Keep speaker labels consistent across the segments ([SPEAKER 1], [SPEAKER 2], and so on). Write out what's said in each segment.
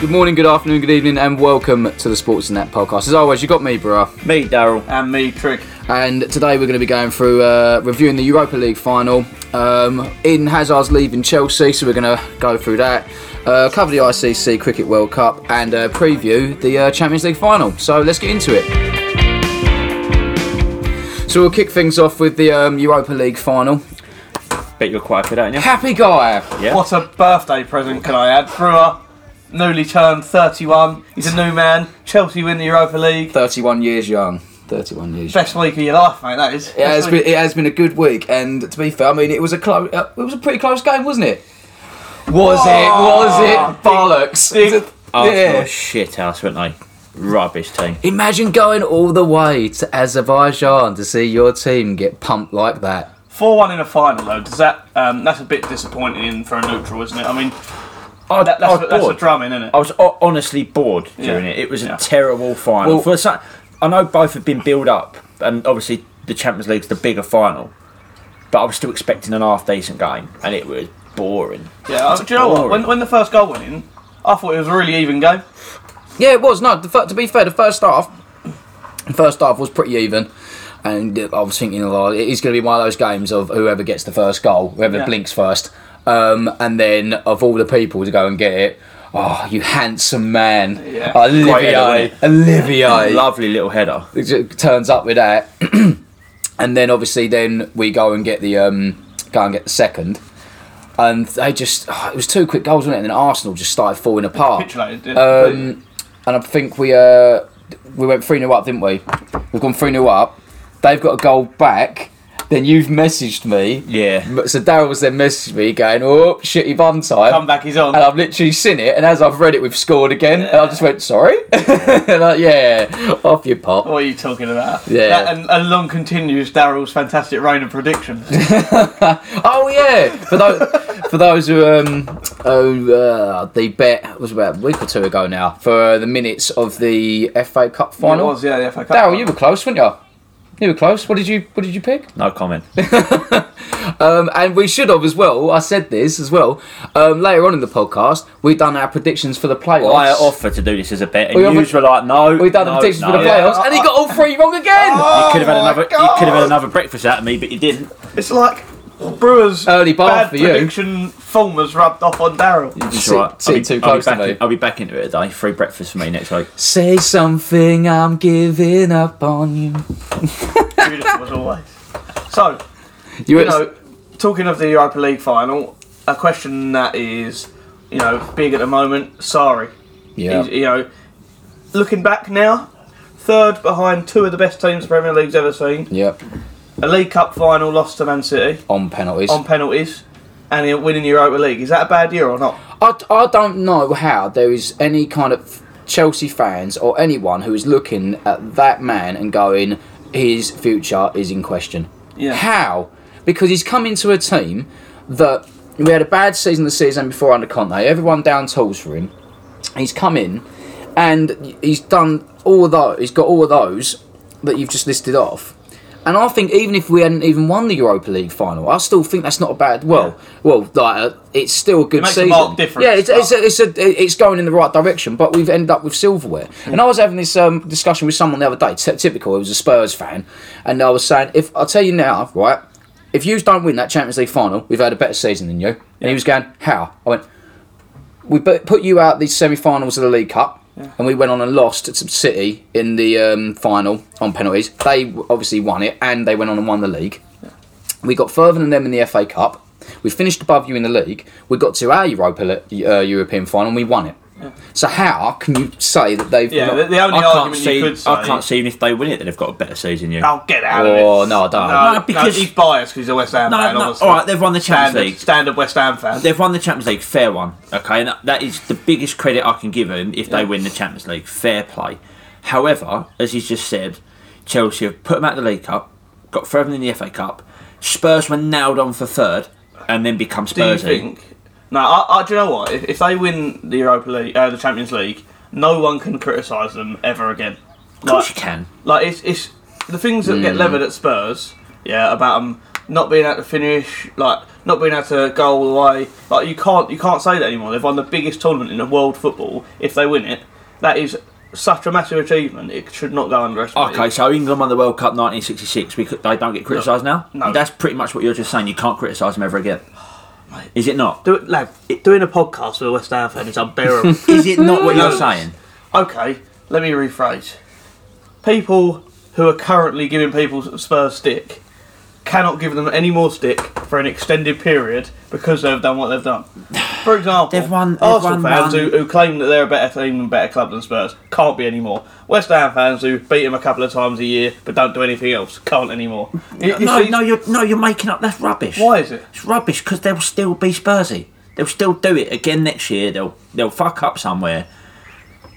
[SPEAKER 1] Good morning, good afternoon, good evening, and welcome to the Sports Net podcast. As always, you got me, bruh.
[SPEAKER 2] Me, Daryl.
[SPEAKER 3] And me, Trick.
[SPEAKER 1] And today we're going to be going through uh, reviewing the Europa League final. Um, in Hazard's leaving Chelsea, so we're going to go through that. Uh, cover the ICC Cricket World Cup and uh, preview the uh, Champions League final. So let's get into it. So we'll kick things off with the um, Europa League final.
[SPEAKER 2] Bet you're quite good, aren't you?
[SPEAKER 1] Happy guy.
[SPEAKER 2] Yeah.
[SPEAKER 3] What a birthday present, can I add? Brewer, newly turned 31. He's a new man. Chelsea win the Europa League.
[SPEAKER 1] 31 years young. 31 years.
[SPEAKER 3] Best week of your life, mate, that is.
[SPEAKER 1] Yeah,
[SPEAKER 3] Best
[SPEAKER 1] it's
[SPEAKER 3] week.
[SPEAKER 1] been, it has been a good week, and to be fair, I mean, it was a close, uh, it was a pretty close game, wasn't it? Was it? Was it? Bollocks!
[SPEAKER 3] big-
[SPEAKER 1] Is it-
[SPEAKER 2] Arsenal
[SPEAKER 1] yeah.
[SPEAKER 2] yeah. shit house, weren't they? Rubbish team.
[SPEAKER 1] Imagine going all the way to Azerbaijan to see your team get pumped like that.
[SPEAKER 3] 4 1 in a final, though. Does that, um, that's a bit disappointing for a neutral, isn't it? I mean,
[SPEAKER 2] I,
[SPEAKER 3] that, that's,
[SPEAKER 2] I was
[SPEAKER 3] a, that's a
[SPEAKER 2] bored.
[SPEAKER 3] drumming, isn't it?
[SPEAKER 2] I was o- honestly bored during
[SPEAKER 3] Yeah.
[SPEAKER 2] it. It was a
[SPEAKER 3] Yeah.
[SPEAKER 2] terrible final.
[SPEAKER 1] Well-
[SPEAKER 2] For some, I know both have been built up, and obviously the Champions League's the bigger final, but I was still expecting an half decent game, and it was boring.
[SPEAKER 3] Yeah, I- do you know what?
[SPEAKER 2] boring.
[SPEAKER 3] When, when the first goal went in, I thought it was a really even game.
[SPEAKER 1] Yeah, it was. No, the, fir- to be fair, the first half, the first half was pretty even, and uh, I was thinking a lot. It is going to be one of those games of whoever gets the first goal, whoever
[SPEAKER 3] Yeah.
[SPEAKER 1] blinks first, um, and then of all the people to go and get it. Oh, you handsome man,
[SPEAKER 3] Yeah.
[SPEAKER 2] Great
[SPEAKER 1] Olivier!
[SPEAKER 2] header,
[SPEAKER 1] Olivier
[SPEAKER 2] Lovely little header.
[SPEAKER 1] it ju- turns up with that, and then obviously then we go and get the um, go and get the second, and they just oh, it was two quick goals, wasn't it? And then Arsenal just started falling apart.
[SPEAKER 3] Capitulated, yeah.
[SPEAKER 1] Oh. Um, and I think we uh, we went three 0 up, didn't we? We've gone three 0 up. They've got a goal back. Then you've messaged me.
[SPEAKER 2] Yeah.
[SPEAKER 1] So Daryl's then messaged me going, "Oh, shitty bun time."
[SPEAKER 3] Come back, he's on.
[SPEAKER 1] And I've literally seen it, and as I've read it, we've scored again. And I just went, "Sorry," and I, yeah, off you pop.
[SPEAKER 3] What are you talking about?
[SPEAKER 1] Yeah.
[SPEAKER 3] That- and, and long continues Daryl's fantastic reign of predictions.
[SPEAKER 1] Oh yeah, for those for those who um oh uh, the bet was about a week or two ago now for the minutes of the FA Cup
[SPEAKER 3] It
[SPEAKER 1] final.
[SPEAKER 3] was, yeah, the FA Cup.
[SPEAKER 1] Daryl, you were close, weren't you? You were close. What did you What did you pick?
[SPEAKER 2] No comment.
[SPEAKER 1] Um, and we should have as well. I said this as well. Um, later on in the podcast, we done our predictions for the playoffs.
[SPEAKER 2] I offered to do this as a bet, and
[SPEAKER 1] We
[SPEAKER 2] you
[SPEAKER 1] offered-
[SPEAKER 2] were like, "No,
[SPEAKER 1] We done
[SPEAKER 2] no,
[SPEAKER 1] the predictions
[SPEAKER 2] no.
[SPEAKER 1] for the playoffs, and he got all three wrong again.
[SPEAKER 2] You could have had
[SPEAKER 3] Oh my
[SPEAKER 2] another. You could have had another breakfast out of me, but you didn't.
[SPEAKER 3] It's like Brewer's
[SPEAKER 1] Early bar
[SPEAKER 3] bad
[SPEAKER 1] for you.
[SPEAKER 3] prediction form was rubbed off on Daryl.
[SPEAKER 2] It's
[SPEAKER 1] sit-
[SPEAKER 2] all right.
[SPEAKER 1] sit
[SPEAKER 2] I'll be,
[SPEAKER 1] too
[SPEAKER 2] I'll be
[SPEAKER 1] close to
[SPEAKER 2] back
[SPEAKER 1] me.
[SPEAKER 2] in- I'll be back into it today. Free breakfast for me next week.
[SPEAKER 1] Say something, I'm giving up on you.
[SPEAKER 3] Beautiful as always. So,
[SPEAKER 1] You,
[SPEAKER 3] you know, talking of the Europa League final, a question that is, you know, big at the moment. Sorry,
[SPEAKER 1] yeah.
[SPEAKER 3] you know, looking back now, third behind two of the best teams the Premier League's ever seen.
[SPEAKER 1] Yep,
[SPEAKER 3] A League Cup final lost to Man City
[SPEAKER 1] on penalties.
[SPEAKER 3] on penalties, and you're winning the Europa League. Is that a bad year or not?
[SPEAKER 1] I, I don't know how there is any kind of Chelsea fans or anyone who is looking at that man and going, his future is in question.
[SPEAKER 3] Yeah.
[SPEAKER 1] How? Because he's come into a team that we had a bad season the season before under Conte. Everyone down tools for him. He's come in and he's done all of those. He's got all of those that you've just listed off. And I think even if we hadn't even won the Europa League final, I still think that's not a bad. Well, well, like, uh, it's still a good
[SPEAKER 3] makes a
[SPEAKER 1] season.
[SPEAKER 3] marked difference,
[SPEAKER 1] Yeah, it's, it's, a, it's, a, it's going in the right direction, but we've ended up with silverware. And I was having this um, discussion with someone the other day, t- typical, it was a Spurs fan, and I was saying, if I'll tell you now, right, if you don't win that Champions League final, we've had a better season than you. And he was going, how? I went, we bu- put you out these semi-finals of the League Cup, and we went on and lost to City in the um, final on penalties. They w- obviously won it, and they went on and won the league. We got further than them in the FA Cup. We finished above you in the league. We got to our Europa Le- uh, European final, and we won it. So how can you say that they've?
[SPEAKER 3] Yeah,
[SPEAKER 1] not-
[SPEAKER 3] the, the only
[SPEAKER 2] I can't
[SPEAKER 3] argument you
[SPEAKER 2] see.
[SPEAKER 3] could say.
[SPEAKER 2] I can't see even if they win it, then they've got a better season. than You.
[SPEAKER 3] Oh, get out
[SPEAKER 1] Oh,
[SPEAKER 3] of it.
[SPEAKER 1] no, I don't.
[SPEAKER 3] No,
[SPEAKER 2] No, because-
[SPEAKER 3] because he's biased because he's a West Ham
[SPEAKER 2] No,
[SPEAKER 3] fan.
[SPEAKER 2] no.
[SPEAKER 3] obviously.
[SPEAKER 2] All right, they've won the Champions
[SPEAKER 3] standard,
[SPEAKER 2] League.
[SPEAKER 3] standard West Ham fan.
[SPEAKER 2] They've won the Champions League. Fair one. Okay, and that is the biggest credit I can give them if they win the Champions League. Fair play. However, as he's just said, Chelsea have put them out of the League Cup, got further in the FA Cup. Spurs were nailed on for third, and then become
[SPEAKER 3] do you
[SPEAKER 2] Spurs.
[SPEAKER 3] think? No, I, I, do you know what? If, if they win the Europa League, uh, the Champions League, no one can criticise them ever again.
[SPEAKER 2] Of course you can.
[SPEAKER 3] Like it's,
[SPEAKER 1] Hmm.
[SPEAKER 3] it's the things that get levered at Spurs, yeah, about them not being able to finish, like not being able to go all the way. Like you can't you can't say that anymore. They've won the biggest tournament in the world football. If they win it, that is such a massive achievement. It should not go underestimated.
[SPEAKER 2] Okay, so England won the World Cup 1966. We could, they don't get criticised now.
[SPEAKER 3] No.
[SPEAKER 2] that's pretty much what you're just saying. You can't criticise them ever again. Is it not?
[SPEAKER 4] Do, lad, doing a podcast with a West Ham fan is unbearable.
[SPEAKER 2] Is it not what you're
[SPEAKER 3] No.
[SPEAKER 2] saying?
[SPEAKER 3] Okay, let me rephrase. People who are currently giving people Spurs stick cannot give them any more stick for an extended period because they've done what they've done. For example,
[SPEAKER 2] They've won- they've
[SPEAKER 3] Arsenal
[SPEAKER 2] won
[SPEAKER 3] fans
[SPEAKER 2] one-
[SPEAKER 3] who, who claim that they're a better team and better club than Spurs can't be anymore. West Ham fans who beat them a couple of times a year but don't do anything else can't anymore. You- you
[SPEAKER 2] No,
[SPEAKER 3] see-
[SPEAKER 2] no, you're no, you're making up. That's rubbish.
[SPEAKER 3] Why is it?
[SPEAKER 2] It's rubbish because they'll still be Spursy. They'll still do it again next year. They'll they'll fuck up somewhere,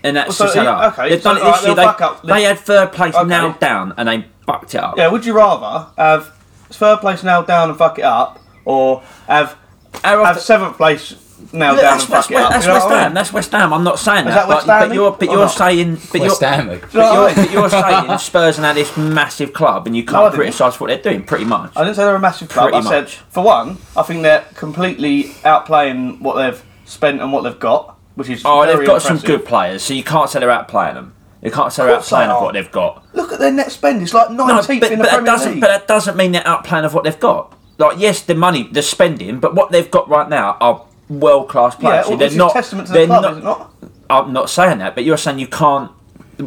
[SPEAKER 2] and that's
[SPEAKER 3] Well,
[SPEAKER 2] just
[SPEAKER 3] so,
[SPEAKER 2] how they are.
[SPEAKER 3] okay,
[SPEAKER 2] They've
[SPEAKER 3] so,
[SPEAKER 2] done it
[SPEAKER 3] alright,
[SPEAKER 2] this year.
[SPEAKER 3] they'll fuck up.
[SPEAKER 2] They, they had third place
[SPEAKER 3] Okay.
[SPEAKER 2] nailed down, and they fucked it up.
[SPEAKER 3] Yeah, would you rather have third place nailed down and fuck it up or have
[SPEAKER 2] Our
[SPEAKER 3] have seventh place nailed down
[SPEAKER 2] that's,
[SPEAKER 3] and fuck
[SPEAKER 2] that's,
[SPEAKER 3] it up?
[SPEAKER 2] that's
[SPEAKER 3] you know
[SPEAKER 2] West
[SPEAKER 3] what I mean?
[SPEAKER 2] Ham. That's West Ham. I'm not saying
[SPEAKER 3] Is that
[SPEAKER 2] that, but,
[SPEAKER 3] West Oh,
[SPEAKER 2] but
[SPEAKER 3] Ham-y
[SPEAKER 2] you're but
[SPEAKER 3] or
[SPEAKER 2] you're
[SPEAKER 3] not?
[SPEAKER 2] saying but
[SPEAKER 1] West
[SPEAKER 2] you're,
[SPEAKER 1] Ham.
[SPEAKER 3] Do you know what
[SPEAKER 2] but you're,
[SPEAKER 3] I mean?
[SPEAKER 2] but you're saying Spurs are now this massive club, and you
[SPEAKER 3] I
[SPEAKER 2] can't
[SPEAKER 3] didn't.
[SPEAKER 2] criticise what they're doing. Pretty much.
[SPEAKER 3] I didn't say they're a massive club.
[SPEAKER 2] Pretty
[SPEAKER 3] I said,
[SPEAKER 2] much.
[SPEAKER 3] for one, I think they're completely outplaying what they've spent and what they've got, which is
[SPEAKER 2] Oh,
[SPEAKER 3] very
[SPEAKER 2] they've got
[SPEAKER 3] impressive.
[SPEAKER 2] some good players, so you can't say they're outplaying them. You can't say
[SPEAKER 3] Of
[SPEAKER 2] they're
[SPEAKER 3] course they
[SPEAKER 2] outplaying of
[SPEAKER 3] are.
[SPEAKER 2] what they've got.
[SPEAKER 3] Look at their net spend; it's like
[SPEAKER 2] No,
[SPEAKER 3] nineteenth
[SPEAKER 2] but,
[SPEAKER 3] in
[SPEAKER 2] but
[SPEAKER 3] the
[SPEAKER 2] that
[SPEAKER 3] Premier
[SPEAKER 2] doesn't.
[SPEAKER 3] League.
[SPEAKER 2] But that doesn't mean they're outplaying of what they've got. Like, yes, the money, the spending, but what they've got right now are world class
[SPEAKER 3] yeah,
[SPEAKER 2] players.
[SPEAKER 3] well,
[SPEAKER 2] they're
[SPEAKER 3] this
[SPEAKER 2] not.
[SPEAKER 3] is testament to
[SPEAKER 2] they're
[SPEAKER 3] the club,
[SPEAKER 2] not,
[SPEAKER 3] is it not?
[SPEAKER 2] I'm not saying that, but you're saying you can't.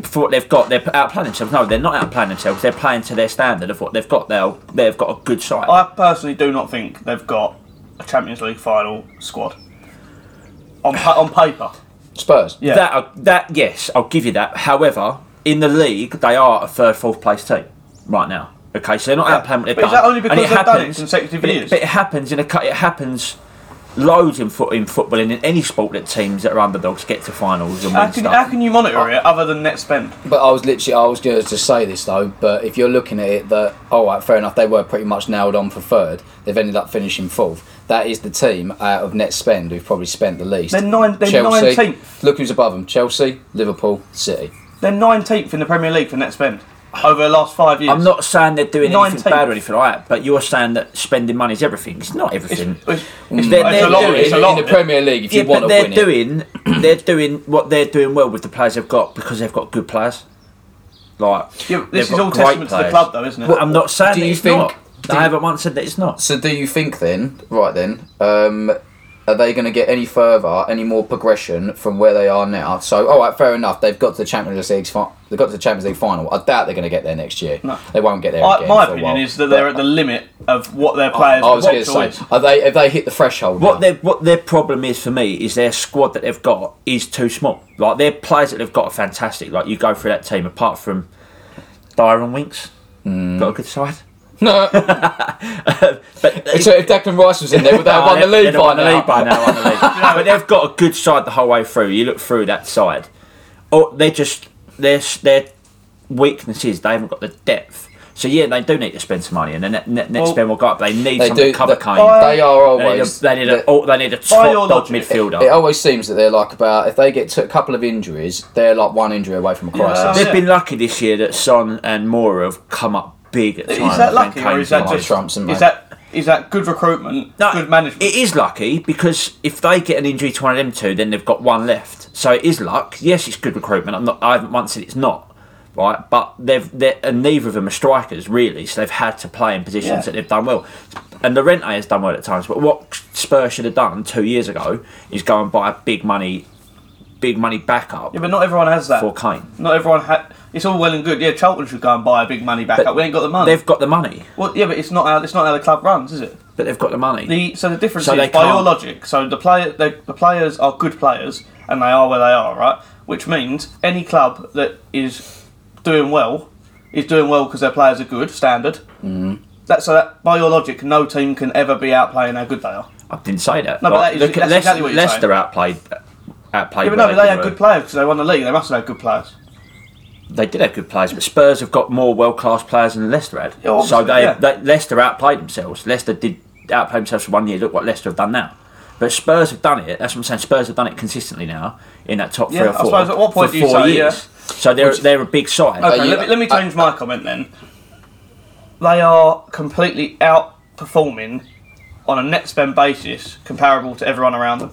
[SPEAKER 2] For what they've got, they're outplaying themselves. No, they're not outplaying themselves. They're playing to their standard of what they've got. They'll they've got a good side.
[SPEAKER 3] I personally do not think they've got a Champions League final squad on pa- on paper.
[SPEAKER 1] Spurs.
[SPEAKER 3] Yeah.
[SPEAKER 2] That uh, that yes, I'll give you that. However, in the league, they are a third, fourth place team right now. Okay, so they're not outplaying what they've
[SPEAKER 3] But
[SPEAKER 2] done.
[SPEAKER 3] is that only because
[SPEAKER 2] and it
[SPEAKER 3] they've done it
[SPEAKER 2] happens,
[SPEAKER 3] consecutive
[SPEAKER 2] but
[SPEAKER 3] years?
[SPEAKER 2] It, but it happens in a cut. It happens loads in, foot, in football and in any sport that teams that are underdogs get to finals and
[SPEAKER 3] How
[SPEAKER 2] win
[SPEAKER 3] can,
[SPEAKER 2] stuff.
[SPEAKER 3] how can you monitor it other than net spend?
[SPEAKER 1] But I was literally, I was going to say this though, but if you're looking at it, that, all right, fair enough, they were pretty much nailed on for third. They've ended up finishing fourth. That is the team out of net spend who've probably spent the least.
[SPEAKER 3] They're nine. They're
[SPEAKER 1] Chelsea.
[SPEAKER 3] nineteenth.
[SPEAKER 1] Look who's above them Chelsea, Liverpool, City.
[SPEAKER 3] They're nineteenth in the Premier League for net spend over the last five years.
[SPEAKER 2] I'm not saying they're doing anything
[SPEAKER 3] 19th.
[SPEAKER 2] bad or anything like that, but you're saying that spending money is everything. It's not everything.
[SPEAKER 3] It's, it's,
[SPEAKER 2] If they're-
[SPEAKER 3] it's
[SPEAKER 2] they're
[SPEAKER 3] a lot.
[SPEAKER 2] doing-
[SPEAKER 3] It's a
[SPEAKER 1] in,
[SPEAKER 3] lot.
[SPEAKER 1] Mm. in the Premier League, if
[SPEAKER 2] yeah,
[SPEAKER 1] you want
[SPEAKER 2] but
[SPEAKER 1] to
[SPEAKER 2] they're
[SPEAKER 1] win it.
[SPEAKER 2] doing they're doing what they're doing well with the players they've got because they've got good players. Like
[SPEAKER 3] Yeah, but this
[SPEAKER 2] they've
[SPEAKER 3] is
[SPEAKER 2] got
[SPEAKER 3] all
[SPEAKER 2] great
[SPEAKER 3] testament to the
[SPEAKER 2] players.
[SPEAKER 3] club, though, isn't it?
[SPEAKER 2] Well, I'm not saying
[SPEAKER 1] Do
[SPEAKER 2] that
[SPEAKER 1] you
[SPEAKER 2] it's
[SPEAKER 1] think-
[SPEAKER 2] not.
[SPEAKER 1] do
[SPEAKER 2] I
[SPEAKER 1] you-
[SPEAKER 2] haven't once said that it's not.
[SPEAKER 1] So do you think then, right then, um, are they going to get any further, any more progression from where they are now? So, all right, fair enough. They've got to the Champions League. Fi- they got to the Champions League final. I doubt they're going to get there next year.
[SPEAKER 3] No.
[SPEAKER 1] They won't get there.
[SPEAKER 3] I,
[SPEAKER 1] again
[SPEAKER 3] my
[SPEAKER 1] for a
[SPEAKER 3] opinion
[SPEAKER 1] while.
[SPEAKER 3] is that they're at the
[SPEAKER 2] uh,
[SPEAKER 3] limit of what their players.
[SPEAKER 1] I was
[SPEAKER 3] want
[SPEAKER 1] going to
[SPEAKER 3] always.
[SPEAKER 1] say, are they? Have they hit the threshold?
[SPEAKER 2] What
[SPEAKER 1] now?
[SPEAKER 2] their what their problem is for me is their squad that they've got is too small. Like their players that they've got are fantastic. Like you go through that team, apart from Dyron Winks, got a good side.
[SPEAKER 1] Hmm. no.
[SPEAKER 2] But
[SPEAKER 1] So if Declan Rice was in there, would they have won the
[SPEAKER 2] They'd-
[SPEAKER 1] league
[SPEAKER 2] they'd have
[SPEAKER 1] by
[SPEAKER 2] won the
[SPEAKER 1] now?
[SPEAKER 2] league by now, won the league. but they've got a good side the whole way through. You look through that side. Oh, they're just their their weaknesses. They haven't got the depth. So yeah, they do need to spend some money, and the net, net, net
[SPEAKER 3] Well,
[SPEAKER 2] spend will go up. They need
[SPEAKER 1] They
[SPEAKER 2] some to
[SPEAKER 1] do.
[SPEAKER 2] cover
[SPEAKER 1] they-
[SPEAKER 2] Kane.
[SPEAKER 1] They are
[SPEAKER 2] They need a,
[SPEAKER 1] always.
[SPEAKER 2] they need a, oh, they need a
[SPEAKER 3] your
[SPEAKER 2] top dog
[SPEAKER 3] logic,
[SPEAKER 2] midfielder.
[SPEAKER 1] it always seems that they're like about if they get to a couple of injuries, they're like one injury away from a crisis.
[SPEAKER 3] Yeah.
[SPEAKER 2] They've been lucky this year that Son and Mora have come up big at times.
[SPEAKER 3] Is that
[SPEAKER 2] and
[SPEAKER 3] lucky or
[SPEAKER 2] Kane's
[SPEAKER 3] is that
[SPEAKER 2] not.
[SPEAKER 3] just
[SPEAKER 1] Trump's and
[SPEAKER 3] is
[SPEAKER 1] mate.
[SPEAKER 3] that is that good recruitment,
[SPEAKER 2] No,
[SPEAKER 3] good management?
[SPEAKER 2] It is lucky because if they get an injury to one of them two, then they've got one left. So it is luck. Yes, it's good recruitment. I'm not. I haven't once said it's not. Right, but they've they're, and neither of them are strikers really, so they've had to play in positions
[SPEAKER 3] Yeah.
[SPEAKER 2] that they've done well. And Lorente has done well at times, but what Spurs should have done two years ago is go and buy a big money, big money backup
[SPEAKER 3] yeah, but not everyone has that.
[SPEAKER 2] for Kane.
[SPEAKER 3] Not everyone ha It's all well and good. Yeah, Charlton should go and buy a big money back up. We ain't got the money.
[SPEAKER 2] They've got the money,
[SPEAKER 3] Well, yeah, but it's not how it's not how the club runs, is it?
[SPEAKER 2] but they've got the money.
[SPEAKER 3] The so the difference
[SPEAKER 2] So
[SPEAKER 3] is
[SPEAKER 2] they
[SPEAKER 3] by your
[SPEAKER 2] can't-
[SPEAKER 3] logic. So the player the, the players are good players and they are where they are, right? Which means any club that is doing well is doing well because their players are good, standard. Mm. That so that by your logic, no team can ever be outplaying how good they are.
[SPEAKER 2] I didn't say that.
[SPEAKER 3] No, but
[SPEAKER 2] Like,
[SPEAKER 3] that is- that's exactly what you're saying.
[SPEAKER 2] Leicester outplayed, outplayed.
[SPEAKER 3] Yeah, but
[SPEAKER 2] what
[SPEAKER 3] no, but they
[SPEAKER 2] were.
[SPEAKER 3] had good players because they won the league. They must have had good players.
[SPEAKER 2] They did have good players, but Spurs have got more world class players than Leicester had.
[SPEAKER 3] Yeah, obviously,
[SPEAKER 2] so they,
[SPEAKER 3] yeah.
[SPEAKER 2] they Leicester outplayed themselves. Leicester did outplay themselves for one year. Look what Leicester have done now. But Spurs have done it. That's what I'm saying. Spurs have done it consistently now in that top three
[SPEAKER 3] Yeah,
[SPEAKER 2] or
[SPEAKER 3] I
[SPEAKER 2] four.
[SPEAKER 3] suppose at what point
[SPEAKER 2] for
[SPEAKER 3] do you
[SPEAKER 2] four
[SPEAKER 3] say,
[SPEAKER 2] years. So they're they're a big side.
[SPEAKER 1] Are
[SPEAKER 3] Okay,
[SPEAKER 1] you-
[SPEAKER 3] let me, let me change my comment then. They are completely outperforming on a net spend basis comparable to everyone around them.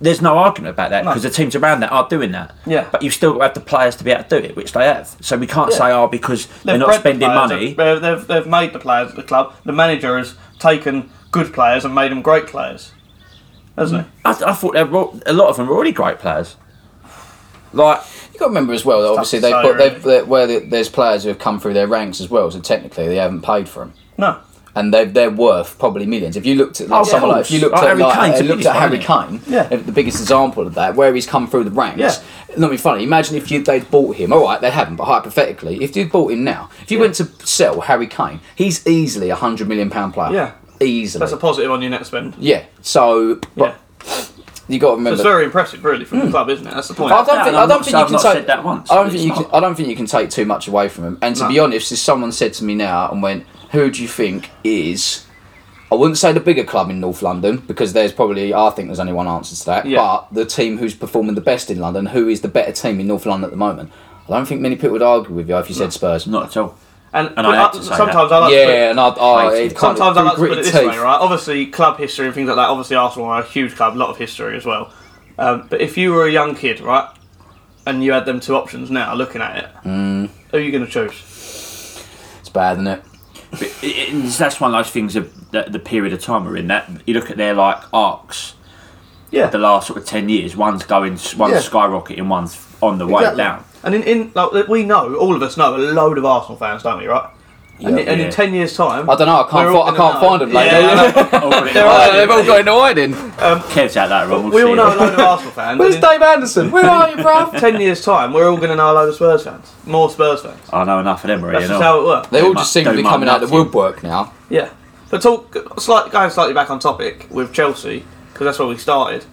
[SPEAKER 2] There's no argument about that
[SPEAKER 3] No.
[SPEAKER 2] because the teams around that are doing that.
[SPEAKER 3] Yeah.
[SPEAKER 2] But you've still got to have the players to be able to do it, which they have. So we can't say, oh, because they're not
[SPEAKER 3] bred
[SPEAKER 2] spending
[SPEAKER 3] players,
[SPEAKER 2] money.
[SPEAKER 3] They've, they've, they've made the players at the club. The manager has taken good players and made them great players, hasn't he?
[SPEAKER 2] I, th- I thought they were all, a lot of them were already great players. Like,
[SPEAKER 1] You got to remember as well that obviously
[SPEAKER 3] to
[SPEAKER 1] they've
[SPEAKER 3] say,
[SPEAKER 1] got
[SPEAKER 3] really.
[SPEAKER 1] they've, they where the, there's players who have come through their ranks as well, so technically they haven't paid for them,
[SPEAKER 3] No.
[SPEAKER 1] and they they're worth probably millions. If you looked at like,
[SPEAKER 2] Oh, of
[SPEAKER 1] someone like
[SPEAKER 2] course.
[SPEAKER 1] if you looked
[SPEAKER 2] Like
[SPEAKER 1] at
[SPEAKER 2] Harry
[SPEAKER 1] like,
[SPEAKER 2] Kane's
[SPEAKER 1] uh,
[SPEAKER 2] the
[SPEAKER 1] looked
[SPEAKER 2] biggest
[SPEAKER 1] at Harry
[SPEAKER 2] one,
[SPEAKER 1] Kane,
[SPEAKER 3] Yeah.
[SPEAKER 1] uh, the biggest example of that, where he's come through the ranks.
[SPEAKER 3] Yeah.
[SPEAKER 1] Not be funny. Imagine if you, they'd bought him. All right, they haven't, but hypothetically, if you bought him now, if you went to sell Harry Kane, he's easily a hundred million pound player.
[SPEAKER 3] Yeah.
[SPEAKER 1] easily.
[SPEAKER 3] That's a positive on your net spend.
[SPEAKER 1] yeah. So,
[SPEAKER 3] Yeah.
[SPEAKER 1] but you got to remember.
[SPEAKER 3] It's very impressive, really, from the club, isn't it? That's the point.
[SPEAKER 1] I don't
[SPEAKER 2] No,
[SPEAKER 1] think,
[SPEAKER 2] no,
[SPEAKER 1] I don't
[SPEAKER 2] I'm not-
[SPEAKER 1] think you
[SPEAKER 2] Mm. I've
[SPEAKER 1] can
[SPEAKER 2] not
[SPEAKER 1] take.
[SPEAKER 2] said that once,
[SPEAKER 1] I don't
[SPEAKER 2] but
[SPEAKER 1] think
[SPEAKER 2] it's
[SPEAKER 1] you can.
[SPEAKER 2] not.
[SPEAKER 1] I don't think you can take too much away from him. And to
[SPEAKER 3] No.
[SPEAKER 1] be honest, if someone said to me now and went, "Who do you think is?" I wouldn't say the bigger club in North London because there's probably I think there's only one answer to that.
[SPEAKER 3] Yeah.
[SPEAKER 1] But the team who's performing the best in London, who is the better team in North London at the moment? I don't think many people would argue with you if you said Spurs.
[SPEAKER 2] not at all.
[SPEAKER 3] And,
[SPEAKER 2] And I had to say that.
[SPEAKER 3] sometimes I like to put,
[SPEAKER 1] yeah, and I, I
[SPEAKER 2] Crazy.
[SPEAKER 1] it kind
[SPEAKER 3] Sometimes I
[SPEAKER 1] of
[SPEAKER 3] like to
[SPEAKER 1] through
[SPEAKER 3] put it this
[SPEAKER 1] gritted
[SPEAKER 3] way,
[SPEAKER 1] teeth.
[SPEAKER 3] right? Obviously, club history and things like that. Obviously, Arsenal are a huge club, a lot of history as well. Um, but if you were a young kid, right, and you had them two options now, looking at it,
[SPEAKER 2] Mm.
[SPEAKER 3] who are you going to choose?
[SPEAKER 1] It's bad, isn't it?
[SPEAKER 2] But it- it- it's- that's one of those things of the, the period of time we're in. That you look at their like arcs,
[SPEAKER 3] Yeah,
[SPEAKER 2] the last sort of ten years. One's going, one's
[SPEAKER 3] Yeah.
[SPEAKER 2] skyrocketing, one's on the way down.
[SPEAKER 3] And in, in like, we know, all of us know, a load of Arsenal fans, don't we? Right? and, in- and
[SPEAKER 2] Yeah.
[SPEAKER 3] in ten years' time,
[SPEAKER 1] I don't know. I can't.
[SPEAKER 3] we're all
[SPEAKER 1] Fi- I
[SPEAKER 3] gonna
[SPEAKER 1] can't
[SPEAKER 3] know.
[SPEAKER 1] find them. Like,
[SPEAKER 3] Yeah, I know. They're
[SPEAKER 2] Oh,
[SPEAKER 3] all-
[SPEAKER 1] they've all got into hiding.
[SPEAKER 2] Kev's out that wrong. We'll
[SPEAKER 3] we
[SPEAKER 2] see
[SPEAKER 3] all know a
[SPEAKER 2] him.
[SPEAKER 3] load of Arsenal fans.
[SPEAKER 1] Where's
[SPEAKER 3] and in
[SPEAKER 1] Dave Anderson? Where are you, bruv?
[SPEAKER 3] ten years' time, we're all going to know a load of Spurs fans, more Spurs fans.
[SPEAKER 2] I know enough of them already.
[SPEAKER 3] That's
[SPEAKER 2] and
[SPEAKER 3] just
[SPEAKER 2] all.
[SPEAKER 3] how it works.
[SPEAKER 1] They all
[SPEAKER 2] Don't
[SPEAKER 1] just seem to
[SPEAKER 2] mind-
[SPEAKER 1] be
[SPEAKER 2] don't
[SPEAKER 1] coming
[SPEAKER 2] mind
[SPEAKER 1] out of the
[SPEAKER 2] nothing.
[SPEAKER 1] woodwork now.
[SPEAKER 3] Yeah, but talk slight, going slightly back on topic with Chelsea because that's where we started.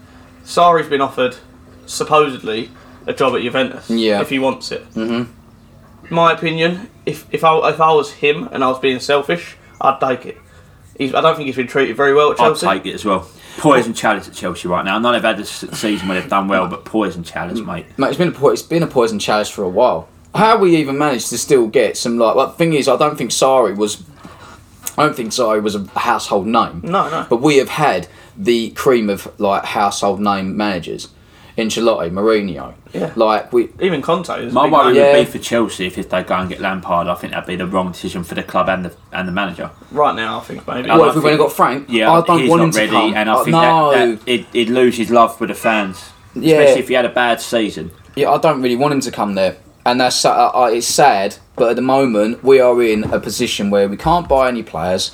[SPEAKER 3] Sari's been offered supposedly a job at Juventus.
[SPEAKER 1] Yeah.
[SPEAKER 3] if he wants it. Mm-hmm. My opinion, if if I if I was him and I was being selfish, I'd take it. He's, I don't think he's been treated very well at
[SPEAKER 2] I'll
[SPEAKER 3] Chelsea.
[SPEAKER 2] take it as well. Poison chalice at Chelsea right now. I know they've had a s- season where they've done well, but poison
[SPEAKER 3] Mm.
[SPEAKER 2] chalice, mate.
[SPEAKER 1] Mate, it's been a po- it's been a poison chalice for a while. How we even managed to still get some like? Well, the thing is, I don't think Sari was. I don't think Sari was a household name.
[SPEAKER 3] No, no.
[SPEAKER 1] But we have had the cream of like household name managers, Ancelotti, Mourinho.
[SPEAKER 3] Yeah.
[SPEAKER 1] Like we.
[SPEAKER 3] Even Conte. is a
[SPEAKER 2] My
[SPEAKER 3] big
[SPEAKER 2] worry
[SPEAKER 3] man.
[SPEAKER 1] Yeah.
[SPEAKER 2] would be for Chelsea if they go and get Lampard. I think that'd be the wrong decision for the club and the and the manager.
[SPEAKER 3] right now, I think maybe.
[SPEAKER 1] What
[SPEAKER 2] I
[SPEAKER 1] if we
[SPEAKER 2] think-
[SPEAKER 1] went and got Frank?
[SPEAKER 2] Yeah,
[SPEAKER 1] I don't
[SPEAKER 2] he's
[SPEAKER 1] want
[SPEAKER 2] not
[SPEAKER 1] him to
[SPEAKER 2] ready,
[SPEAKER 1] come.
[SPEAKER 2] and I
[SPEAKER 1] Uh,
[SPEAKER 2] think
[SPEAKER 1] no,
[SPEAKER 2] that, that it, it'd lose his love with the fans,
[SPEAKER 1] Yeah.
[SPEAKER 2] especially if he had a bad season.
[SPEAKER 1] yeah, I don't really want him to come there. And that's uh, uh, it's sad, but at the moment we are in a position where we can't buy any players,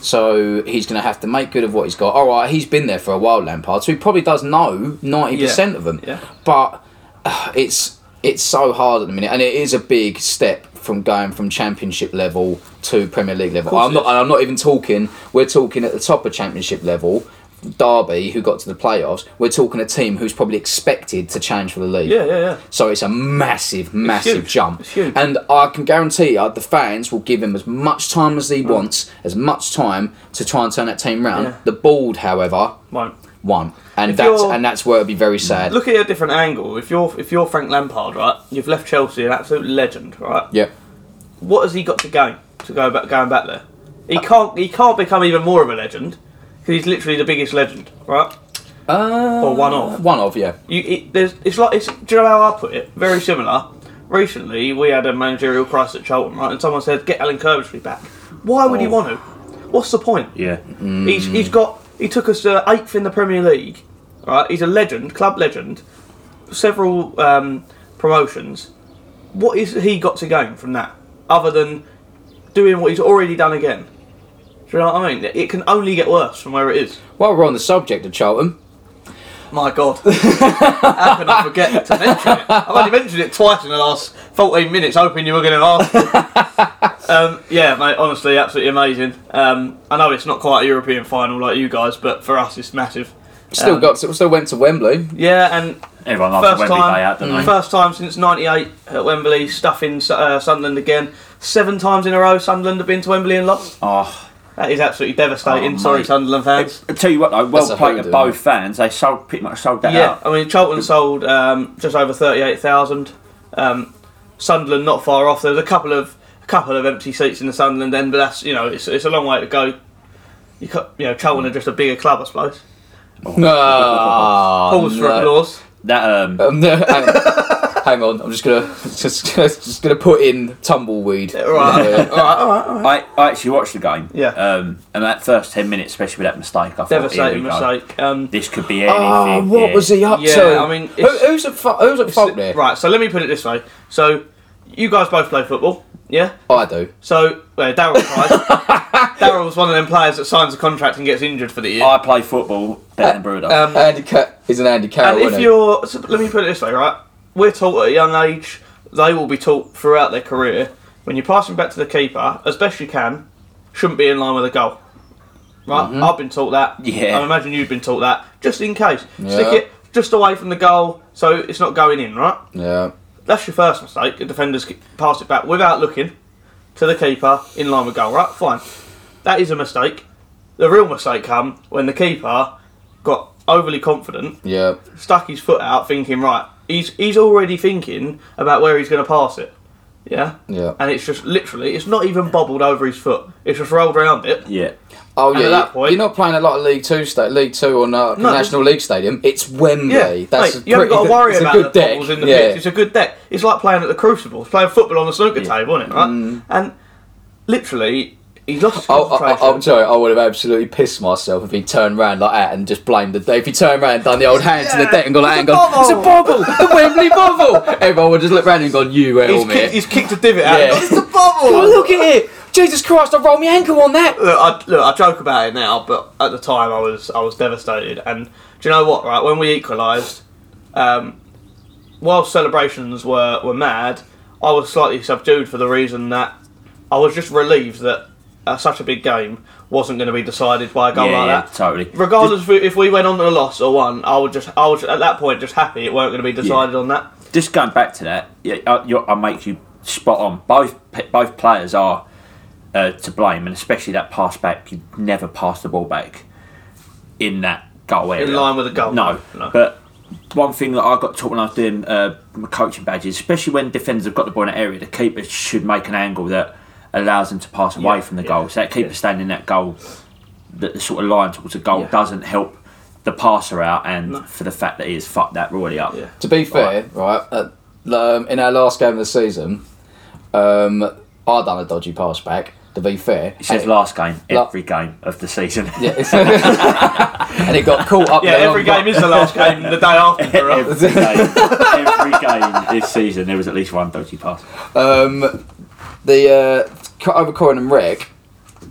[SPEAKER 1] so he's going to have to make good of what he's got. All right, he's been there for a while, Lampard, so he probably does know ninety percent of them.
[SPEAKER 3] Yeah.
[SPEAKER 1] But uh, it's it's so hard at the minute, and it is a big step from going from Championship level to Premier League level.
[SPEAKER 3] course
[SPEAKER 1] I'm
[SPEAKER 3] it
[SPEAKER 1] not,
[SPEAKER 3] is.
[SPEAKER 1] and I'm not even talking. We're talking at the top of Championship level. Derby, who got to the playoffs, we're talking a team who's probably expected to change for the league.
[SPEAKER 3] yeah, yeah, yeah.
[SPEAKER 1] So it's a massive, massive
[SPEAKER 3] huge.
[SPEAKER 1] jump.
[SPEAKER 3] It's huge.
[SPEAKER 1] And I can guarantee you, the fans will give him as much time as he wants, as much time to try and turn that team round.
[SPEAKER 3] Yeah.
[SPEAKER 1] The board, however,
[SPEAKER 3] Won't.
[SPEAKER 1] won. And
[SPEAKER 3] If
[SPEAKER 1] that's
[SPEAKER 3] you're-
[SPEAKER 1] and that's where it'd be very sad.
[SPEAKER 3] Look at it a different angle. If you're if you're Frank Lampard, right, you've left Chelsea an absolute legend, right?
[SPEAKER 1] yeah.
[SPEAKER 3] what has he got to gain to go back going back there? He can't he can't become even more of a legend because he's literally the biggest legend, right?
[SPEAKER 1] Uh,
[SPEAKER 3] Or one of.
[SPEAKER 1] One of, yeah.
[SPEAKER 3] You, it, there's, it's like it's, do you know how I put it? Very similar. Recently, we had a managerial crisis at Charlton, right? And someone said, "Get Alan Kirby back." Why would he
[SPEAKER 2] Oh.
[SPEAKER 3] want to? What's the point?
[SPEAKER 2] Yeah,
[SPEAKER 3] He's, he's got he took us uh, eighth in the Premier League, right? He's a legend, club legend, several um, promotions. What is he got to gain from that, other than doing what he's already done again? Do you know what I mean? It can only get worse from where it is.
[SPEAKER 1] While we're on the subject of Charlton,
[SPEAKER 3] My God, how can I forget to mention it? I've only mentioned it twice in the last fourteen minutes, hoping you were going to ask. um, yeah, mate, honestly, absolutely amazing. Um, I know it's not quite a European final like you guys, but for us, it's massive.
[SPEAKER 1] still
[SPEAKER 3] Um,
[SPEAKER 1] got still went to Wembley.
[SPEAKER 3] Yeah, and
[SPEAKER 2] everyone loves
[SPEAKER 3] first
[SPEAKER 2] Wembley
[SPEAKER 3] time, Mm.
[SPEAKER 2] Day out, don't
[SPEAKER 1] Mm.
[SPEAKER 2] they?
[SPEAKER 3] first time since '98 at Wembley, stuffing uh, Sunderland again. Seven times in a row, Sunderland have been to Wembley and lost.
[SPEAKER 2] Oh,
[SPEAKER 3] That is absolutely devastating.
[SPEAKER 2] Oh,
[SPEAKER 3] Sorry,
[SPEAKER 2] mate.
[SPEAKER 3] Sunderland fans.
[SPEAKER 2] I tell you what, though,
[SPEAKER 1] That's
[SPEAKER 2] well
[SPEAKER 1] a
[SPEAKER 2] played to
[SPEAKER 1] hoodoo,
[SPEAKER 2] both
[SPEAKER 1] mate.
[SPEAKER 2] fans. They sold pretty much sold that
[SPEAKER 3] Yeah,
[SPEAKER 2] out.
[SPEAKER 3] I mean Charlton sold um, just over thirty-eight thousand. Um, Sunderland not far off. There was a couple of a couple of empty seats in the Sunderland end, but that's you know it's, it's a long way to go You, cut, you know, Charlton are just a bigger club, I suppose.
[SPEAKER 1] Ah,
[SPEAKER 3] Pause for
[SPEAKER 1] no.
[SPEAKER 3] applause.
[SPEAKER 2] That um,
[SPEAKER 1] Um, no, hang, hang on, I'm just gonna just, just gonna put in tumbleweed.
[SPEAKER 3] right.
[SPEAKER 1] Yeah. Alright, alright.
[SPEAKER 2] I, I actually watched the game.
[SPEAKER 3] Yeah.
[SPEAKER 2] Um, and that first ten minutes, especially with that mistake, I thought, here
[SPEAKER 3] Devastating
[SPEAKER 2] we go.
[SPEAKER 3] mistake. Um,
[SPEAKER 2] This could be anything.
[SPEAKER 1] Ah, what
[SPEAKER 2] here.
[SPEAKER 1] was he up
[SPEAKER 3] Yeah,
[SPEAKER 1] to?
[SPEAKER 3] I mean,
[SPEAKER 1] Who,
[SPEAKER 3] it's-
[SPEAKER 1] who's at fault? Who's at fault there?
[SPEAKER 3] right, so let me put it this way. So, you guys both play football, yeah?
[SPEAKER 1] I do.
[SPEAKER 3] So, well, Daryl tried. Daryl was one of them players that signs a contract and gets injured for the year.
[SPEAKER 2] I play football better than
[SPEAKER 1] Uh,
[SPEAKER 2] Bruder.
[SPEAKER 3] Um,
[SPEAKER 1] Andy Ca- is an Andy Carroll.
[SPEAKER 3] And if
[SPEAKER 1] isn't he?
[SPEAKER 3] you're, so let me put it this way, right? We're taught at a young age. They will be taught throughout their career. When you're passing back to the keeper as best you can, shouldn't be in line with a goal. Right? I've been taught that.
[SPEAKER 2] Yeah.
[SPEAKER 3] I imagine you've been taught that. Just in case,
[SPEAKER 1] Yeah.
[SPEAKER 3] stick it just away from the goal so it's not going in. Right?
[SPEAKER 1] yeah.
[SPEAKER 3] That's your first mistake. The defenders ki- pass it back without looking to the keeper in line with goal. Right? Fine. That is a mistake. The real mistake come when the keeper got overly confident
[SPEAKER 1] Yeah.
[SPEAKER 3] stuck his foot out, thinking, right, he's he's already thinking about where he's going to pass it. Yeah?
[SPEAKER 1] Yeah.
[SPEAKER 3] And it's just literally, it's not even bobbled over his foot. It's just rolled around it.
[SPEAKER 2] yeah.
[SPEAKER 1] Oh
[SPEAKER 3] And
[SPEAKER 1] yeah.
[SPEAKER 3] at that
[SPEAKER 1] you-
[SPEAKER 3] point-
[SPEAKER 1] you're not playing a lot of League Two state, League Two or no,
[SPEAKER 3] No.
[SPEAKER 1] National League Stadium. It's Wembley.
[SPEAKER 3] Yeah,
[SPEAKER 1] That's
[SPEAKER 3] mate,
[SPEAKER 1] a
[SPEAKER 3] you
[SPEAKER 1] pretty
[SPEAKER 3] haven't got to
[SPEAKER 1] good-
[SPEAKER 3] worry
[SPEAKER 1] it's a
[SPEAKER 3] about
[SPEAKER 1] good
[SPEAKER 3] the
[SPEAKER 1] deck.
[SPEAKER 3] bobbles in the
[SPEAKER 1] yeah.
[SPEAKER 3] pitch. It's a good deck. It's like playing at the Crucible. It's playing football on the snooker
[SPEAKER 2] Yeah.
[SPEAKER 3] table, isn't it? Right?
[SPEAKER 1] Mm.
[SPEAKER 3] And literally, he lost his
[SPEAKER 1] Oh, I, I, I'm
[SPEAKER 3] concentration.
[SPEAKER 1] sorry, I would have absolutely pissed myself if he turned round like that and just blamed the deck. If he turned round and done the old hand to the
[SPEAKER 3] Yeah,
[SPEAKER 1] deck and gone like,
[SPEAKER 3] it's
[SPEAKER 1] that and
[SPEAKER 3] a
[SPEAKER 1] gone, it's a bobble, the Wembley bobble. Everyone would just look round and gone, you
[SPEAKER 3] He's
[SPEAKER 1] hell
[SPEAKER 3] kicked,
[SPEAKER 1] me.
[SPEAKER 3] he's kicked a divot out.
[SPEAKER 1] Yeah.
[SPEAKER 3] It's the
[SPEAKER 1] Oh,
[SPEAKER 3] bobble!
[SPEAKER 1] look at it. Jesus Christ, I rolled my ankle on that.
[SPEAKER 3] look, I, look, I joke about it now, but at the time I was I was devastated. And do you know what? Right when we equalised, um, while celebrations were were mad, I was slightly subdued for the reason that I was just relieved that uh, such a big game wasn't going to be decided by a goal
[SPEAKER 2] yeah,
[SPEAKER 3] like
[SPEAKER 2] yeah,
[SPEAKER 3] that.
[SPEAKER 2] totally.
[SPEAKER 3] Regardless if we, if we went on a loss or won, I would just I was at that point just happy it weren't going to be decided on that.
[SPEAKER 2] Just going back to that, yeah, I, you're, I make you spot on. Both both players are uh, to blame, and especially that pass back. You never pass the ball back in that goal area.
[SPEAKER 3] In line with the goal.
[SPEAKER 2] No,
[SPEAKER 3] No.
[SPEAKER 2] but one thing that I got taught when I was doing uh, my coaching badges, especially when defenders have got the ball in that area, the keeper should make an angle that allows them to pass away
[SPEAKER 3] Yeah,
[SPEAKER 2] from the
[SPEAKER 3] yeah,
[SPEAKER 2] goal. So that keeper standing in that goal, that the sort of line towards the goal
[SPEAKER 3] Yeah.
[SPEAKER 2] doesn't help the passer out, and
[SPEAKER 3] No.
[SPEAKER 2] for the fact that he has fucked that really up.
[SPEAKER 3] Yeah.
[SPEAKER 1] To be fair, right, uh, um, in our last game of the season, um, I done a dodgy pass back. To be fair,
[SPEAKER 2] It says
[SPEAKER 1] And-
[SPEAKER 2] last game,
[SPEAKER 1] La-
[SPEAKER 2] every game of the season.
[SPEAKER 1] yeah, it's- and it got caught up.
[SPEAKER 3] Yeah,
[SPEAKER 1] in the
[SPEAKER 3] every
[SPEAKER 1] long-
[SPEAKER 3] game is the last game the day after. for us.
[SPEAKER 2] every game, every game this season, there was at least one dodgy pass.
[SPEAKER 1] Um, the uh, cut over Corin and Rick,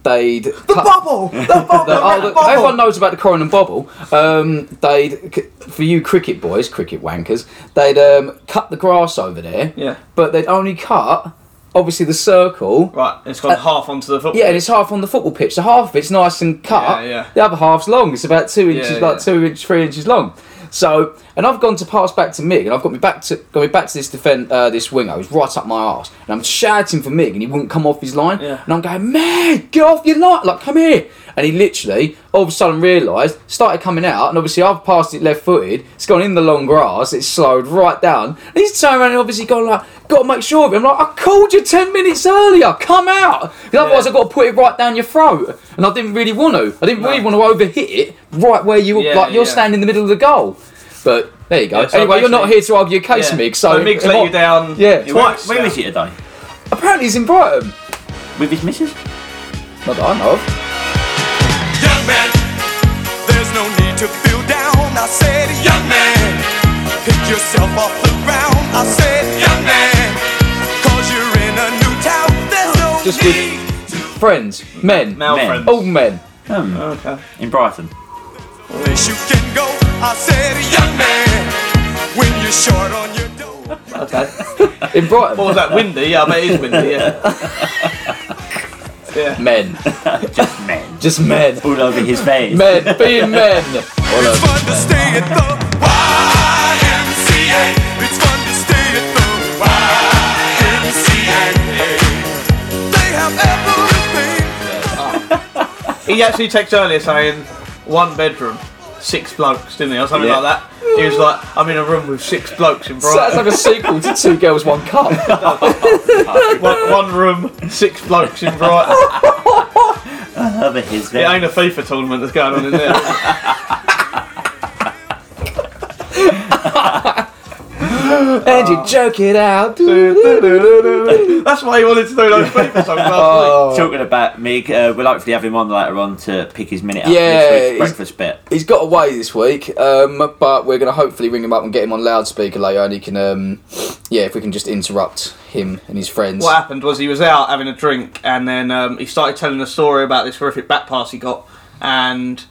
[SPEAKER 1] they'd
[SPEAKER 3] The
[SPEAKER 1] cut-
[SPEAKER 3] bubble! The bubble!
[SPEAKER 1] the- oh,
[SPEAKER 3] the
[SPEAKER 1] the-
[SPEAKER 3] bubble!
[SPEAKER 1] everyone knows about the Corin and Bobble. Um, they'd c- for you cricket boys, cricket wankers, they'd um, cut the grass over there.
[SPEAKER 3] Yeah.
[SPEAKER 1] but they'd only cut obviously the circle.
[SPEAKER 3] Right, it's gone half onto the football.
[SPEAKER 1] Uh, Yeah, and it's half on the football pitch. So half of it's nice and cut.
[SPEAKER 3] Yeah, yeah.
[SPEAKER 1] The other half's long. It's about two inches,
[SPEAKER 3] yeah.
[SPEAKER 1] like two inch, three inches long. So, and I've gone to pass back to Mig, and I've got me back to got me back to this defend uh, this winger who's right up my arse, and I'm shouting for Mig, and he wouldn't come off his line,
[SPEAKER 3] Yeah.
[SPEAKER 1] and I'm going, Meg, get off your line, like come here, and he literally all of a sudden realised, started coming out, and obviously I've passed it left footed, it's gone in the long grass, it's slowed right down, and he's turned around and obviously gone like, got to make sure of it. I'm like, I called you ten minutes earlier, come out, 'Cause otherwise
[SPEAKER 3] Yeah.
[SPEAKER 1] I've got to put it right down your throat, and I didn't really want to, I didn't really want to overhit it right where you
[SPEAKER 3] Yeah,
[SPEAKER 1] like you're
[SPEAKER 3] yeah.
[SPEAKER 1] standing in the middle of the goal. But there you go.
[SPEAKER 3] Yeah, so
[SPEAKER 1] anyway, you're not
[SPEAKER 3] basically-
[SPEAKER 1] here to argue a case,
[SPEAKER 3] Yeah.
[SPEAKER 1] Mig. So,
[SPEAKER 3] So Mig's
[SPEAKER 1] if
[SPEAKER 3] let
[SPEAKER 1] I-
[SPEAKER 3] you down
[SPEAKER 1] Yeah.
[SPEAKER 3] twice.
[SPEAKER 2] Where
[SPEAKER 3] now.
[SPEAKER 2] is he today?
[SPEAKER 1] Apparently, he's in Brighton.
[SPEAKER 2] With his missus?
[SPEAKER 1] Not that I know of.
[SPEAKER 5] Young man, there's no need to feel down. I said, young man, pick yourself off the ground. I said, young man, cause you're in a new town. There's no
[SPEAKER 1] Just with-
[SPEAKER 5] need.
[SPEAKER 1] Friends, men,
[SPEAKER 3] Male
[SPEAKER 2] Men.
[SPEAKER 3] friends.
[SPEAKER 1] all men.
[SPEAKER 2] Um,
[SPEAKER 3] Okay.
[SPEAKER 2] in Brighton.
[SPEAKER 5] Place you can go. I said, young man, when you're short on your dough.
[SPEAKER 3] Okay.
[SPEAKER 1] In Brighton,
[SPEAKER 3] What was that? Windy? Yeah, I bet it is windy. Yeah. yeah.
[SPEAKER 1] men,
[SPEAKER 2] Just men.
[SPEAKER 1] just men,
[SPEAKER 2] All over his face.
[SPEAKER 1] men being men. uh, All
[SPEAKER 5] It's
[SPEAKER 1] over.
[SPEAKER 5] fun to stay at the YMCA. It's fun to stay at the YMCA. They have everything.
[SPEAKER 3] He actually texted earlier saying one bedroom, six blokes, didn't he, or something
[SPEAKER 2] Yeah.
[SPEAKER 3] like that. He was like, I'm in a room with six blokes in
[SPEAKER 1] So that's
[SPEAKER 3] Brighton.
[SPEAKER 1] like a sequel to Two Girls One Cup.
[SPEAKER 3] one, one room, six blokes in Brighton.
[SPEAKER 2] Another his
[SPEAKER 3] It
[SPEAKER 2] there.
[SPEAKER 3] ain't a FIFA tournament that's going on in there.
[SPEAKER 1] And you joke it out.
[SPEAKER 3] That's why he wanted to do those FIFA songs
[SPEAKER 1] Oh.
[SPEAKER 3] last
[SPEAKER 2] Talking about Mig, uh, we'll hopefully have him on later on to pick his minute up
[SPEAKER 1] Yeah,
[SPEAKER 2] this
[SPEAKER 1] he's-
[SPEAKER 2] week's breakfast bet.
[SPEAKER 1] He's got away this week, um, but we're going to hopefully ring him up and get him on loudspeaker later, and he can, um, yeah, if we can just interrupt him and his friends.
[SPEAKER 3] week. What happened was he was out having a drink, and then um, he started telling a story about this horrific back pass he got, and.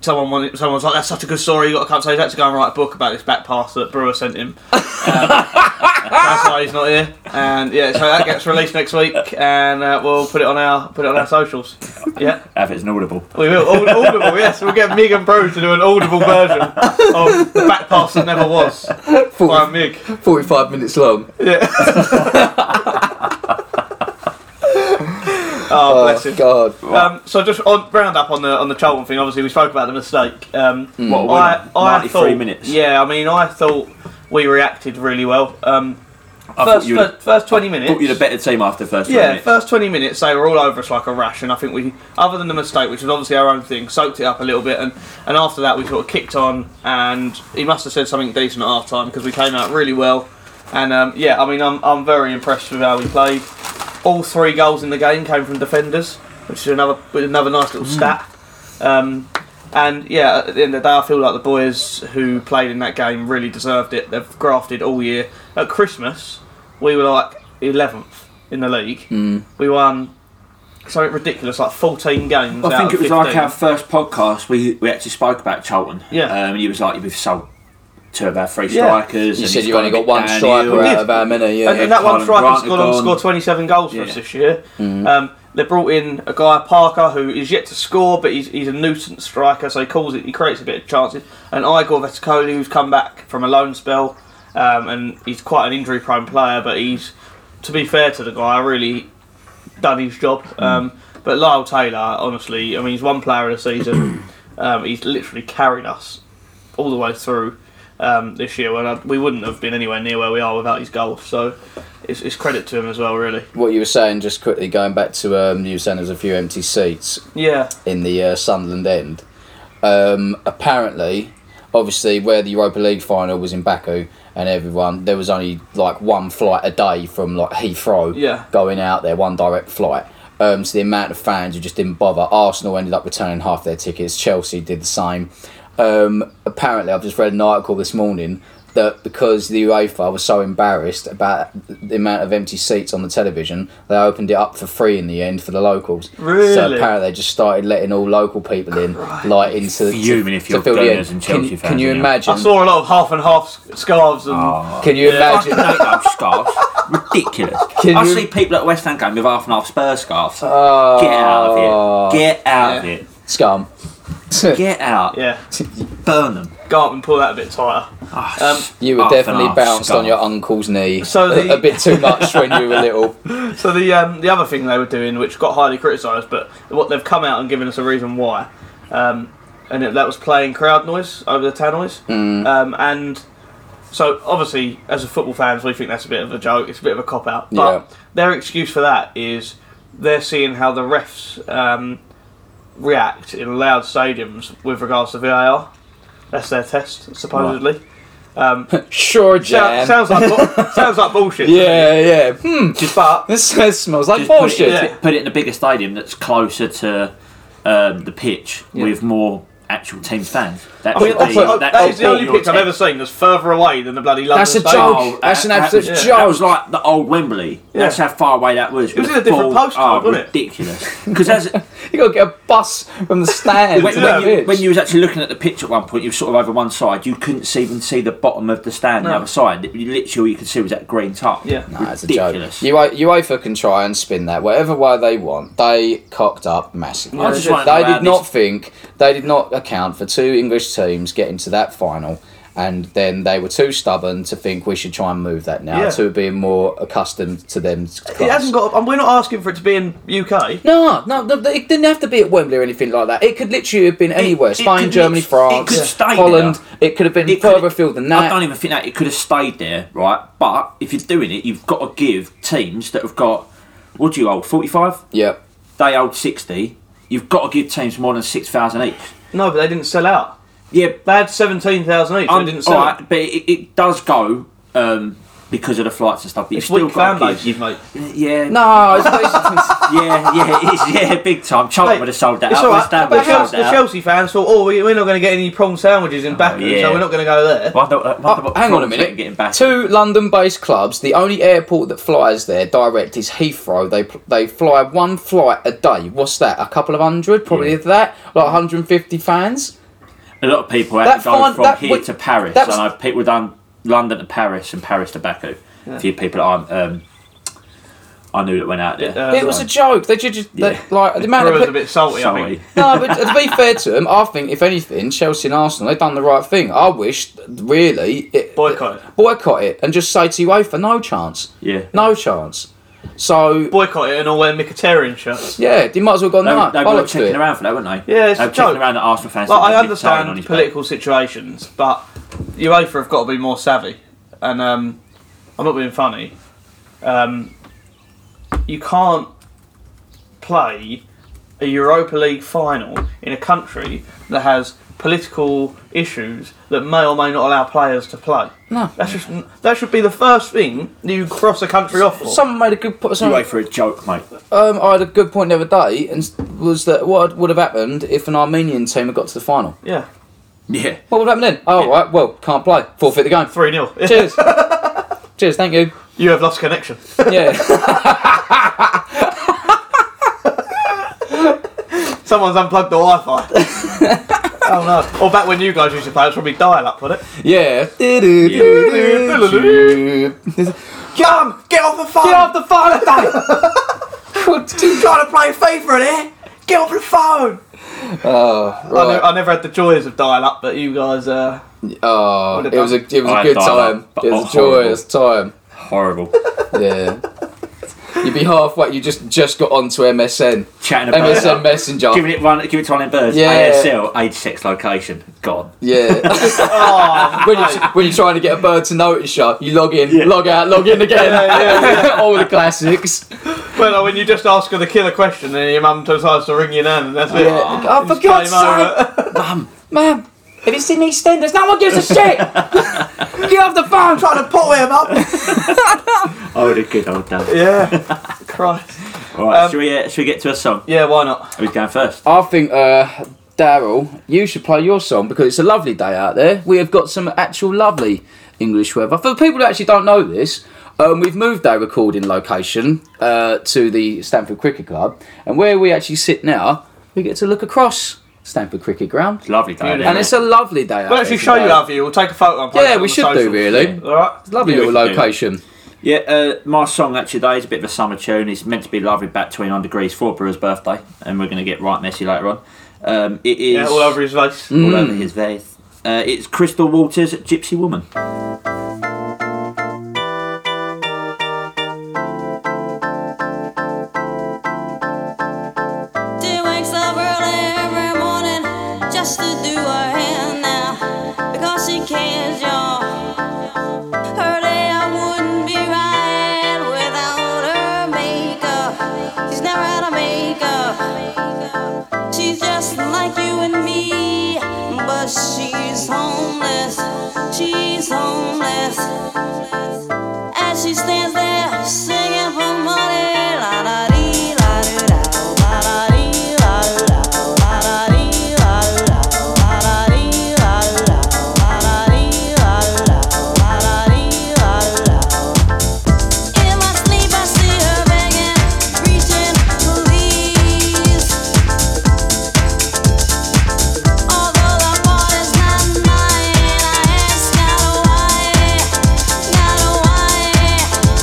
[SPEAKER 3] Someone wanted, someone was like, "That's such a good story. You got to come." So he's had to go and write a book about this back pass that Brewer sent him. Um, that's why he's not here. And yeah, so that gets released next week, and uh, we'll put it on our put it on our socials. Yeah.
[SPEAKER 2] If it's an audible.
[SPEAKER 3] We will. Aud- Audible, yes. We'll get Mig and Bro to do an audible version of The Back Pass That Never Was by Mig.
[SPEAKER 1] 45 minutes long.
[SPEAKER 3] Yeah. oh, bless him.
[SPEAKER 1] God.
[SPEAKER 3] Um, so just on round up on the on the Charlton thing. Obviously, we spoke about the mistake. Um,
[SPEAKER 2] Hmm. What a
[SPEAKER 3] I,
[SPEAKER 2] winner.
[SPEAKER 3] I
[SPEAKER 2] 93
[SPEAKER 3] thought,
[SPEAKER 2] minutes.
[SPEAKER 3] Yeah, I mean, I thought we reacted really well. Um,
[SPEAKER 2] I
[SPEAKER 3] first,
[SPEAKER 2] thought you
[SPEAKER 3] first, first twenty minutes.
[SPEAKER 2] thought you'd a better team after the first
[SPEAKER 3] Yeah,
[SPEAKER 2] 20 minutes.
[SPEAKER 3] first 20 minutes they were all over us like a rash, and I think we, other than the mistake, which was obviously our own thing, soaked it up a little bit, and, and after that we sort of kicked on, and he must have said something decent at half time because we came out really well, and um, yeah, I mean I'm, I'm very impressed with how we played. All three goals in the game came from defenders, which is another another nice little
[SPEAKER 2] Mm.
[SPEAKER 3] stat. Um, and yeah, at the end of the day, I feel like the boys who played in that game really deserved it. They've grafted all year. At Christmas, we were like 11th in the league.
[SPEAKER 2] Hmm.
[SPEAKER 3] We won something ridiculous, like 14 games.
[SPEAKER 2] I
[SPEAKER 3] out
[SPEAKER 2] think
[SPEAKER 3] of
[SPEAKER 2] it was like
[SPEAKER 3] 15.
[SPEAKER 2] our first podcast. We we actually spoke about Charlton.
[SPEAKER 3] Yeah.
[SPEAKER 2] Um, and he was like, "We've sold two of our three
[SPEAKER 3] Yeah.
[SPEAKER 2] strikers."
[SPEAKER 1] You
[SPEAKER 2] and
[SPEAKER 1] said
[SPEAKER 2] it's
[SPEAKER 1] you only
[SPEAKER 2] gone a
[SPEAKER 1] got one
[SPEAKER 2] bit downhill.
[SPEAKER 1] striker eh?
[SPEAKER 3] did.
[SPEAKER 1] out of how many?
[SPEAKER 3] And, and
[SPEAKER 1] Yeah.
[SPEAKER 3] that one
[SPEAKER 2] Colin
[SPEAKER 3] striker
[SPEAKER 2] Grant
[SPEAKER 3] has gone
[SPEAKER 2] had
[SPEAKER 3] on to
[SPEAKER 2] gone.
[SPEAKER 3] score 27 goals for us
[SPEAKER 2] Yeah. Mm-hmm.
[SPEAKER 3] this year. Um, they brought in a guy, Parker, who is yet to score, but he's, he's a nuisance striker, so he calls it, he creates a bit of chances. And Igor Veticoli, who's come back from a loan spell, um, and he's quite an injury prone player, but he's, to be fair to the guy, really done his job.
[SPEAKER 2] Mm.
[SPEAKER 3] Um, but Lyle Taylor, honestly, I mean, he's one player of the season. um, he's literally carried us all the way through um, this year. When I, we wouldn't have been anywhere near where we are without his goal. So it's, it's credit to him as well, really.
[SPEAKER 1] What you were saying, just quickly going back to, um, you were saying there was a few empty seats
[SPEAKER 3] Yeah,
[SPEAKER 1] in the uh, Sunderland end. Um, apparently, obviously, where the Europa League final was in Baku and everyone, there was only like one flight a day from like Heathrow
[SPEAKER 3] Yeah.
[SPEAKER 1] going out there, one direct flight. Um, so the amount of fans who just didn't bother. Arsenal ended up returning half their tickets. Chelsea did the same. Um, apparently, I've just read an article this morning that because the UEFA was so embarrassed about the amount of empty seats on the television, they opened it up for free in the end for the locals. So
[SPEAKER 3] Really?
[SPEAKER 1] apparently, they just started letting all local people in, like into
[SPEAKER 2] Fuming if
[SPEAKER 1] to
[SPEAKER 2] you're
[SPEAKER 1] fill the end.
[SPEAKER 2] donors and Chelsea
[SPEAKER 1] can,
[SPEAKER 2] fans,
[SPEAKER 1] Can you
[SPEAKER 2] aren't you?
[SPEAKER 1] imagine?
[SPEAKER 3] I saw a lot of half and half s- scarves and.
[SPEAKER 2] Ah.
[SPEAKER 1] Can you
[SPEAKER 2] Fucking
[SPEAKER 1] imagine?
[SPEAKER 2] hate those scarves. Oh, Ridiculous.
[SPEAKER 1] Can
[SPEAKER 2] I
[SPEAKER 1] you-
[SPEAKER 2] see people at West Ham game with half and half Spurs scarves.
[SPEAKER 1] Uh,
[SPEAKER 2] Get out of here. Get out
[SPEAKER 3] Yeah.
[SPEAKER 2] of it.
[SPEAKER 1] Oh, Scum.
[SPEAKER 2] Get out.
[SPEAKER 3] Yeah,
[SPEAKER 2] Burn them. Oh,
[SPEAKER 3] Gartman pull that a bit tighter. Um,
[SPEAKER 1] You were
[SPEAKER 2] Half and
[SPEAKER 1] definitely
[SPEAKER 2] half
[SPEAKER 1] bounced on
[SPEAKER 2] scarf.
[SPEAKER 1] your uncle's knee
[SPEAKER 3] So
[SPEAKER 1] a-
[SPEAKER 3] the-
[SPEAKER 1] a bit too much when you were little.
[SPEAKER 3] So the um, the other thing they were doing, which got highly criticised, but what they've come out and given us a reason why, um, and it, that was playing crowd noise over the tannoys,
[SPEAKER 1] Hmm.
[SPEAKER 3] um, and so obviously as a football fans we think that's a bit of a joke, it's a bit of a cop out, but
[SPEAKER 1] Yeah.
[SPEAKER 3] their excuse for that is they're seeing how the refs um, react in loud stadiums with regards to VAR. That's their test supposedly.
[SPEAKER 1] Sure,
[SPEAKER 3] Sou-
[SPEAKER 1] Jam.
[SPEAKER 3] Sounds like bu- sounds like bullshit.
[SPEAKER 1] yeah, yeah. Hmm.
[SPEAKER 3] but
[SPEAKER 1] This this smells like
[SPEAKER 2] Just put it,
[SPEAKER 1] bullshit.
[SPEAKER 2] in, put it in a bigger stadium that's closer to um, the pitch with more actual team fans. That
[SPEAKER 3] I mean,
[SPEAKER 2] should be-
[SPEAKER 1] also,
[SPEAKER 2] that
[SPEAKER 3] that
[SPEAKER 2] should
[SPEAKER 3] is
[SPEAKER 2] be
[SPEAKER 3] the only
[SPEAKER 2] your
[SPEAKER 3] pitch I've
[SPEAKER 2] test.
[SPEAKER 3] ever seen that's further away than the bloody London
[SPEAKER 1] That's a
[SPEAKER 3] Stadium.
[SPEAKER 1] joke. That's an
[SPEAKER 2] that-
[SPEAKER 1] absolute
[SPEAKER 2] that was-
[SPEAKER 1] joke.
[SPEAKER 2] That was like the old Wembley. That's
[SPEAKER 3] Yeah.
[SPEAKER 2] how far away that was. It
[SPEAKER 3] was in a different postcode,
[SPEAKER 2] oh,
[SPEAKER 3] wasn't it?
[SPEAKER 2] Ridiculous. Because as
[SPEAKER 1] You gotta get a bus from the stand.
[SPEAKER 2] when,
[SPEAKER 1] to
[SPEAKER 2] when,
[SPEAKER 1] the
[SPEAKER 2] you,
[SPEAKER 1] pitch.
[SPEAKER 2] when you was actually looking at the pitch at one point, you were sort of over one side. You couldn't see, even see the bottom of the stand,
[SPEAKER 3] No.
[SPEAKER 2] the other side. You- Literally, all you could see was that green top.
[SPEAKER 3] Yeah.
[SPEAKER 1] Nah, it's a joke.
[SPEAKER 2] ridiculous.
[SPEAKER 1] Ua- UEFA can try and spin that whatever way they want. They cocked up massively.
[SPEAKER 2] I just wanna know
[SPEAKER 1] they
[SPEAKER 2] how
[SPEAKER 1] did
[SPEAKER 2] this-
[SPEAKER 1] not think. They did not account for two English teams getting to that final, and then they were too stubborn to think we should try and move that now
[SPEAKER 3] Yeah.
[SPEAKER 1] to being more accustomed to them.
[SPEAKER 3] It hasn't got. And we're not asking for it to be in UK.
[SPEAKER 1] No, no, th- th- it didn't have to be at Wembley or anything like that. It could literally have been anywhere:
[SPEAKER 2] it
[SPEAKER 1] Spain,
[SPEAKER 2] could
[SPEAKER 1] Germany,
[SPEAKER 2] lit- it
[SPEAKER 1] France,
[SPEAKER 2] could stay
[SPEAKER 1] Holland.
[SPEAKER 2] there.
[SPEAKER 1] It could have been
[SPEAKER 2] It
[SPEAKER 1] further
[SPEAKER 2] could've-
[SPEAKER 1] afield than
[SPEAKER 2] I
[SPEAKER 1] that.
[SPEAKER 2] don't even think that it could have stayed there, right? But if you're doing it, you've got to give teams that have got what do you hold? Forty-five.
[SPEAKER 1] Yep.
[SPEAKER 2] They hold sixty. You've got to give teams more than six thousand each.
[SPEAKER 3] No, but they didn't sell out.
[SPEAKER 2] Yeah,
[SPEAKER 3] They had 17,000 each.
[SPEAKER 2] I'm-
[SPEAKER 3] They didn't sell
[SPEAKER 2] Um, alright,
[SPEAKER 3] out.
[SPEAKER 2] but it, it does go um, because of the flights and stuff. But you've
[SPEAKER 3] It's
[SPEAKER 2] still
[SPEAKER 3] weak fan
[SPEAKER 2] got to
[SPEAKER 3] base,
[SPEAKER 2] give.
[SPEAKER 3] mate.
[SPEAKER 2] Yeah,
[SPEAKER 1] No, it's, it's,
[SPEAKER 2] yeah, yeah, it is. Yeah, big time. Charlton
[SPEAKER 3] Mate,
[SPEAKER 2] would have sold that
[SPEAKER 3] It's
[SPEAKER 2] out.
[SPEAKER 3] all right.
[SPEAKER 2] West Ham
[SPEAKER 3] but the
[SPEAKER 2] would have sold
[SPEAKER 3] Chelsea, the
[SPEAKER 2] that out.
[SPEAKER 3] Chelsea fans thought, oh, we- we're not going to get any prawn sandwiches in Baku,
[SPEAKER 2] yeah.
[SPEAKER 3] so we're not going to go there.
[SPEAKER 2] Wonder- wonder what
[SPEAKER 3] uh,
[SPEAKER 1] Oh, hang on a
[SPEAKER 2] Fulham's
[SPEAKER 1] minute.
[SPEAKER 2] Getting back.
[SPEAKER 1] Two London-based clubs. The only airport that flies there direct is Heathrow. They they fly one flight a day. What's that? A couple of hundred, probably
[SPEAKER 2] Yeah.
[SPEAKER 1] if that. Like 150 fans.
[SPEAKER 2] A lot of people had
[SPEAKER 1] That
[SPEAKER 2] to go
[SPEAKER 1] fine-
[SPEAKER 2] from
[SPEAKER 1] that
[SPEAKER 2] here
[SPEAKER 1] would-
[SPEAKER 2] to Paris.
[SPEAKER 1] that's-
[SPEAKER 2] and I people done London to Paris and Paris to Baku. A few people that aren't. Um, I knew that went out there.
[SPEAKER 3] Uh,
[SPEAKER 1] It was a joke. They ju- just they,
[SPEAKER 2] Yeah.
[SPEAKER 1] like the amount of
[SPEAKER 3] Brewer's
[SPEAKER 1] pe-
[SPEAKER 3] a bit salty, I
[SPEAKER 2] Sorry.
[SPEAKER 3] think.
[SPEAKER 1] no, but to be fair to them, I think if anything, Chelsea and Arsenal they've done the right thing. I wish really it,
[SPEAKER 3] Boycott it.
[SPEAKER 1] boycott it and just say to UEFA, no chance,
[SPEAKER 2] Yeah.
[SPEAKER 1] no chance. So
[SPEAKER 3] Boycott it and all wear Mkhitaryan shirts.
[SPEAKER 1] yeah, they might as well go
[SPEAKER 2] They,
[SPEAKER 1] no.
[SPEAKER 2] they
[SPEAKER 1] I
[SPEAKER 2] were
[SPEAKER 1] looked to
[SPEAKER 2] checking
[SPEAKER 1] it.
[SPEAKER 2] around for that, weren't they?
[SPEAKER 3] Yeah, it's
[SPEAKER 2] they
[SPEAKER 3] a
[SPEAKER 2] were checking
[SPEAKER 3] joke.
[SPEAKER 2] around at Arsenal fans.
[SPEAKER 3] Like, I
[SPEAKER 2] that Nick Sarri on
[SPEAKER 3] understand
[SPEAKER 2] his
[SPEAKER 3] political situations, but UEFA have got to be more savvy. And um, I'm not being funny. Um, you can't play a Europa League final in a country that has political issues that may or may not allow players to play.
[SPEAKER 1] No.
[SPEAKER 3] That's just, that should be the first thing that you cross a country off for.
[SPEAKER 1] Someone made a good point.
[SPEAKER 2] back. You
[SPEAKER 1] someone-
[SPEAKER 2] wait for a joke, mate.
[SPEAKER 1] Um, I had a good point the other day, and s- was that what would have happened if an Armenian team had got to the final?
[SPEAKER 3] yeah,
[SPEAKER 2] Yeah.
[SPEAKER 1] What would happen then? Oh, all right, well, can't play, forfeit the game.
[SPEAKER 3] 3 0.
[SPEAKER 1] Cheers, cheers, thank you.
[SPEAKER 3] you have lost connection.
[SPEAKER 1] Yeah,
[SPEAKER 3] Someone's unplugged the Wi Fi. oh no. Or back when you guys used to play, it was probably dial up, wasn't it?
[SPEAKER 1] yeah.
[SPEAKER 3] Come, get off the phone! Get off the phone, Dave! Trying to play FIFA in here! Get off the phone!
[SPEAKER 1] oh,
[SPEAKER 3] I, ne-
[SPEAKER 1] right.
[SPEAKER 3] I never had the joys of dial up, but you guys, uh,
[SPEAKER 1] oh, it was a it was a
[SPEAKER 2] I
[SPEAKER 1] good
[SPEAKER 2] died up,
[SPEAKER 1] time.
[SPEAKER 2] but
[SPEAKER 1] It was a joyous time.
[SPEAKER 2] Horrible.
[SPEAKER 1] Yeah, you'd be halfway. You just just got onto MSN,
[SPEAKER 2] Chatting about
[SPEAKER 1] MSN
[SPEAKER 2] it.
[SPEAKER 1] Messenger.
[SPEAKER 2] Giving it one, giving it to one in birds.
[SPEAKER 1] Yeah.
[SPEAKER 2] ASL, age, sex, location, gone.
[SPEAKER 1] Yeah,
[SPEAKER 3] oh,
[SPEAKER 1] when you when you're trying to get a bird to notice you, you log in,
[SPEAKER 2] Yeah.
[SPEAKER 1] log out, log in again.
[SPEAKER 3] yeah, yeah,
[SPEAKER 1] All the classics.
[SPEAKER 3] well, no, when you just ask her the killer question and your mum decides to ring your nan, and that's it.
[SPEAKER 1] Yeah. Oh, for
[SPEAKER 3] It's
[SPEAKER 1] God's
[SPEAKER 3] game over.
[SPEAKER 1] sake! Ma'am, have you seen EastEnders? No one gives a shit! Get off the phone!
[SPEAKER 3] Trying to pull him up!
[SPEAKER 2] Oh, the good old days.
[SPEAKER 3] yeah. Christ.
[SPEAKER 2] All right,
[SPEAKER 3] Um,
[SPEAKER 2] should we uh, should we get to a song?
[SPEAKER 3] Yeah, why not?
[SPEAKER 2] Who's going first?
[SPEAKER 1] I think, uh, Daryl, you should play your song because it's a lovely day out there. We have got some actual lovely English weather. For the people who actually don't know this, um, we've moved our recording location uh, to the Stanford Cricket Club, and where we actually sit now, we get to look across Stanford Cricket Ground,
[SPEAKER 2] Lovely day.
[SPEAKER 3] Beautiful.
[SPEAKER 1] and it's a lovely day out
[SPEAKER 3] We'll actually
[SPEAKER 1] there
[SPEAKER 3] show you
[SPEAKER 1] today.
[SPEAKER 3] our view, we'll take a photo and post it
[SPEAKER 1] Yeah,
[SPEAKER 3] on
[SPEAKER 1] we
[SPEAKER 3] the
[SPEAKER 1] should do,
[SPEAKER 3] socials.
[SPEAKER 1] really.
[SPEAKER 3] Alright?
[SPEAKER 1] Lovely
[SPEAKER 2] Yeah, we
[SPEAKER 1] little
[SPEAKER 2] should do.
[SPEAKER 1] location.
[SPEAKER 2] Yeah, uh, my song actually today is a bit of a summer tune. It's meant to be lovely back 29 degrees for Brewer's birthday, and we're going to get right messy later on. Um, it is
[SPEAKER 3] Yeah, all over his face.
[SPEAKER 1] Mm.
[SPEAKER 2] all over his face. Uh, it's Crystal Waters, Gypsy Woman.
[SPEAKER 6] She wakes up early every morning just to do her hair now because she cares, y'all. Her day out wouldn't be right without her makeup. She's never had a makeup. She's just like you and me, but she's homeless. She's homeless. As she stands there singing for money, la da dee la doo da, la da dee la doo da, la da dee la doo da, la da dee la doo da, la da dee la doo da, la da dee la doo da. In my sleep I see her begging, preaching, please. Although the part is not mine, I ask God why, God why.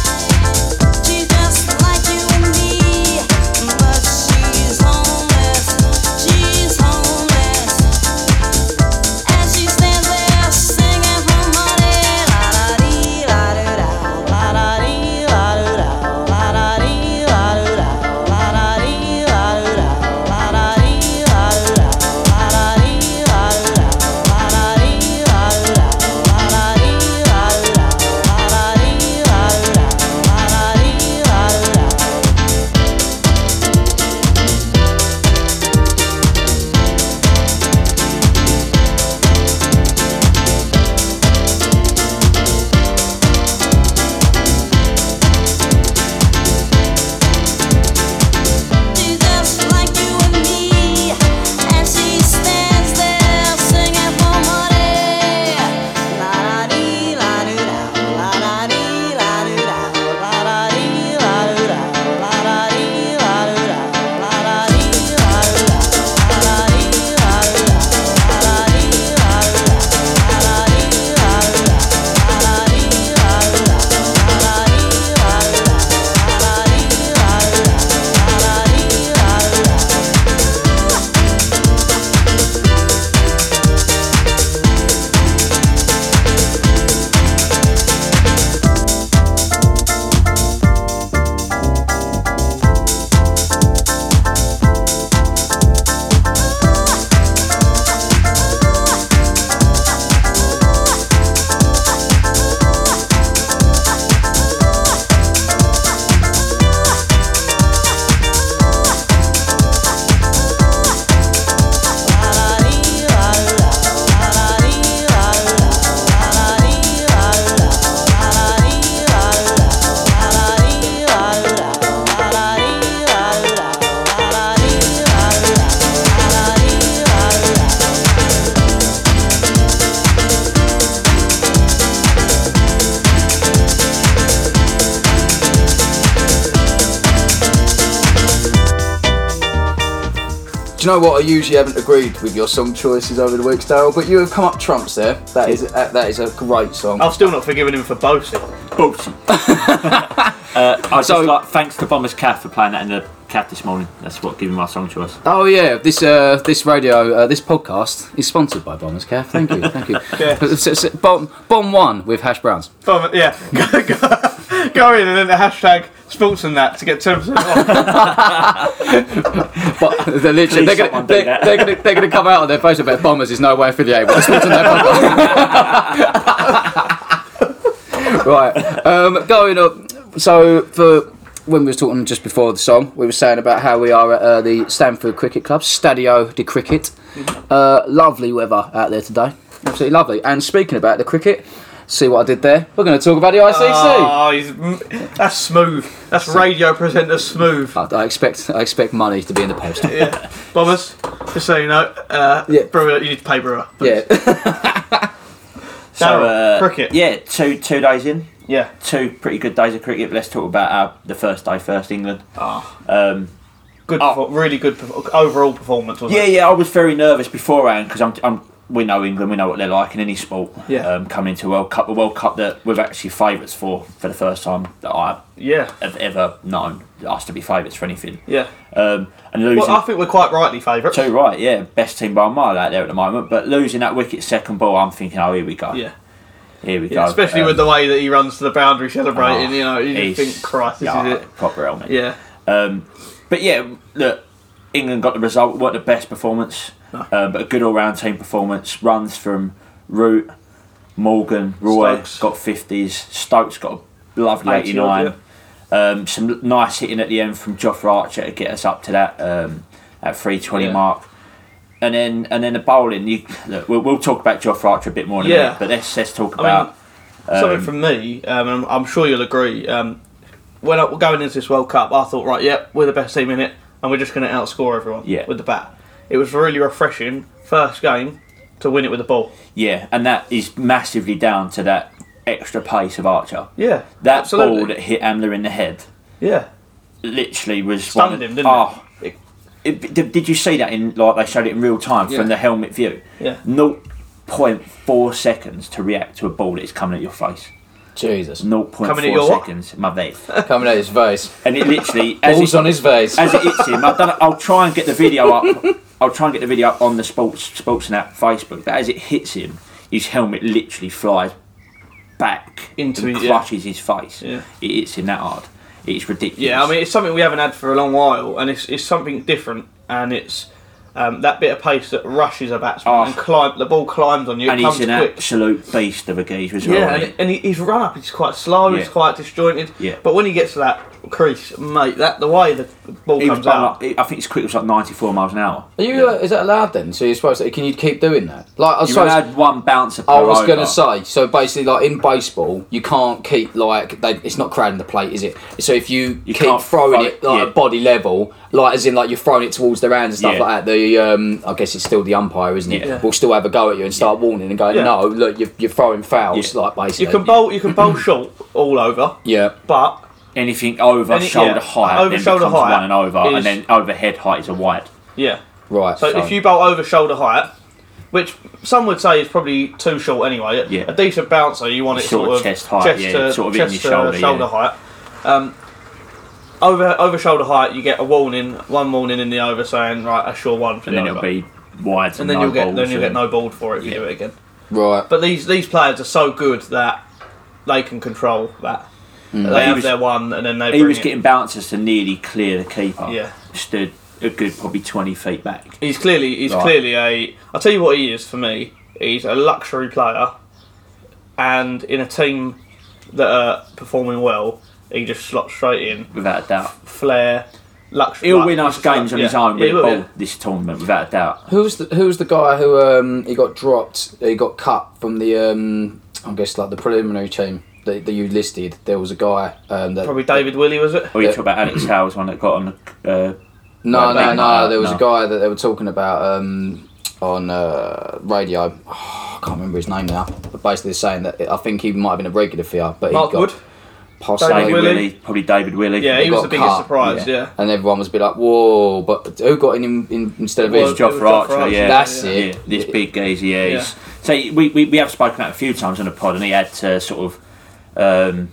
[SPEAKER 1] Do you know what? I usually haven't agreed with your song choices over the weeks, Daryl, but you have come up trumps there. That is uh, that is a great song.
[SPEAKER 3] I've still not forgiven him for boasting.
[SPEAKER 2] Bullshit. uh, I
[SPEAKER 1] So-
[SPEAKER 2] just like thanks to Bombers Cat for playing that in the cab this morning. That's what gave me my song choice.
[SPEAKER 1] Oh yeah, this uh, this radio uh, this podcast is sponsored by Bombers Care. Thank you, thank you. S- s- s- Bomb Bomb One with hash browns.
[SPEAKER 3] But yeah, go, go, go in and then the hashtag sports and that to get 10% off.
[SPEAKER 1] But they're literally they're gonna,
[SPEAKER 2] someone do
[SPEAKER 1] they're,
[SPEAKER 2] that.
[SPEAKER 1] they're gonna they're gonna come out on their face about Bombers is no way affiliated with us. Not to their podcast. right, um, going up. So for. When we was talking just before the song, we were saying about how we are at uh, the Stanford Cricket Club, Stadio de Cricket. Uh, lovely weather out there today, absolutely lovely. And speaking about the cricket, see what I did there. We're going to talk about the ICC.
[SPEAKER 3] Oh, he's, mm, that's smooth. That's radio presenter smooth.
[SPEAKER 1] I, I expect I expect money to be in the post.
[SPEAKER 3] Yeah. Bombers, just so you know, uh,
[SPEAKER 1] Yeah.
[SPEAKER 3] Brewer, you need to pay Brewer.
[SPEAKER 1] yeah.
[SPEAKER 2] So uh,
[SPEAKER 3] cricket.
[SPEAKER 2] Yeah, two two days in,
[SPEAKER 3] Yeah.
[SPEAKER 2] two pretty good days of cricket. But let's talk about our, the first day first, England.
[SPEAKER 3] Oh.
[SPEAKER 2] Um,
[SPEAKER 3] Good,
[SPEAKER 2] Oh.
[SPEAKER 3] perfor- really good perfor- overall performance, wasn't
[SPEAKER 2] yeah,
[SPEAKER 3] it?
[SPEAKER 2] yeah, I was very nervous beforehand because I'm, I'm we know England, we know what they're like in any sport.
[SPEAKER 3] Yeah.
[SPEAKER 2] Um, coming into World Cup, the World Cup that we're actually favourites for for the first time that I
[SPEAKER 3] Yeah.
[SPEAKER 2] have ever known us to be favourites for anything.
[SPEAKER 3] Yeah.
[SPEAKER 2] Um, and losing.
[SPEAKER 3] Well, I think we're quite rightly favourite.
[SPEAKER 2] So right, yeah, best team by a mile out there at the moment. But losing that wicket second ball, I'm thinking, oh, here we go,
[SPEAKER 3] Yeah.
[SPEAKER 2] here we
[SPEAKER 3] Yeah,
[SPEAKER 2] go.
[SPEAKER 3] especially
[SPEAKER 2] Um,
[SPEAKER 3] with the way that he runs to the boundary celebrating,
[SPEAKER 2] oh,
[SPEAKER 3] you know, you just
[SPEAKER 2] he's-
[SPEAKER 3] think, Christ, this
[SPEAKER 2] yeah,
[SPEAKER 3] is it.
[SPEAKER 2] proper helmet.
[SPEAKER 3] Yeah.
[SPEAKER 2] Um, but yeah, look, England got the result. What the best performance,
[SPEAKER 3] Ah.
[SPEAKER 2] um, but a good all-round team performance. Runs from Root, Morgan, Roy
[SPEAKER 3] Stokes.
[SPEAKER 2] got fifties. Stokes got a lovely
[SPEAKER 3] 80 odd,
[SPEAKER 2] eighty-nine. Um, some nice hitting at the end from Joffre Archer to get us up to that um, at three twenty
[SPEAKER 3] Yeah.
[SPEAKER 2] mark. And then and then the bowling. You look, we'll, we'll talk about Joffre Archer a bit more in
[SPEAKER 3] Yeah.
[SPEAKER 2] a minute. But let's let's talk
[SPEAKER 3] mean,
[SPEAKER 2] about.
[SPEAKER 3] Something from me, um, and I'm sure you'll agree. Um, when I, going into this World Cup, I thought, right, yep, we're the best team in it, and we're just going to outscore everyone
[SPEAKER 2] Yeah.
[SPEAKER 3] with the bat. It was really refreshing first game to win it with the ball.
[SPEAKER 2] Yeah, and that is massively down to that extra pace of Archer.
[SPEAKER 3] Yeah,
[SPEAKER 2] That
[SPEAKER 3] absolutely.
[SPEAKER 2] ball that hit Amler in the head
[SPEAKER 3] Yeah,
[SPEAKER 2] literally was
[SPEAKER 3] stunned
[SPEAKER 2] one of-
[SPEAKER 3] him, didn't
[SPEAKER 2] oh,
[SPEAKER 3] it? it?
[SPEAKER 2] it- did, did you see that in like they showed it in real time
[SPEAKER 1] Yeah.
[SPEAKER 2] from the helmet view?
[SPEAKER 3] Yeah.
[SPEAKER 2] 0.4 seconds to react to a ball that is coming at your face.
[SPEAKER 1] Jesus.
[SPEAKER 2] 0.4
[SPEAKER 3] Coming at your what?
[SPEAKER 2] seconds, my face.
[SPEAKER 1] Coming out his face.
[SPEAKER 2] And it literally as
[SPEAKER 1] Balls
[SPEAKER 2] it-
[SPEAKER 1] on his face.
[SPEAKER 2] as it hits him. I've done, I'll try and get the video up. I'll try and get the video up on the sports sports app Facebook. But as it hits him, his helmet literally flies back
[SPEAKER 3] Into
[SPEAKER 2] and
[SPEAKER 3] his- yeah.
[SPEAKER 2] crushes his face.
[SPEAKER 3] Yeah.
[SPEAKER 2] It hits him that hard. It's ridiculous.
[SPEAKER 3] Yeah, I mean, it's something we haven't had for a long while, and it's, it's something different, and it's um, that bit of pace that rushes a batsman
[SPEAKER 2] Oh.
[SPEAKER 3] and climb, the ball climbs on you,
[SPEAKER 2] and
[SPEAKER 3] it comes
[SPEAKER 2] he's an
[SPEAKER 3] quick.
[SPEAKER 2] absolute beast of a geezer as well.
[SPEAKER 3] Yeah,
[SPEAKER 2] isn't
[SPEAKER 3] and, and he, his run up is quite slow. He's
[SPEAKER 2] Yeah.
[SPEAKER 3] quite disjointed.
[SPEAKER 2] Yeah.
[SPEAKER 3] But when he gets to that crease, mate, that the way the ball
[SPEAKER 2] he? He was
[SPEAKER 3] comes
[SPEAKER 2] bowling
[SPEAKER 3] out.
[SPEAKER 2] like- I think his quick was like 94 miles an hour.
[SPEAKER 1] Are you? Uh, is that allowed then? So you're supposed to? Can you keep doing that? Like I
[SPEAKER 2] You
[SPEAKER 1] suppose.
[SPEAKER 2] had one bouncer per
[SPEAKER 1] I was going
[SPEAKER 2] over.
[SPEAKER 1] to say. So basically, like in baseball, you can't keep like they, it's not crowding the plate, is it? So if you,
[SPEAKER 2] You
[SPEAKER 1] keep
[SPEAKER 2] can't
[SPEAKER 1] throwing
[SPEAKER 2] throw
[SPEAKER 1] it
[SPEAKER 2] it,
[SPEAKER 1] like
[SPEAKER 2] yeah.
[SPEAKER 1] at body level, like as in like you're throwing it towards their hands and stuff
[SPEAKER 2] Yeah.
[SPEAKER 1] like that, the um, I guess it's still the umpire, isn't it?
[SPEAKER 2] Yeah.
[SPEAKER 1] Will still have a go at you and start warning and going,
[SPEAKER 3] Yeah.
[SPEAKER 1] "No, look, you're, you're throwing fouls."
[SPEAKER 2] Yeah.
[SPEAKER 1] Like
[SPEAKER 3] You
[SPEAKER 1] basically,
[SPEAKER 3] can bowl. You can bowl short all over.
[SPEAKER 1] Yeah.
[SPEAKER 3] But
[SPEAKER 2] Anything over
[SPEAKER 3] Any-
[SPEAKER 2] shoulder
[SPEAKER 3] yeah,
[SPEAKER 2] height,
[SPEAKER 3] over
[SPEAKER 2] then
[SPEAKER 3] shoulder
[SPEAKER 2] becomes
[SPEAKER 3] height
[SPEAKER 2] one and over,
[SPEAKER 3] is-
[SPEAKER 2] and then overhead height is a wide.
[SPEAKER 3] yeah.
[SPEAKER 1] Right.
[SPEAKER 3] So if you bowl over shoulder height, which some would say is probably too short anyway.
[SPEAKER 2] Yeah.
[SPEAKER 3] A decent bouncer, you want it
[SPEAKER 2] Sort
[SPEAKER 3] sort,
[SPEAKER 2] of
[SPEAKER 3] of
[SPEAKER 2] chest height,
[SPEAKER 3] chest
[SPEAKER 2] yeah,
[SPEAKER 3] to,
[SPEAKER 2] sort of in
[SPEAKER 3] chest
[SPEAKER 2] your
[SPEAKER 3] to
[SPEAKER 2] shoulder, yeah.
[SPEAKER 3] height. Um, over over shoulder height, you get a warning, one warning in the over saying right, a sure one for
[SPEAKER 2] And
[SPEAKER 3] the
[SPEAKER 2] then
[SPEAKER 3] over.
[SPEAKER 2] it'll be wide.
[SPEAKER 3] and then
[SPEAKER 2] no
[SPEAKER 3] you'll get
[SPEAKER 2] balls
[SPEAKER 3] then you'll get
[SPEAKER 2] and-
[SPEAKER 3] no balled for it if you
[SPEAKER 2] Yeah.
[SPEAKER 3] do it again.
[SPEAKER 1] right.
[SPEAKER 3] But these these players are so good that they can control that. They
[SPEAKER 2] Mm. He
[SPEAKER 3] have
[SPEAKER 2] was-
[SPEAKER 3] their one, and then they.
[SPEAKER 2] He
[SPEAKER 3] bring
[SPEAKER 2] was
[SPEAKER 3] it.
[SPEAKER 2] getting bouncers to nearly clear the keeper.
[SPEAKER 3] Yeah.
[SPEAKER 2] Stood a good probably 20 feet back.
[SPEAKER 3] He's clearly he's
[SPEAKER 2] Right.
[SPEAKER 3] clearly a. I'll tell you what he is for me. He's a luxury player, and in a team that are performing well, he just slots straight in.
[SPEAKER 2] Without a doubt.
[SPEAKER 3] Flair, luxury.
[SPEAKER 2] He'll
[SPEAKER 3] like,
[SPEAKER 2] win us
[SPEAKER 3] just like-
[SPEAKER 2] games on
[SPEAKER 3] yeah.
[SPEAKER 2] his own
[SPEAKER 3] Yeah,
[SPEAKER 2] with
[SPEAKER 3] he
[SPEAKER 2] the
[SPEAKER 3] will,
[SPEAKER 2] ball
[SPEAKER 3] yeah.
[SPEAKER 2] this tournament, without a doubt.
[SPEAKER 1] Who's the Who's the guy who um he got dropped? He got cut from the um I guess like the preliminary team that, that you listed. There was a guy um that
[SPEAKER 3] Probably David Willey was it?
[SPEAKER 2] Or you talk about Alex Howes, one that got on the. Uh,
[SPEAKER 1] No, no,
[SPEAKER 2] Right,
[SPEAKER 1] no.
[SPEAKER 2] Bang Maher,
[SPEAKER 1] There was a
[SPEAKER 2] no.
[SPEAKER 1] guy that they were talking about um, on uh, radio. I can't remember his name now. But basically, saying that I think he might have been a regular for you, but he
[SPEAKER 3] Mark
[SPEAKER 1] got
[SPEAKER 3] Wood.
[SPEAKER 1] Posse.
[SPEAKER 3] David
[SPEAKER 2] David
[SPEAKER 3] Willie.
[SPEAKER 2] Willie, probably David Willie.
[SPEAKER 3] Yeah, he
[SPEAKER 1] got
[SPEAKER 3] was the biggest
[SPEAKER 1] cut,
[SPEAKER 3] surprise. Yeah,
[SPEAKER 1] And everyone was a bit like, whoa, but who got in, in, instead of
[SPEAKER 3] Well,
[SPEAKER 1] him?
[SPEAKER 3] Joe-
[SPEAKER 2] Joffrey Archer,
[SPEAKER 3] Archer,
[SPEAKER 2] yeah.
[SPEAKER 1] That's
[SPEAKER 2] yeah.
[SPEAKER 1] it.
[SPEAKER 2] This big geezer, yeah. He's, so we, we, we have spoken about it a few times on the pod, and he had to sort of um,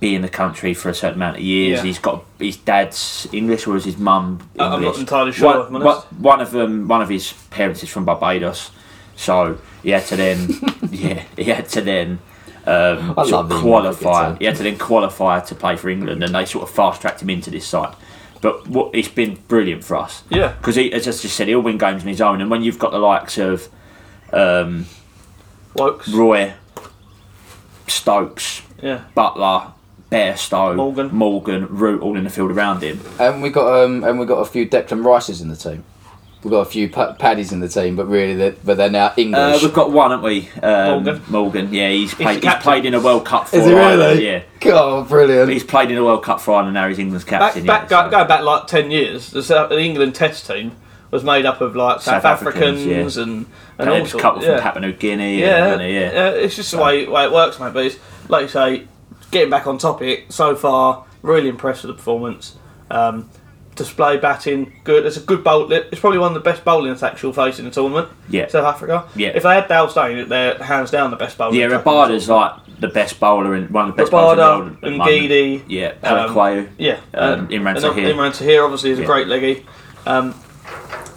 [SPEAKER 2] be in the country for a certain amount of years.
[SPEAKER 3] Yeah.
[SPEAKER 2] He's got his dad's English, or is his mum
[SPEAKER 3] I- I'm not
[SPEAKER 2] English?
[SPEAKER 3] entirely sure, if I'm
[SPEAKER 2] One,
[SPEAKER 3] honest.
[SPEAKER 2] one- one of them, one of his parents is from Barbados, so he had to then, yeah, he had to then. Um,
[SPEAKER 1] I
[SPEAKER 2] sort
[SPEAKER 1] love
[SPEAKER 2] of
[SPEAKER 1] him,
[SPEAKER 2] qualify.
[SPEAKER 1] cricket.
[SPEAKER 2] He had to then qualify to play for England, and they sort of fast tracked him into this side. But what it's been brilliant for us.
[SPEAKER 3] Yeah.
[SPEAKER 2] Because he, as I just said, he'll win games on his own. And when you've got the likes of um,
[SPEAKER 3] Wokes.
[SPEAKER 2] Roy, Stokes,
[SPEAKER 3] Yeah,
[SPEAKER 2] Butler, Bairstow,
[SPEAKER 3] Morgan.
[SPEAKER 2] Morgan, Root, all in the field around him.
[SPEAKER 1] And we got um, and we got a few Declan Rices in the team. We've got a few pa- Paddies in the team, but really, they're, but they're now
[SPEAKER 2] Uh,
[SPEAKER 1] English.
[SPEAKER 2] we've got one, haven't we? Um,
[SPEAKER 3] Morgan.
[SPEAKER 2] yeah, he's played, he's
[SPEAKER 3] captain.
[SPEAKER 2] played in a World Cup for
[SPEAKER 1] Is he
[SPEAKER 2] Ireland.
[SPEAKER 1] really?
[SPEAKER 2] Yeah.
[SPEAKER 1] God,
[SPEAKER 2] But
[SPEAKER 1] brilliant.
[SPEAKER 2] he's played in a World Cup for Ireland now. He's England's
[SPEAKER 3] back,
[SPEAKER 2] captain.
[SPEAKER 3] back
[SPEAKER 2] yeah,
[SPEAKER 3] go, go back like ten years. The, South, the England Test team was made up of like South,
[SPEAKER 2] South
[SPEAKER 3] Africans,
[SPEAKER 2] Africans,
[SPEAKER 3] and and
[SPEAKER 2] And
[SPEAKER 3] all
[SPEAKER 2] it was a
[SPEAKER 3] sorts.
[SPEAKER 2] couple
[SPEAKER 3] yeah.
[SPEAKER 2] from Papua New Guinea.
[SPEAKER 3] yeah,
[SPEAKER 2] and, yeah.
[SPEAKER 3] yeah, It's just the way, way it works, mate. But it's, like you say, getting back on topic. So far, really impressed with the performance. Um, display batting, good. It's a good bowl. It's probably one of the best bowling attacks you'll face in the tournament.
[SPEAKER 2] Yeah.
[SPEAKER 3] South Africa.
[SPEAKER 2] Yeah.
[SPEAKER 3] If they had Dale Steyn, they're hands down the best bowling.
[SPEAKER 2] Yeah,
[SPEAKER 3] attack.
[SPEAKER 2] Rabada's like the best bowler in one of the best bowlers in
[SPEAKER 3] Rabada,
[SPEAKER 2] the world. at the moment.
[SPEAKER 3] Ngidi,
[SPEAKER 2] Yeah,
[SPEAKER 3] um,
[SPEAKER 2] Palaquayu.
[SPEAKER 3] Yeah,
[SPEAKER 2] Um, Imran
[SPEAKER 3] and not-
[SPEAKER 2] Tahir.
[SPEAKER 3] Imran Tahir obviously is a
[SPEAKER 2] Yeah.
[SPEAKER 3] great leggy. Um,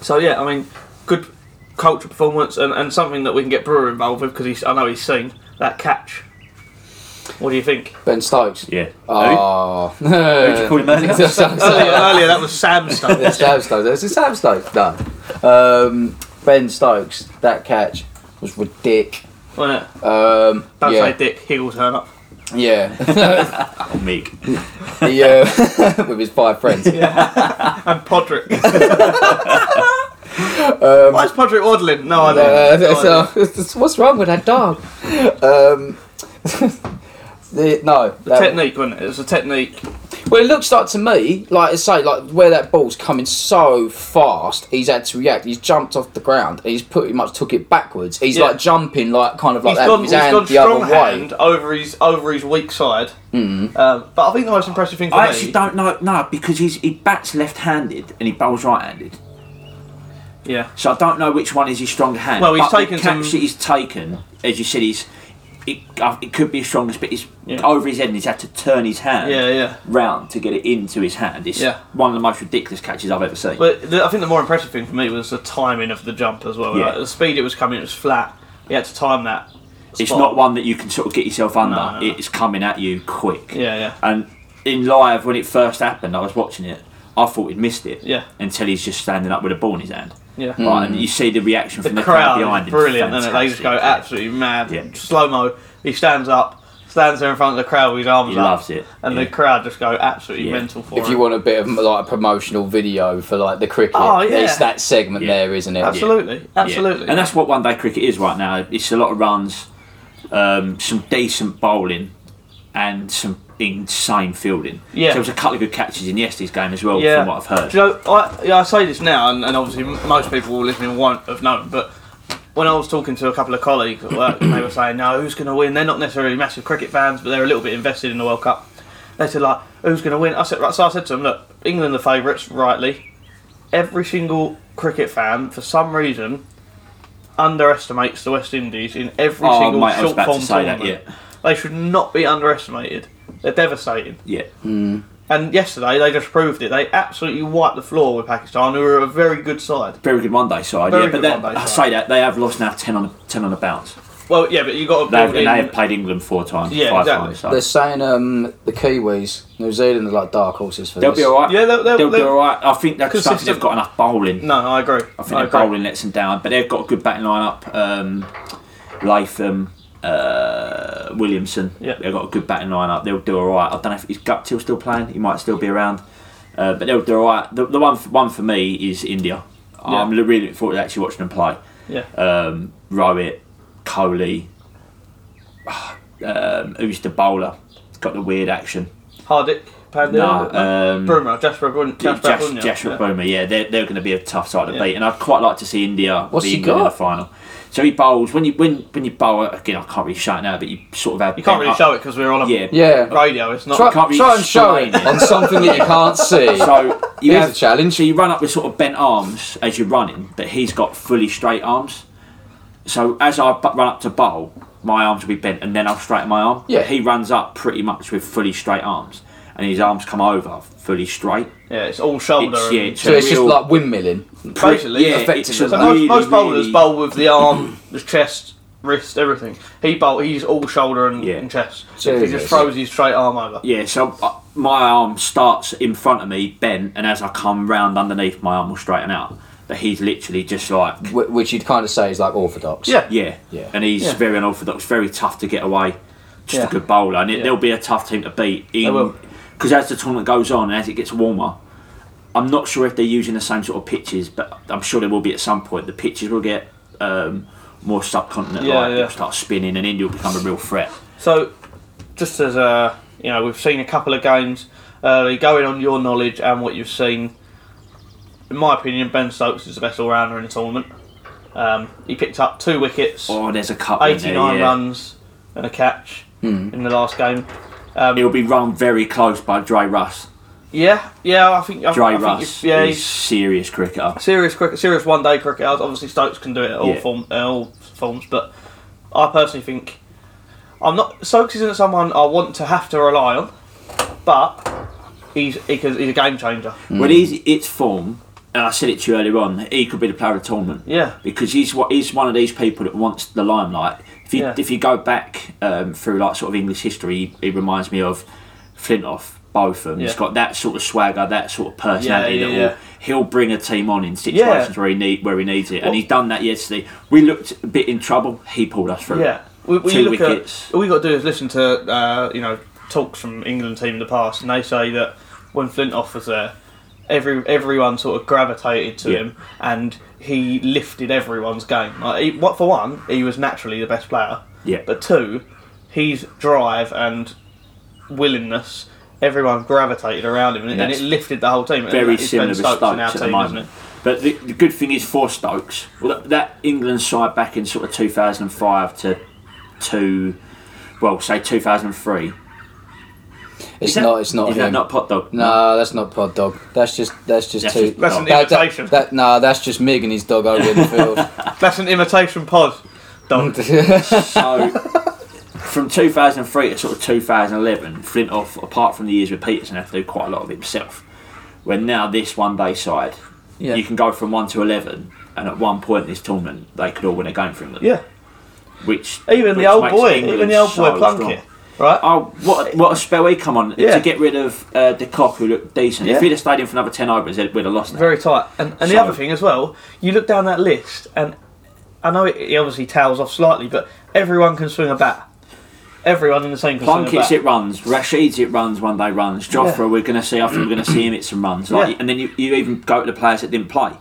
[SPEAKER 3] so yeah, I mean, good culture performance and, and something that we can get Brewer involved with because I know he's seen that catch. What do you think?
[SPEAKER 1] Ben Stokes.
[SPEAKER 2] Yeah.
[SPEAKER 3] Ah,
[SPEAKER 1] Oh.
[SPEAKER 2] Who? Who'd you call him Oh, earlier?
[SPEAKER 1] Sam Stokes.
[SPEAKER 3] earlier, earlier that was Sam
[SPEAKER 1] Yeah,
[SPEAKER 3] stuff.
[SPEAKER 1] Sam Stokes. Is it Sam Stokes? No. Um, ben Stokes. That catch was ridiculous.
[SPEAKER 3] wasn't it?
[SPEAKER 1] Um,
[SPEAKER 3] Don't
[SPEAKER 1] yeah.
[SPEAKER 3] say Dick. He will turn up.
[SPEAKER 1] Yeah.
[SPEAKER 2] Oh, Meek.
[SPEAKER 1] he, uh, with his five friends.
[SPEAKER 3] And Podrick. Why is Podrick waddling? No, I
[SPEAKER 1] Um, Uh,
[SPEAKER 3] don't. know. No idea.
[SPEAKER 1] so- what's wrong with that dog? Um, the, no. that-
[SPEAKER 3] Technique, wasn't it? It was a technique.
[SPEAKER 1] Well, it looks like to me, like I say, like where that ball's coming so fast, he's had to react. He's jumped off the ground. and He's pretty much took it backwards. He's
[SPEAKER 3] Yeah.
[SPEAKER 1] like jumping, like kind of like
[SPEAKER 3] He's
[SPEAKER 1] that.
[SPEAKER 3] gone,
[SPEAKER 1] with
[SPEAKER 3] he's
[SPEAKER 1] his hand
[SPEAKER 3] gone
[SPEAKER 1] uh, the
[SPEAKER 3] strong
[SPEAKER 1] other way. Mm-hmm.
[SPEAKER 3] hand over his over his weak side. Um, but I think the most impressive thing for
[SPEAKER 2] I
[SPEAKER 3] me.
[SPEAKER 2] actually don't know. No, because he's, he bats left-handed and he bowls right-handed.
[SPEAKER 3] yeah.
[SPEAKER 2] So I don't know which one is his stronger hand.
[SPEAKER 3] Well, he's
[SPEAKER 2] but
[SPEAKER 3] taken
[SPEAKER 2] the catch
[SPEAKER 3] some-
[SPEAKER 2] that he's taken, as you said, he's it, uh, it could be his strongest, but he's
[SPEAKER 3] Yeah.
[SPEAKER 2] over his head and he's had to turn his hand
[SPEAKER 3] Yeah, yeah.
[SPEAKER 2] round to get it into his hand. It's
[SPEAKER 3] Yeah.
[SPEAKER 2] one of the most ridiculous catches I've ever seen.
[SPEAKER 3] But the, I think the more impressive thing for me was the timing of the jump as well.
[SPEAKER 2] Yeah.
[SPEAKER 3] Like, the speed it was coming, it was flat. He had to time that.
[SPEAKER 2] It's
[SPEAKER 3] spot.
[SPEAKER 2] not one that you can sort of get yourself under.
[SPEAKER 3] No, no, no.
[SPEAKER 2] It's coming at you quick.
[SPEAKER 3] Yeah, yeah.
[SPEAKER 2] And in live, when it first happened, I was watching it. I thought he'd missed it.
[SPEAKER 3] Yeah.
[SPEAKER 2] Until he's just standing up with a ball in his hand.
[SPEAKER 3] Yeah.
[SPEAKER 2] Right, and you see the
[SPEAKER 3] Hmm.
[SPEAKER 2] reaction
[SPEAKER 3] The,
[SPEAKER 2] Mm. from the crowd,
[SPEAKER 3] crowd
[SPEAKER 2] behind
[SPEAKER 3] is
[SPEAKER 2] him.
[SPEAKER 3] brilliant, and they just go
[SPEAKER 2] Fantastic.
[SPEAKER 3] absolutely mad.
[SPEAKER 2] Yeah.
[SPEAKER 3] Slow mo. He stands up, stands there in front of the crowd with his arms
[SPEAKER 2] He
[SPEAKER 3] up.
[SPEAKER 2] loves it,
[SPEAKER 3] And
[SPEAKER 2] yeah.
[SPEAKER 3] the crowd just go absolutely
[SPEAKER 2] Yeah.
[SPEAKER 3] mental for
[SPEAKER 1] If
[SPEAKER 3] him.
[SPEAKER 1] you want a bit of like a promotional video for like the cricket,
[SPEAKER 3] Oh, yeah.
[SPEAKER 1] it's that segment
[SPEAKER 2] Yeah.
[SPEAKER 1] there, isn't it?
[SPEAKER 3] absolutely,
[SPEAKER 2] Yeah.
[SPEAKER 3] absolutely.
[SPEAKER 2] And that's what one day cricket is right now. It's a lot of runs, um, some decent bowling, and some insane fielding.
[SPEAKER 3] Yeah.
[SPEAKER 2] So there was a couple of good catches in yesterday's game as well,
[SPEAKER 3] yeah.
[SPEAKER 2] from what I've heard.
[SPEAKER 3] Do you know, I, yeah, I say this now, and, and obviously m- most people listening won't have known, but when I was talking to a couple of colleagues at work, and they were saying, "No, who's going to win?" They're not necessarily massive cricket fans, but they're a little bit invested in the World Cup. They said, "Like, who's going to win?" I said, right, so I said to them, "Look, England the favourites, rightly. Every single cricket fan, for some reason." Underestimates the West Indies in every
[SPEAKER 2] Oh,
[SPEAKER 3] single
[SPEAKER 2] mate, I was
[SPEAKER 3] short
[SPEAKER 2] about
[SPEAKER 3] form
[SPEAKER 2] to say that,
[SPEAKER 3] tournament. They should not be underestimated. They're devastating.
[SPEAKER 2] Yeah.
[SPEAKER 3] And yesterday they just proved it. They absolutely wiped the floor with Pakistan, who were a very good side.
[SPEAKER 2] Very good one day side.
[SPEAKER 3] Very
[SPEAKER 2] yeah, but
[SPEAKER 3] good
[SPEAKER 2] that,
[SPEAKER 3] one day
[SPEAKER 2] I
[SPEAKER 3] side.
[SPEAKER 2] say that they have lost now ten on ten on the bounce.
[SPEAKER 3] Well, yeah, but you got to
[SPEAKER 2] They have,
[SPEAKER 3] build
[SPEAKER 2] and they
[SPEAKER 3] in.
[SPEAKER 2] have played England four times,
[SPEAKER 3] Yeah,
[SPEAKER 2] five
[SPEAKER 3] exactly.
[SPEAKER 2] times. So.
[SPEAKER 1] They're saying um, the Kiwis, New Zealand are like dark horses for
[SPEAKER 2] They'll
[SPEAKER 1] this.
[SPEAKER 2] be all right.
[SPEAKER 3] Yeah, they'll- they'll-
[SPEAKER 2] be
[SPEAKER 3] they'll-
[SPEAKER 2] all right. I think that's something
[SPEAKER 3] Consistent.
[SPEAKER 2] they've got enough bowling.
[SPEAKER 3] no, I agree.
[SPEAKER 2] I think their
[SPEAKER 3] agree.
[SPEAKER 2] bowling lets them down, but they've got a good batting lineup. Um, Latham, uh, Williamson.
[SPEAKER 3] Yeah.
[SPEAKER 2] They've got a good batting lineup. They'll do all right. I don't know if is Guptill still playing. He might still be around, uh, but they'll do all right. The, the one one for me is India. I'm really looking forward to actually watching them play.
[SPEAKER 3] Yeah,
[SPEAKER 2] Um, Rowett, Kohli, um, who's the bowler? Got the weird action.
[SPEAKER 3] Hardik. Pandil?
[SPEAKER 2] Nah, um,
[SPEAKER 3] Broomer, Jasper Brun- Jasper
[SPEAKER 2] Jas-
[SPEAKER 3] Brunner.
[SPEAKER 2] Jasper
[SPEAKER 3] Yeah.
[SPEAKER 2] Boma, yeah, they're, they're going to be a tough side to
[SPEAKER 3] Yeah.
[SPEAKER 2] beat, and I'd quite like to see India
[SPEAKER 1] What's
[SPEAKER 2] be
[SPEAKER 1] he
[SPEAKER 2] England in the
[SPEAKER 1] got?
[SPEAKER 2] final. So he bowls when you when when you bowl again. I can't really show it now, but you sort of have
[SPEAKER 3] You can't really show it because we're on a
[SPEAKER 2] Yeah.
[SPEAKER 1] Yeah.
[SPEAKER 3] radio. It's not.
[SPEAKER 1] Try,
[SPEAKER 2] can't be
[SPEAKER 1] try and show it
[SPEAKER 2] explained.
[SPEAKER 1] on something that you can't see.
[SPEAKER 2] So you
[SPEAKER 1] Here's
[SPEAKER 2] have
[SPEAKER 1] a challenge.
[SPEAKER 2] So you run up with sort of bent arms as you're running, but he's got fully straight arms. So as I bu- run up to bowl, my arms will be bent, and then I'll straighten my arm.
[SPEAKER 1] Yeah.
[SPEAKER 2] he runs up pretty much with fully straight arms, and his arms come over fully straight.
[SPEAKER 3] yeah, it's all shoulder.
[SPEAKER 2] It's,
[SPEAKER 3] and-
[SPEAKER 2] yeah, it's
[SPEAKER 1] So
[SPEAKER 2] a
[SPEAKER 1] it's just
[SPEAKER 2] real-
[SPEAKER 1] like windmilling.
[SPEAKER 3] basically,
[SPEAKER 2] yeah,
[SPEAKER 1] effectively.
[SPEAKER 2] it's
[SPEAKER 1] So
[SPEAKER 2] a
[SPEAKER 3] So
[SPEAKER 2] really,
[SPEAKER 3] most, most bowlers
[SPEAKER 2] really-
[SPEAKER 3] bowl with the arm, the chest, wrist, everything. He bowl, he's all shoulder and,
[SPEAKER 2] Yeah.
[SPEAKER 3] and chest. he
[SPEAKER 1] Jesus.
[SPEAKER 3] just throws his straight arm over.
[SPEAKER 2] Yeah, so uh, my arm starts in front of me, bent, and as I come round underneath, my arm will straighten out. But he's literally just like,
[SPEAKER 1] Wh- Which you'd kind of say is like orthodox.
[SPEAKER 3] Yeah.
[SPEAKER 2] yeah,
[SPEAKER 1] Yeah.
[SPEAKER 2] and he's
[SPEAKER 3] Yeah.
[SPEAKER 2] very unorthodox, very tough to get away. Just
[SPEAKER 3] Yeah.
[SPEAKER 2] a good bowler, and it,
[SPEAKER 3] Yeah.
[SPEAKER 2] they'll be a tough team to beat.
[SPEAKER 3] will.
[SPEAKER 2] Because as the tournament goes on and as it gets warmer, I'm not sure if they're using the same sort of pitches, but I'm sure they will be at some point. The pitches will get um, more subcontinent,
[SPEAKER 3] Yeah,
[SPEAKER 2] like
[SPEAKER 3] yeah.
[SPEAKER 2] they'll start spinning, and India will become a real threat.
[SPEAKER 3] So, just as a you know, we've seen a couple of games early. Going on your knowledge and what you've seen, in my opinion, Ben Stokes is the best all rounder in the tournament. Um, he picked up two wickets,
[SPEAKER 2] Oh, there's a couple. in there,
[SPEAKER 3] 89
[SPEAKER 2] yeah. Hmm.
[SPEAKER 3] runs, and a catch in the last game.
[SPEAKER 2] It'll be run very close by Dry Russ.
[SPEAKER 3] Yeah, yeah, I think I, I
[SPEAKER 2] Dry
[SPEAKER 3] think
[SPEAKER 2] Russ
[SPEAKER 3] if- yeah,
[SPEAKER 2] is
[SPEAKER 3] he's-
[SPEAKER 2] serious cricketer.
[SPEAKER 3] serious cricket, serious one day cricket. Obviously, Stokes can do it at all
[SPEAKER 2] Yeah.
[SPEAKER 3] form, at all forms, but I personally think I'm not Stokes isn't someone I want to have to rely on, but he's he can, he's a game changer.
[SPEAKER 2] When he's its form, and I said it to you earlier on, he could be the player of the tournament.
[SPEAKER 3] Yeah.
[SPEAKER 2] because he's what he's one of these people that wants the limelight. If you
[SPEAKER 3] Yeah.
[SPEAKER 2] if you go back um, through like sort of English history, he, he reminds me of Flintoff. Both of them. He's
[SPEAKER 3] Yeah.
[SPEAKER 2] got that sort of swagger, that sort of personality.
[SPEAKER 3] Yeah, yeah,
[SPEAKER 2] that
[SPEAKER 3] yeah.
[SPEAKER 2] Will, he'll bring a team on in situations where he need where he needs it, and he's done that yesterday. We looked a bit in trouble. He pulled us through.
[SPEAKER 3] Yeah, we, we
[SPEAKER 2] Two
[SPEAKER 3] look
[SPEAKER 2] wickets.
[SPEAKER 3] At, all we got to do is listen to uh, you know talks from England team in the past, and they say that when Flintoff was there, every everyone sort of gravitated to
[SPEAKER 2] Yeah.
[SPEAKER 3] him, and he lifted everyone's game. Like, he, what for one, he was naturally the best player.
[SPEAKER 2] Yeah.
[SPEAKER 3] But two, his drive and willingness. Everyone gravitated around him, and,
[SPEAKER 2] And
[SPEAKER 3] and it
[SPEAKER 2] that's
[SPEAKER 3] lifted the whole team. And
[SPEAKER 2] very
[SPEAKER 3] that is
[SPEAKER 2] similar
[SPEAKER 3] ben
[SPEAKER 2] to
[SPEAKER 3] Uh, Stokes
[SPEAKER 2] Stokes
[SPEAKER 3] in our
[SPEAKER 2] at the
[SPEAKER 3] team, isn't it?
[SPEAKER 2] moment. But the, the good thing is for Stokes, well, that, that England side back in sort of 2005 to two, well, say 2003.
[SPEAKER 1] It's
[SPEAKER 2] Is that-
[SPEAKER 1] not. It's not
[SPEAKER 2] Is that
[SPEAKER 1] him.
[SPEAKER 2] not pot dog?
[SPEAKER 1] No, that's not Pod Dog. That's just that's just
[SPEAKER 2] That's
[SPEAKER 1] two.
[SPEAKER 2] just- That's
[SPEAKER 3] an
[SPEAKER 1] that, that-
[SPEAKER 3] imitation.
[SPEAKER 1] that- no, that's just Mig and his dog over in the field.
[SPEAKER 3] That's an imitation pod. Don't.
[SPEAKER 2] So from 2003 to sort of 2011, Flintoff, apart from the years with Peterson, had to do quite a lot of himself. Where now this one day side,
[SPEAKER 1] Yeah.
[SPEAKER 2] you can go from 1 to 11, and at one point in this tournament, they could all win a game for England.
[SPEAKER 3] yeah.
[SPEAKER 2] Which
[SPEAKER 3] Even
[SPEAKER 2] which
[SPEAKER 3] the old
[SPEAKER 2] makes
[SPEAKER 3] boy,
[SPEAKER 2] England
[SPEAKER 3] even the old boy
[SPEAKER 2] so
[SPEAKER 3] Plunkett,
[SPEAKER 2] strong.
[SPEAKER 3] right?
[SPEAKER 2] Oh, what a, what a spell he come on
[SPEAKER 3] Yeah.
[SPEAKER 2] to get rid of uh, the cock who looked decent.
[SPEAKER 3] Yeah.
[SPEAKER 2] If he'd have stayed in for another ten overs, they'd- we'd have lost. that.
[SPEAKER 3] Very tight. And, and the
[SPEAKER 2] So-
[SPEAKER 3] other thing as well, you look down that list, and I know it, it obviously tails off slightly, but everyone can swing a bat. Everyone in the same can swing a
[SPEAKER 2] Plunkett's
[SPEAKER 3] bat.
[SPEAKER 2] it runs, Rashid's it runs, one day runs. Joffrey,
[SPEAKER 3] Yeah.
[SPEAKER 2] we're going to see. I think we're going to see him hit some runs. Like,
[SPEAKER 3] Yeah.
[SPEAKER 2] And then you, you even go to the players that didn't play.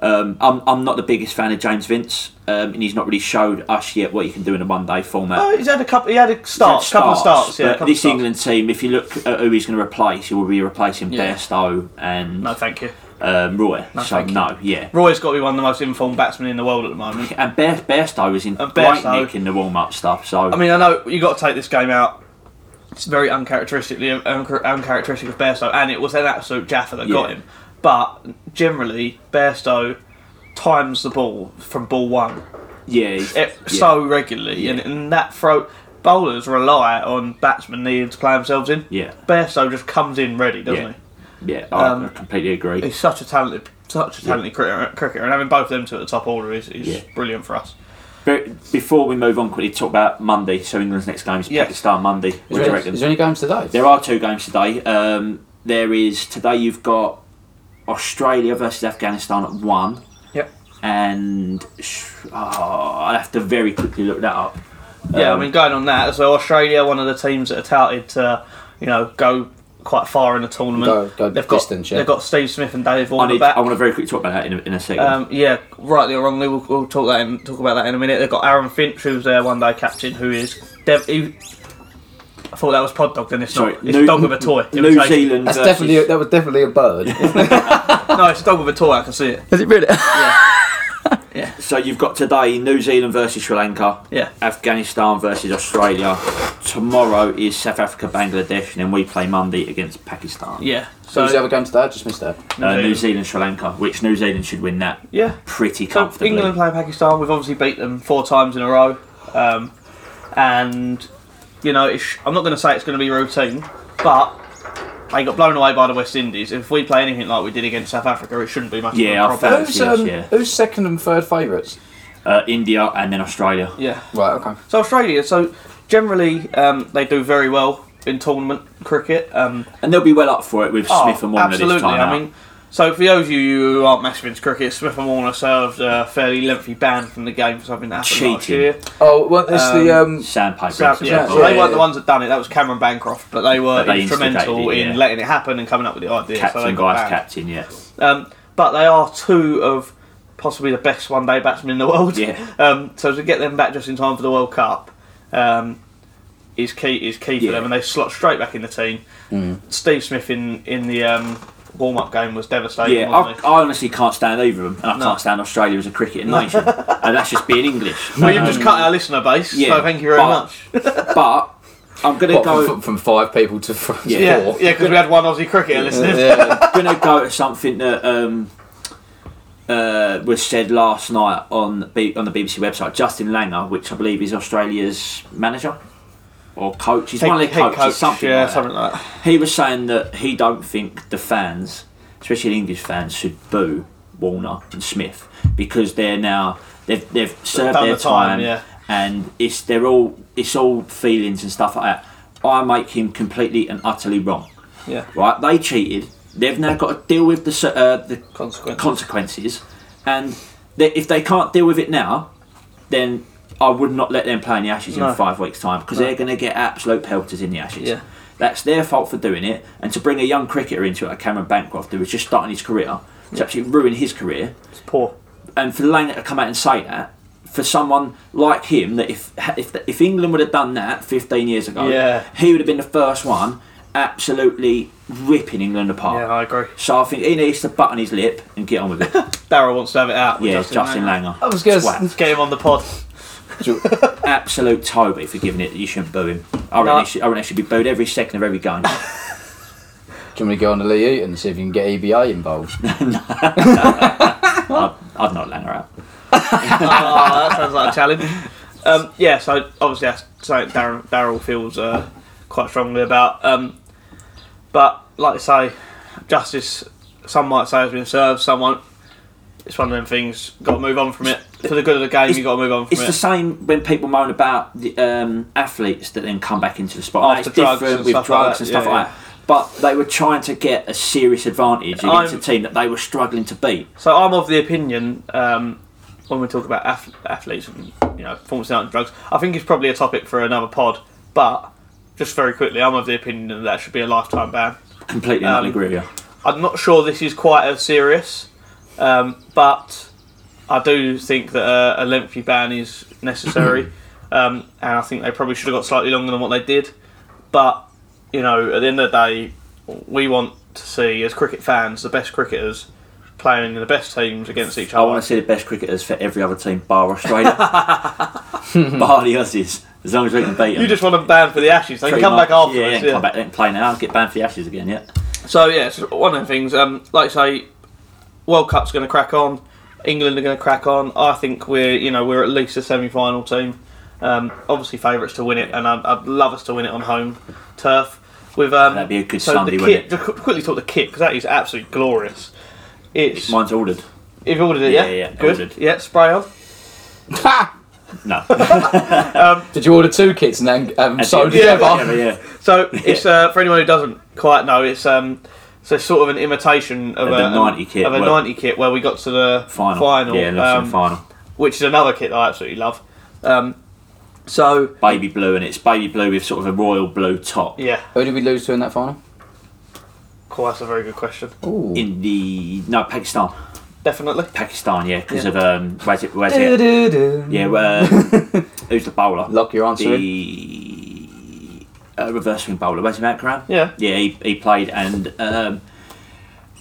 [SPEAKER 2] Um, I'm, I'm not the biggest fan of James Vince, um, and he's not really showed us yet what he can do in a one day format.
[SPEAKER 3] Oh, he's had a couple. He had a
[SPEAKER 2] He's had
[SPEAKER 3] start, couple of starts. Yeah,
[SPEAKER 2] but
[SPEAKER 3] a couple of
[SPEAKER 2] this
[SPEAKER 3] starts.
[SPEAKER 2] England team, if you look at who he's going to replace, he will be replacing
[SPEAKER 1] Yeah.
[SPEAKER 2] Bairstow and
[SPEAKER 3] No, thank you.
[SPEAKER 2] um, Roy. so
[SPEAKER 3] thank you.
[SPEAKER 2] no, yeah.
[SPEAKER 3] Roy's got to be one of the most informed batsmen in the world at the moment.
[SPEAKER 2] And Bear, Bairstow was in
[SPEAKER 3] And
[SPEAKER 2] great
[SPEAKER 3] Bairstow-
[SPEAKER 2] nick in the warm up stuff. So
[SPEAKER 3] I mean, I know you got to take this game out. It's very uncharacteristically unchar- uncharacteristic of Bairstow, and it was an absolute jaffer that got
[SPEAKER 2] Yeah.
[SPEAKER 3] him. But generally, Bairstow times the ball from ball one
[SPEAKER 2] yeah, he's-
[SPEAKER 3] it
[SPEAKER 2] yeah.
[SPEAKER 3] so regularly, and, and that throw bowlers rely on batsmen needing to play themselves in.
[SPEAKER 2] Yeah.
[SPEAKER 3] Bairstow just comes in ready, doesn't
[SPEAKER 2] yeah,
[SPEAKER 3] he?
[SPEAKER 2] yeah, I,
[SPEAKER 3] Um,
[SPEAKER 2] I completely agree.
[SPEAKER 3] He's such a talented, such a talented cricketer, cricketer, and having both of them two at the top order is, is
[SPEAKER 2] Yeah.
[SPEAKER 3] brilliant for us.
[SPEAKER 2] But before we move on, quickly talk about Monday. So England's next game is
[SPEAKER 3] Yes.
[SPEAKER 2] Pakistan Monday.
[SPEAKER 1] Is
[SPEAKER 2] What do you
[SPEAKER 1] there,
[SPEAKER 2] reckon?
[SPEAKER 1] is there any games today?
[SPEAKER 2] There are two games today. Um, there is today. You've got Australia versus Afghanistan at one,
[SPEAKER 3] Yep.
[SPEAKER 2] and sh- oh, I'll have to very quickly look that up.
[SPEAKER 3] Yeah,
[SPEAKER 2] Um,
[SPEAKER 3] I mean, going on that as well, Australia, one of the teams that are touted to, you know, go quite far in the tournament.
[SPEAKER 1] Go- go distance,
[SPEAKER 3] got,
[SPEAKER 1] yeah.
[SPEAKER 3] They've got Steve Smith and Dave
[SPEAKER 2] I
[SPEAKER 3] Warner
[SPEAKER 2] need.
[SPEAKER 3] back.
[SPEAKER 2] I want to very quickly talk about that in a, in a second.
[SPEAKER 3] Um, yeah, rightly or wrongly, we'll, we'll talk that in, talk about that in a minute. They've got Aaron Finch, who's their one-day captain, who is dev- he, I thought that was pod dog. Then it's
[SPEAKER 2] Sorry,
[SPEAKER 3] not. It's
[SPEAKER 2] New-
[SPEAKER 3] dog with a toy. It
[SPEAKER 2] New
[SPEAKER 3] was taken.
[SPEAKER 2] Zealand.
[SPEAKER 1] That's
[SPEAKER 2] versus-
[SPEAKER 1] definitely that was definitely a bird.
[SPEAKER 3] No, it's a dog with a toy. I can see it.
[SPEAKER 1] Is it really?
[SPEAKER 2] So you've got today New Zealand versus Sri Lanka.
[SPEAKER 3] Yeah.
[SPEAKER 2] Afghanistan versus Australia. Tomorrow is South Africa, Bangladesh, and then we play Monday against Pakistan.
[SPEAKER 3] Yeah. So
[SPEAKER 1] Who's ever going to that? I just missed that.
[SPEAKER 2] Uh,
[SPEAKER 3] New
[SPEAKER 2] New Zealand, Sri Lanka, which New Zealand should win that
[SPEAKER 3] yeah.
[SPEAKER 2] pretty
[SPEAKER 3] So
[SPEAKER 2] comfortably.
[SPEAKER 3] England play Pakistan. We've obviously beat them four times in a row, um, and you know it's, I'm not going to say it's going to be routine, but they got blown away by the West Indies. If we play anything like we did against South Africa, it shouldn't be much
[SPEAKER 2] Yeah, I
[SPEAKER 3] of a problem.
[SPEAKER 2] felt-
[SPEAKER 1] Who's
[SPEAKER 2] Yes,
[SPEAKER 1] um,
[SPEAKER 2] yeah.
[SPEAKER 1] who's second and third favourites?
[SPEAKER 2] uh, India and then Australia.
[SPEAKER 3] yeah.
[SPEAKER 1] Right. Okay.
[SPEAKER 3] So Australia. So generally, um, they do very well in tournament cricket. Um,
[SPEAKER 2] And they'll be well up for it with
[SPEAKER 3] Oh,
[SPEAKER 2] Smith and Warner
[SPEAKER 3] absolutely.
[SPEAKER 2] this time
[SPEAKER 3] I
[SPEAKER 2] out.
[SPEAKER 3] mean, so for those of you who aren't massive into cricket, Smith and Warner served a fairly lengthy ban from the game for something that happened last
[SPEAKER 2] Cheating.
[SPEAKER 3] year.
[SPEAKER 1] Oh, well, it's the um.
[SPEAKER 2] Sandpiper.
[SPEAKER 3] So, yeah,
[SPEAKER 2] incident.
[SPEAKER 3] so they
[SPEAKER 1] yeah,
[SPEAKER 3] weren't
[SPEAKER 1] yeah.
[SPEAKER 3] the ones that done it. That was Cameron Bancroft, but they were
[SPEAKER 2] But they
[SPEAKER 3] instrumental
[SPEAKER 2] instigated it,
[SPEAKER 3] in
[SPEAKER 2] yeah.
[SPEAKER 3] letting it happen and coming up with the idea. so they
[SPEAKER 2] Captain,
[SPEAKER 3] got
[SPEAKER 2] guys,
[SPEAKER 3] banned.
[SPEAKER 2] captain, yeah.
[SPEAKER 3] Um, but they are two of possibly the best one-day batsmen in the world.
[SPEAKER 2] Yeah.
[SPEAKER 3] Um, so to get them back just in time for the World Cup um, is key. Is key for
[SPEAKER 2] Yeah. Mm.
[SPEAKER 3] them, and they slot straight back in the team. Steve Smith in in the um, warm-up game was devastating.
[SPEAKER 2] Yeah, I,
[SPEAKER 3] wasn't he?
[SPEAKER 2] I honestly can't stand either of them, and I can't stand Australia as a cricketing nation, and that's just being English.
[SPEAKER 3] Well, you've just
[SPEAKER 2] Um,
[SPEAKER 3] cut our listener base,
[SPEAKER 2] yeah,
[SPEAKER 3] so thank you very
[SPEAKER 2] but-
[SPEAKER 3] much.
[SPEAKER 2] But I'm gonna
[SPEAKER 1] What,
[SPEAKER 2] go.
[SPEAKER 1] from, from five people to f-
[SPEAKER 2] Yeah.
[SPEAKER 3] Yeah,
[SPEAKER 1] four.
[SPEAKER 3] yeah, because we had one Aussie cricketer listening.
[SPEAKER 1] Yeah.
[SPEAKER 2] gonna go to something that um, uh, was said last night on the B- on the BBC website. Justin Langer, which I believe is Australia's manager or coach, he's one of
[SPEAKER 3] Head-
[SPEAKER 2] their
[SPEAKER 3] head
[SPEAKER 2] coaches, something,
[SPEAKER 3] yeah,
[SPEAKER 2] like that.
[SPEAKER 3] something like that.
[SPEAKER 2] He was saying that he don't think the fans, especially the English fans, should boo Warner and Smith because they're now they've they've served
[SPEAKER 3] done
[SPEAKER 2] their
[SPEAKER 3] the time, yeah.
[SPEAKER 2] and it's they're all it's all feelings and stuff like that. I make him completely and utterly wrong.
[SPEAKER 3] Yeah.
[SPEAKER 2] Right, they cheated. They've now got to deal with the cer- uh, the
[SPEAKER 3] Consequences.
[SPEAKER 2] consequences, and they, if they can't deal with it now, then I would not let them play in the Ashes
[SPEAKER 3] No.
[SPEAKER 2] in five weeks' time because they're going to get absolute pelters in the Ashes.
[SPEAKER 3] Yeah.
[SPEAKER 2] That's their fault for doing it, and to bring a young cricketer into it, like Cameron Bancroft, who was just starting his career, to actually ruin his career,
[SPEAKER 3] It's poor.
[SPEAKER 2] and for Langer to come out and say that. For someone like him, that if if if England would have done that 15 years ago,
[SPEAKER 3] Yeah.
[SPEAKER 2] he would have been the first one, absolutely ripping England apart.
[SPEAKER 3] Yeah, I agree.
[SPEAKER 2] So I think he needs to button his lip and get on with it.
[SPEAKER 3] Darryl wants to have it out. with
[SPEAKER 2] Yeah, Justin, Langer.
[SPEAKER 1] I was gonna
[SPEAKER 2] Twat.
[SPEAKER 3] Let's get him on the pod.
[SPEAKER 2] absolute Toby for giving it. You shouldn't boo him. I reckon,
[SPEAKER 3] No.
[SPEAKER 2] he should, I reckon he should be booed every second of every game.
[SPEAKER 1] Do you want me to go on to Lee Eaton and see if you can get EBA involved?
[SPEAKER 2] I'd, I'd knock Langer out.
[SPEAKER 3] Ah, that sounds like a challenge. Um, yeah, so obviously that's something Darryl, Darryl feels uh, quite strongly about. Um, but like I say, justice, some might say has been served, some won't. It's one of them things. Got to move on from it for the good of the game. You got to move on from
[SPEAKER 2] It's
[SPEAKER 3] it.
[SPEAKER 2] the same when people moan about the um, athletes that then come back into the spot.
[SPEAKER 3] After
[SPEAKER 2] it's
[SPEAKER 3] drugs
[SPEAKER 2] different
[SPEAKER 3] and
[SPEAKER 2] with
[SPEAKER 3] stuff like
[SPEAKER 2] drugs
[SPEAKER 3] that,
[SPEAKER 2] and stuff
[SPEAKER 3] yeah,
[SPEAKER 2] like
[SPEAKER 3] yeah.
[SPEAKER 2] that. But they were trying to get a serious advantage against
[SPEAKER 3] I'm-
[SPEAKER 2] a team that they were struggling to beat.
[SPEAKER 3] So I'm of the opinion um, when we talk about ath- athletes and you know performance out and drugs, I think it's probably a topic for another pod. But just very quickly, I'm of the opinion that that should be a lifetime ban.
[SPEAKER 2] Completely
[SPEAKER 3] Um,
[SPEAKER 2] and utterly agree with you.
[SPEAKER 3] I'm not sure this is quite as serious, um, but I do think that a, a lengthy ban is necessary, um, and I think they probably should have got slightly longer than what they did. But you know, at the end of the day, we want to see as cricket fans the best cricketers playing in the best teams against each
[SPEAKER 2] I
[SPEAKER 3] other.
[SPEAKER 2] want to see the best cricketers for every other team bar Australia, bar the Aussies. As long as we can beat them.
[SPEAKER 3] You just want them banned for the Ashes. They can
[SPEAKER 2] Pretty
[SPEAKER 3] come back
[SPEAKER 2] much.
[SPEAKER 3] after
[SPEAKER 2] Yeah,
[SPEAKER 3] us,
[SPEAKER 2] yeah, come back and play now. Get banned for the Ashes again. Yeah.
[SPEAKER 3] So yeah, it's one of the things. Um, like I say, World Cup's going to crack on. England are going to crack on. I think we're you know we're at least a semi-final team. Um, obviously favourites to win it, and I'd, I'd love us to win it on home turf. With um,
[SPEAKER 2] That'd be a good
[SPEAKER 3] so
[SPEAKER 2] Sunday,
[SPEAKER 3] the
[SPEAKER 2] wouldn't
[SPEAKER 3] kit, Just qu- quickly talk the kit because that is absolutely glorious. It's
[SPEAKER 2] Mine's ordered.
[SPEAKER 3] you've ordered it,
[SPEAKER 2] Yeah,
[SPEAKER 3] yeah,
[SPEAKER 2] yeah,
[SPEAKER 3] good,
[SPEAKER 2] ordered.
[SPEAKER 3] yeah, spray on.
[SPEAKER 1] Ha!
[SPEAKER 2] No.
[SPEAKER 1] Did you order two kits and then um, so
[SPEAKER 2] yeah,
[SPEAKER 1] together?
[SPEAKER 2] yeah, yeah.
[SPEAKER 3] So it's uh, for anyone who doesn't quite know, it's um, so sort of an imitation of
[SPEAKER 2] Of
[SPEAKER 3] a um,
[SPEAKER 2] the 90 kit,
[SPEAKER 3] of a
[SPEAKER 2] well-
[SPEAKER 3] ninety kit where we got to the
[SPEAKER 2] Final. Yeah, lost in
[SPEAKER 3] um,
[SPEAKER 2] the final.
[SPEAKER 3] which is another kit that I absolutely love. Um, so
[SPEAKER 2] Baby blue, and it's baby blue with sort of a royal blue top.
[SPEAKER 3] yeah,
[SPEAKER 1] Who did we lose to in that final?
[SPEAKER 3] cool. That's a very good question.
[SPEAKER 1] Ooh.
[SPEAKER 2] In the no Pakistan,
[SPEAKER 3] Definitely.
[SPEAKER 2] Pakistan, yeah, because
[SPEAKER 3] Yeah.
[SPEAKER 2] of um, where's it, where's it?
[SPEAKER 1] Du-du-du.
[SPEAKER 2] Yeah, well, who's the bowler?
[SPEAKER 1] Lock your answer in.
[SPEAKER 2] The uh, reverse swing bowler. Was he Matt Graham?
[SPEAKER 3] Yeah.
[SPEAKER 2] yeah. He, he played and um,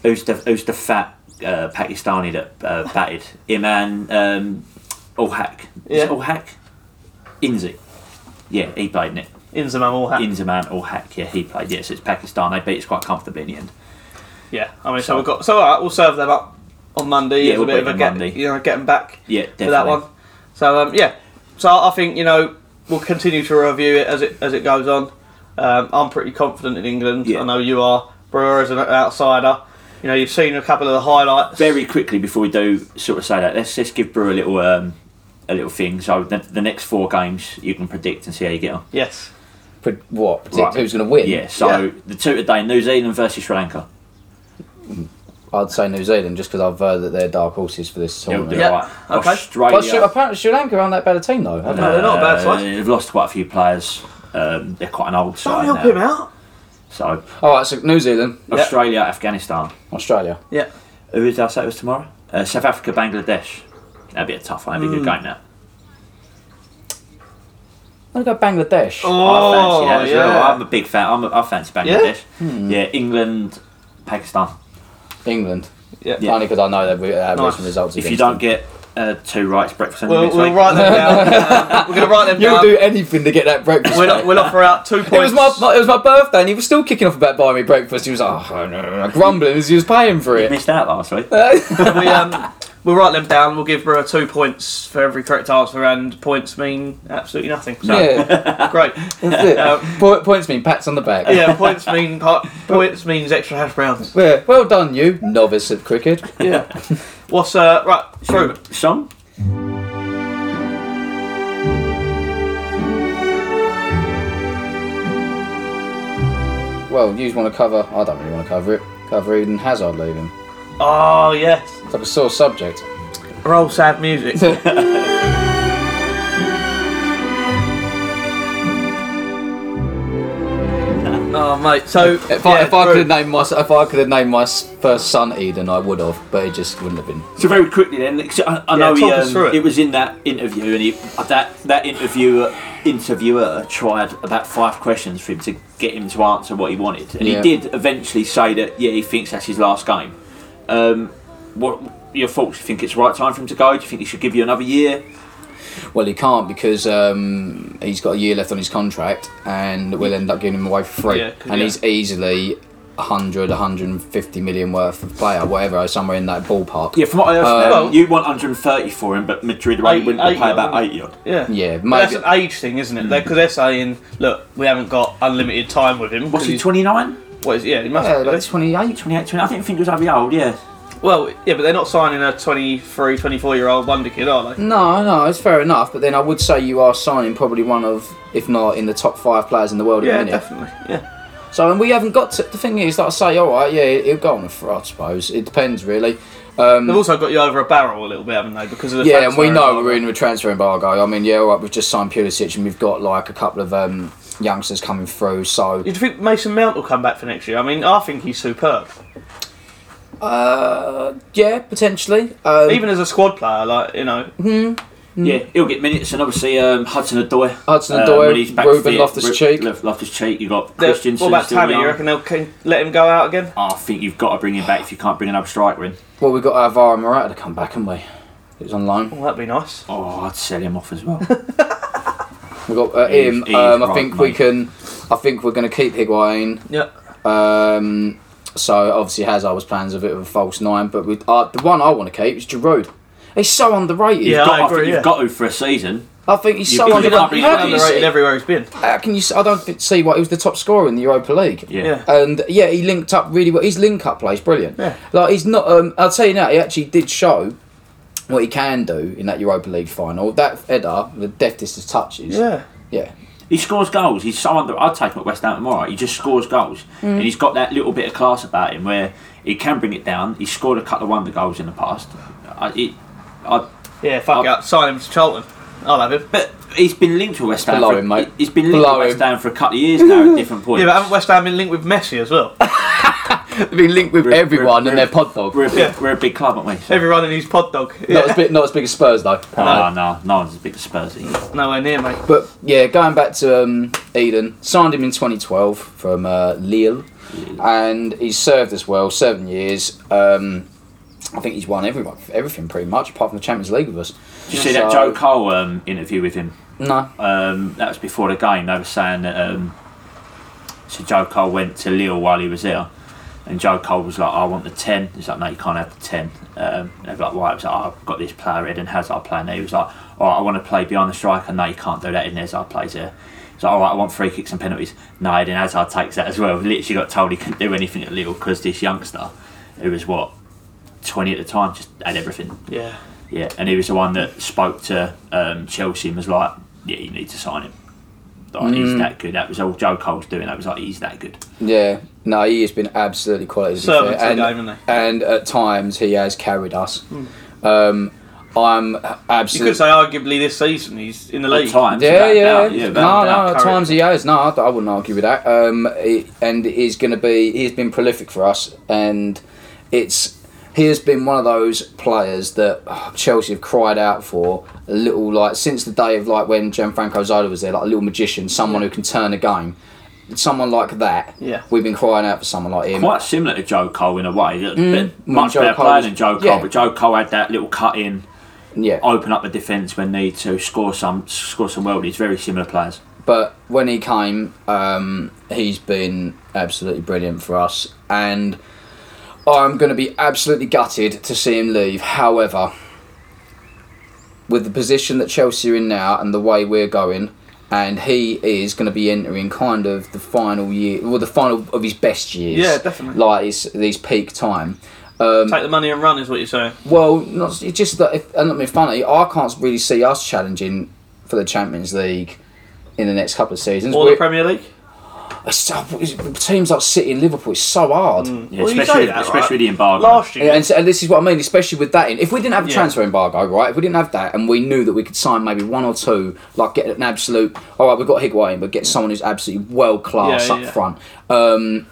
[SPEAKER 2] who's the who's the fat uh, Pakistani that uh, batted him and um, Ulhak. Is it
[SPEAKER 3] Yeah.
[SPEAKER 2] Ulhak? Inzi. Yeah, he played in it.
[SPEAKER 3] Inzamam all hat.
[SPEAKER 2] Inzaman or Hack, yeah, he played. Yes, it's Pakistan. They beat us quite comfortably in the end.
[SPEAKER 3] Yeah, I mean, so we've got so all right. We'll serve them up on Monday.
[SPEAKER 2] Yeah,
[SPEAKER 3] as
[SPEAKER 2] we'll
[SPEAKER 3] a bit
[SPEAKER 2] put
[SPEAKER 3] of
[SPEAKER 2] it
[SPEAKER 3] a
[SPEAKER 2] on
[SPEAKER 3] get,
[SPEAKER 2] Monday.
[SPEAKER 3] you know, get 'em back.
[SPEAKER 2] Yeah,
[SPEAKER 3] for that
[SPEAKER 2] definitely.
[SPEAKER 3] one. So um, yeah, so I think you know we'll continue to review it as it as it goes on. Um, I'm pretty confident in England.
[SPEAKER 2] Yeah.
[SPEAKER 3] I know you are. Brewer is an outsider. You know, you've seen a couple of the highlights.
[SPEAKER 2] Very quickly before we do sort of say that, let's just give Brew a little um, a little thing. So the, the next four games you can predict and see how you get on.
[SPEAKER 3] yes.
[SPEAKER 1] Pre- what? Predict
[SPEAKER 2] Right.
[SPEAKER 1] who's going to win?
[SPEAKER 2] Yeah. So
[SPEAKER 3] Yeah.
[SPEAKER 2] the two today: New Zealand versus Sri Lanka.
[SPEAKER 1] I'd say New Zealand just because I've heard that they're dark horses for this
[SPEAKER 2] They'll do
[SPEAKER 1] tournament.
[SPEAKER 3] Yeah.
[SPEAKER 2] alright.
[SPEAKER 3] Okay.
[SPEAKER 2] Australia.
[SPEAKER 1] But Sri, apparently Sri Lanka aren't that bad a team though.
[SPEAKER 3] No, they're not a bad
[SPEAKER 2] uh,
[SPEAKER 3] side.
[SPEAKER 2] They've lost quite a few players. Um, they're quite an old
[SPEAKER 3] Don't
[SPEAKER 2] side
[SPEAKER 3] help
[SPEAKER 2] now.
[SPEAKER 3] him eh? out.
[SPEAKER 2] So
[SPEAKER 1] All right, so New Zealand,
[SPEAKER 2] Australia, Afghanistan.
[SPEAKER 1] Australia.
[SPEAKER 3] Yeah.
[SPEAKER 2] Who is our set was tomorrow? Uh, South Africa, Bangladesh. That'd be a tough one. That'd be a good game now.
[SPEAKER 1] I'm going to go Bangladesh.
[SPEAKER 3] Oh.
[SPEAKER 2] I fancy that as
[SPEAKER 3] yeah.
[SPEAKER 2] well. I'm a big fan. I'm a, I fancy Bangladesh. Yeah, England, Pakistan.
[SPEAKER 1] England.
[SPEAKER 3] Yeah.
[SPEAKER 1] Only 'cause Only because I know that we have
[SPEAKER 3] Nice.
[SPEAKER 1] recent results.
[SPEAKER 2] If you
[SPEAKER 1] against
[SPEAKER 2] don't
[SPEAKER 1] them.
[SPEAKER 2] get uh, two rights, breakfast and
[SPEAKER 3] We'll,
[SPEAKER 2] next
[SPEAKER 3] we'll
[SPEAKER 2] week.
[SPEAKER 3] write them down. We're going to write them
[SPEAKER 1] you'll
[SPEAKER 3] down.
[SPEAKER 1] do anything to get that breakfast.
[SPEAKER 3] We'll, we'll offer out two
[SPEAKER 1] It
[SPEAKER 3] Um, points.
[SPEAKER 1] was my, my- it was my birthday, and he was still kicking off about buying me breakfast. He was like, oh, no, no, no," grumbling as he was paying for it.
[SPEAKER 2] Missed out last week.
[SPEAKER 3] we, um, we'll write them down. We'll give Brewer two points for every correct answer, and points mean absolutely nothing. So
[SPEAKER 1] yeah,
[SPEAKER 3] great.
[SPEAKER 1] that's it.
[SPEAKER 3] Um,
[SPEAKER 1] Po- points mean pats on the back.
[SPEAKER 3] Yeah, points mean po- points means extra hash browns.
[SPEAKER 1] Yeah, well done, you novice at cricket.
[SPEAKER 3] Yeah. What's uh right? Crew.
[SPEAKER 2] Song?
[SPEAKER 1] Well, you want to cover? I don't really want to cover it. Cover Eden Hazard leaving.
[SPEAKER 3] Oh yes.
[SPEAKER 1] It's like a sore subject.
[SPEAKER 3] Roll sad music. oh mate. So
[SPEAKER 1] If I,
[SPEAKER 3] yeah,
[SPEAKER 1] if I could
[SPEAKER 3] Brew.
[SPEAKER 1] have named my if I could have named my s- first son Eden, I would have, but it just wouldn't have been.
[SPEAKER 2] So very quickly then, 'cause I, I
[SPEAKER 3] Yeah,
[SPEAKER 2] know he,
[SPEAKER 3] talk us
[SPEAKER 2] um,
[SPEAKER 3] through it.
[SPEAKER 2] it was in that interview, and he, that that interviewer interviewer tried about five questions for him to get him to answer what he wanted, and
[SPEAKER 1] Yeah.
[SPEAKER 2] he did eventually say that yeah, he thinks that's his last game. Um, what your thoughts? Do you think it's the right time for him to go? Do you think he should give you another year?
[SPEAKER 1] Well, he can't because um, he's got a year left on his contract, and we'll end up giving him away for free.
[SPEAKER 3] Yeah, 'cause-
[SPEAKER 1] and he's easily 100, 150 million worth of player, whatever, somewhere in that ballpark.
[SPEAKER 2] Yeah, from what I understand,
[SPEAKER 3] Well-
[SPEAKER 2] you want 130 for him, but Madrid are
[SPEAKER 3] Eight-
[SPEAKER 2] willing to
[SPEAKER 3] eight,
[SPEAKER 2] pay about
[SPEAKER 3] I
[SPEAKER 2] 80 odd.
[SPEAKER 3] yeah.
[SPEAKER 1] Yeah,
[SPEAKER 3] But
[SPEAKER 1] maybe-
[SPEAKER 3] that's an age thing, isn't it? Because they're saying, look, we haven't got unlimited time with him. 'cause
[SPEAKER 2] Was he
[SPEAKER 3] he's-
[SPEAKER 2] 29?
[SPEAKER 3] What is? Yeah, he must.
[SPEAKER 1] Yeah,
[SPEAKER 3] be.
[SPEAKER 1] like 28.
[SPEAKER 2] 28, 20? I didn't think he was that old, yeah.
[SPEAKER 3] Well, yeah, but they're not signing a 23, 24 year old wonder kid, are they?
[SPEAKER 1] No, no, it's fair enough, but then I would say you are signing probably one of, if not in the top five players in the world at the
[SPEAKER 3] Yeah,
[SPEAKER 1] minute.
[SPEAKER 3] definitely. Yeah.
[SPEAKER 1] So, and we haven't got to. The thing is, like I say, all right, yeah, he'll go on for, I suppose. It depends, really.
[SPEAKER 3] They've also got you over a barrel a little bit, haven't they? Because of the
[SPEAKER 1] Um, Yeah, and we
[SPEAKER 3] transfer
[SPEAKER 1] know
[SPEAKER 3] embargo.
[SPEAKER 1] we're in a transfer embargo. I mean, yeah, all right, we've just signed Pulisic and we've got like a couple of um, youngsters coming through. So
[SPEAKER 3] Do you think Mason Mount will come back for next year? I mean, I think he's superb.
[SPEAKER 1] uh, yeah, potentially. Um,
[SPEAKER 3] Even as a squad player, like you know,
[SPEAKER 1] Hmm.
[SPEAKER 2] Yeah, he'll get minutes, and obviously um, Hudson Um, Adoy.
[SPEAKER 1] Mm-hmm. Hudson Odoi, Ruben Loftus-Cheek.
[SPEAKER 2] Loftus Cheek, you've got
[SPEAKER 3] they're-
[SPEAKER 2] Christiansen.
[SPEAKER 3] what about
[SPEAKER 2] still
[SPEAKER 3] Tammy?
[SPEAKER 2] young.
[SPEAKER 3] You reckon they'll can, let him go out again?
[SPEAKER 2] I think you've got to bring him back if you can't bring another striker in.
[SPEAKER 1] well, we've got Alvaro Morata to come back, haven't we? It's on loan.
[SPEAKER 3] Well, that'd be nice.
[SPEAKER 2] Oh, I'd sell him off as well.
[SPEAKER 1] We've got uh,
[SPEAKER 2] He's-
[SPEAKER 1] him.
[SPEAKER 2] he's
[SPEAKER 1] um, I
[SPEAKER 2] right,
[SPEAKER 1] think we
[SPEAKER 2] mate.
[SPEAKER 1] can. I think we're going to keep Higuain.
[SPEAKER 3] Yeah.
[SPEAKER 1] Um, so obviously Hazard was plans a bit of a false nine, but we, uh, the one I want to keep is Giroud. He's so underrated.
[SPEAKER 3] Yeah.
[SPEAKER 2] Got-
[SPEAKER 3] I agree,
[SPEAKER 2] think
[SPEAKER 3] yeah.
[SPEAKER 2] you've got to for a season.
[SPEAKER 1] I think he's
[SPEAKER 2] You
[SPEAKER 1] so
[SPEAKER 2] can't
[SPEAKER 1] under-
[SPEAKER 2] be
[SPEAKER 1] how can you
[SPEAKER 2] underrated
[SPEAKER 1] see-
[SPEAKER 3] Underrated everywhere he's been.
[SPEAKER 1] How can you? s- I don't th- see why he was the top scorer in the Europa League.
[SPEAKER 2] Yeah.
[SPEAKER 3] Yeah.
[SPEAKER 1] And yeah, he linked up really well. His link up play is brilliant.
[SPEAKER 3] Yeah.
[SPEAKER 1] Like he's not. Um, I'll tell you now, he actually did show what he can do in that Europa League final. That header, the deftest of touches.
[SPEAKER 3] Yeah.
[SPEAKER 1] Yeah.
[SPEAKER 2] He scores goals. He's so under. I'd take him at West Ham tomorrow. He just scores goals,
[SPEAKER 1] Mm.
[SPEAKER 2] and he's got that little bit of class about him where he can bring it down. He scored a couple of wonder goals in the past. I, it, I,
[SPEAKER 3] Yeah. Fuck
[SPEAKER 2] I'll-
[SPEAKER 3] it up. Sign him to Charlton. I'll have him.
[SPEAKER 2] but he's been linked to West Ham.
[SPEAKER 1] Below
[SPEAKER 2] for,
[SPEAKER 1] him, mate.
[SPEAKER 2] He's been linked
[SPEAKER 1] Below
[SPEAKER 2] to West
[SPEAKER 1] him.
[SPEAKER 3] um,
[SPEAKER 2] Ham for a couple of years now at different points.
[SPEAKER 3] Yeah, but haven't West Ham been linked with Messi as well?
[SPEAKER 1] be linked with
[SPEAKER 2] We're- we're-
[SPEAKER 1] everyone and
[SPEAKER 2] we're-
[SPEAKER 1] their pod dog.
[SPEAKER 2] We're a big,
[SPEAKER 3] Yeah.
[SPEAKER 2] we're a big club, aren't we? So-
[SPEAKER 3] Everyone in his pod dog. Yeah.
[SPEAKER 1] Not as big, not as big as Spurs though.
[SPEAKER 2] Oh, no, no one's as big as Spurs. are you?
[SPEAKER 3] Nowhere near, mate.
[SPEAKER 1] But yeah, going back to um, Eden, signed him in 2012 from uh, Lille, and he's served as well seven years. Um, I think he's won everyone, everything pretty much, apart from the Champions League with us.
[SPEAKER 2] Did you see that
[SPEAKER 1] So-
[SPEAKER 2] Joe Cole um, interview with him?
[SPEAKER 1] No,
[SPEAKER 3] Uh.
[SPEAKER 2] Um, that was before the game. They were saying that um, so Joe Cole went to Lille while he was there, and Joe Cole was like, "Oh, "I want the 10. He's like, "No, you can't have the 10. Um, and they were like, "Why?" He was like, oh, "I've got this player, Eden Hazard playing there." He was like, "All right, I want to play behind the striker." No, you can't do that. Eden Hazard plays there. He's like, "All right, I want free kicks and penalties." No, Eden Hazard takes that as well. Literally got told he couldn't do anything at Lille because this youngster, who was what twenty at the time, just had everything.
[SPEAKER 3] Yeah.
[SPEAKER 2] Yeah, and he was the one that spoke to um, Chelsea and was like, "Yeah, you need to sign him. Like,
[SPEAKER 1] Mm.
[SPEAKER 2] He's that good." That was all Joe Cole's doing. That was like, "He's that good."
[SPEAKER 1] yeah, no, he has been absolutely quality. to be
[SPEAKER 3] Servant
[SPEAKER 1] fair,
[SPEAKER 3] to the game, isn't
[SPEAKER 1] and at times he has carried us. Um, I'm
[SPEAKER 3] Hmm. You could
[SPEAKER 1] absolutely.
[SPEAKER 3] say arguably this season he's in the league.
[SPEAKER 2] At times,
[SPEAKER 1] Yeah,
[SPEAKER 2] without
[SPEAKER 1] yeah,
[SPEAKER 2] doubt, yeah,
[SPEAKER 1] no,
[SPEAKER 2] without doubt.
[SPEAKER 1] no. At
[SPEAKER 3] current.
[SPEAKER 1] times he has. No, I, I wouldn't argue with that. Um, he- and he's going to be. He's been prolific for us, and it's. He has been one of those players that oh, Chelsea have cried out for a little like since the day of like when Gianfranco Zola was there, like a little magician, someone who can turn a game, someone like that.
[SPEAKER 3] Yeah.
[SPEAKER 1] we've been crying out for someone like him.
[SPEAKER 2] Quite similar to Joe Cole in a way. A bit
[SPEAKER 1] Well,
[SPEAKER 2] much
[SPEAKER 1] Joe
[SPEAKER 2] better
[SPEAKER 1] Cole
[SPEAKER 2] player
[SPEAKER 1] was-
[SPEAKER 2] than Joe Cole,
[SPEAKER 1] yeah.
[SPEAKER 2] but Joe Cole had that little cut in,
[SPEAKER 1] Yeah,
[SPEAKER 2] open up the defence when need to, score some, score some worldies. Very similar players.
[SPEAKER 1] but when he came, um, he's been absolutely brilliant for us, and I'm going to be absolutely gutted to see him leave. However, with the position that Chelsea are in now and the way we're going, and he is going to be entering kind of the final year, well, the final of his best years.
[SPEAKER 3] Yeah, definitely.
[SPEAKER 1] Like his, his peak time.
[SPEAKER 3] Take the money and run is what you're saying.
[SPEAKER 1] Well, not, it's just that, if, and not being funny, I can't really see us challenging for the Champions League in the next couple of seasons.
[SPEAKER 3] Or
[SPEAKER 1] We're-
[SPEAKER 3] the Premier League.
[SPEAKER 1] it's so, it's, teams like City and Liverpool, it's so hard.
[SPEAKER 2] Yeah,
[SPEAKER 3] Well, you
[SPEAKER 2] especially,
[SPEAKER 3] say that,
[SPEAKER 2] especially
[SPEAKER 3] right?
[SPEAKER 2] with the embargo.
[SPEAKER 3] Last
[SPEAKER 1] And,
[SPEAKER 3] year,
[SPEAKER 1] and, so- and this is what I mean, especially with that. In, if we didn't have a
[SPEAKER 3] Yeah.
[SPEAKER 1] transfer embargo, right? If we didn't have that, and we knew that we could sign maybe one or two, like get an absolute. All right, we've got Higuain, but get someone who's absolutely world class
[SPEAKER 3] Yeah,
[SPEAKER 1] up
[SPEAKER 3] yeah.
[SPEAKER 1] front. Um,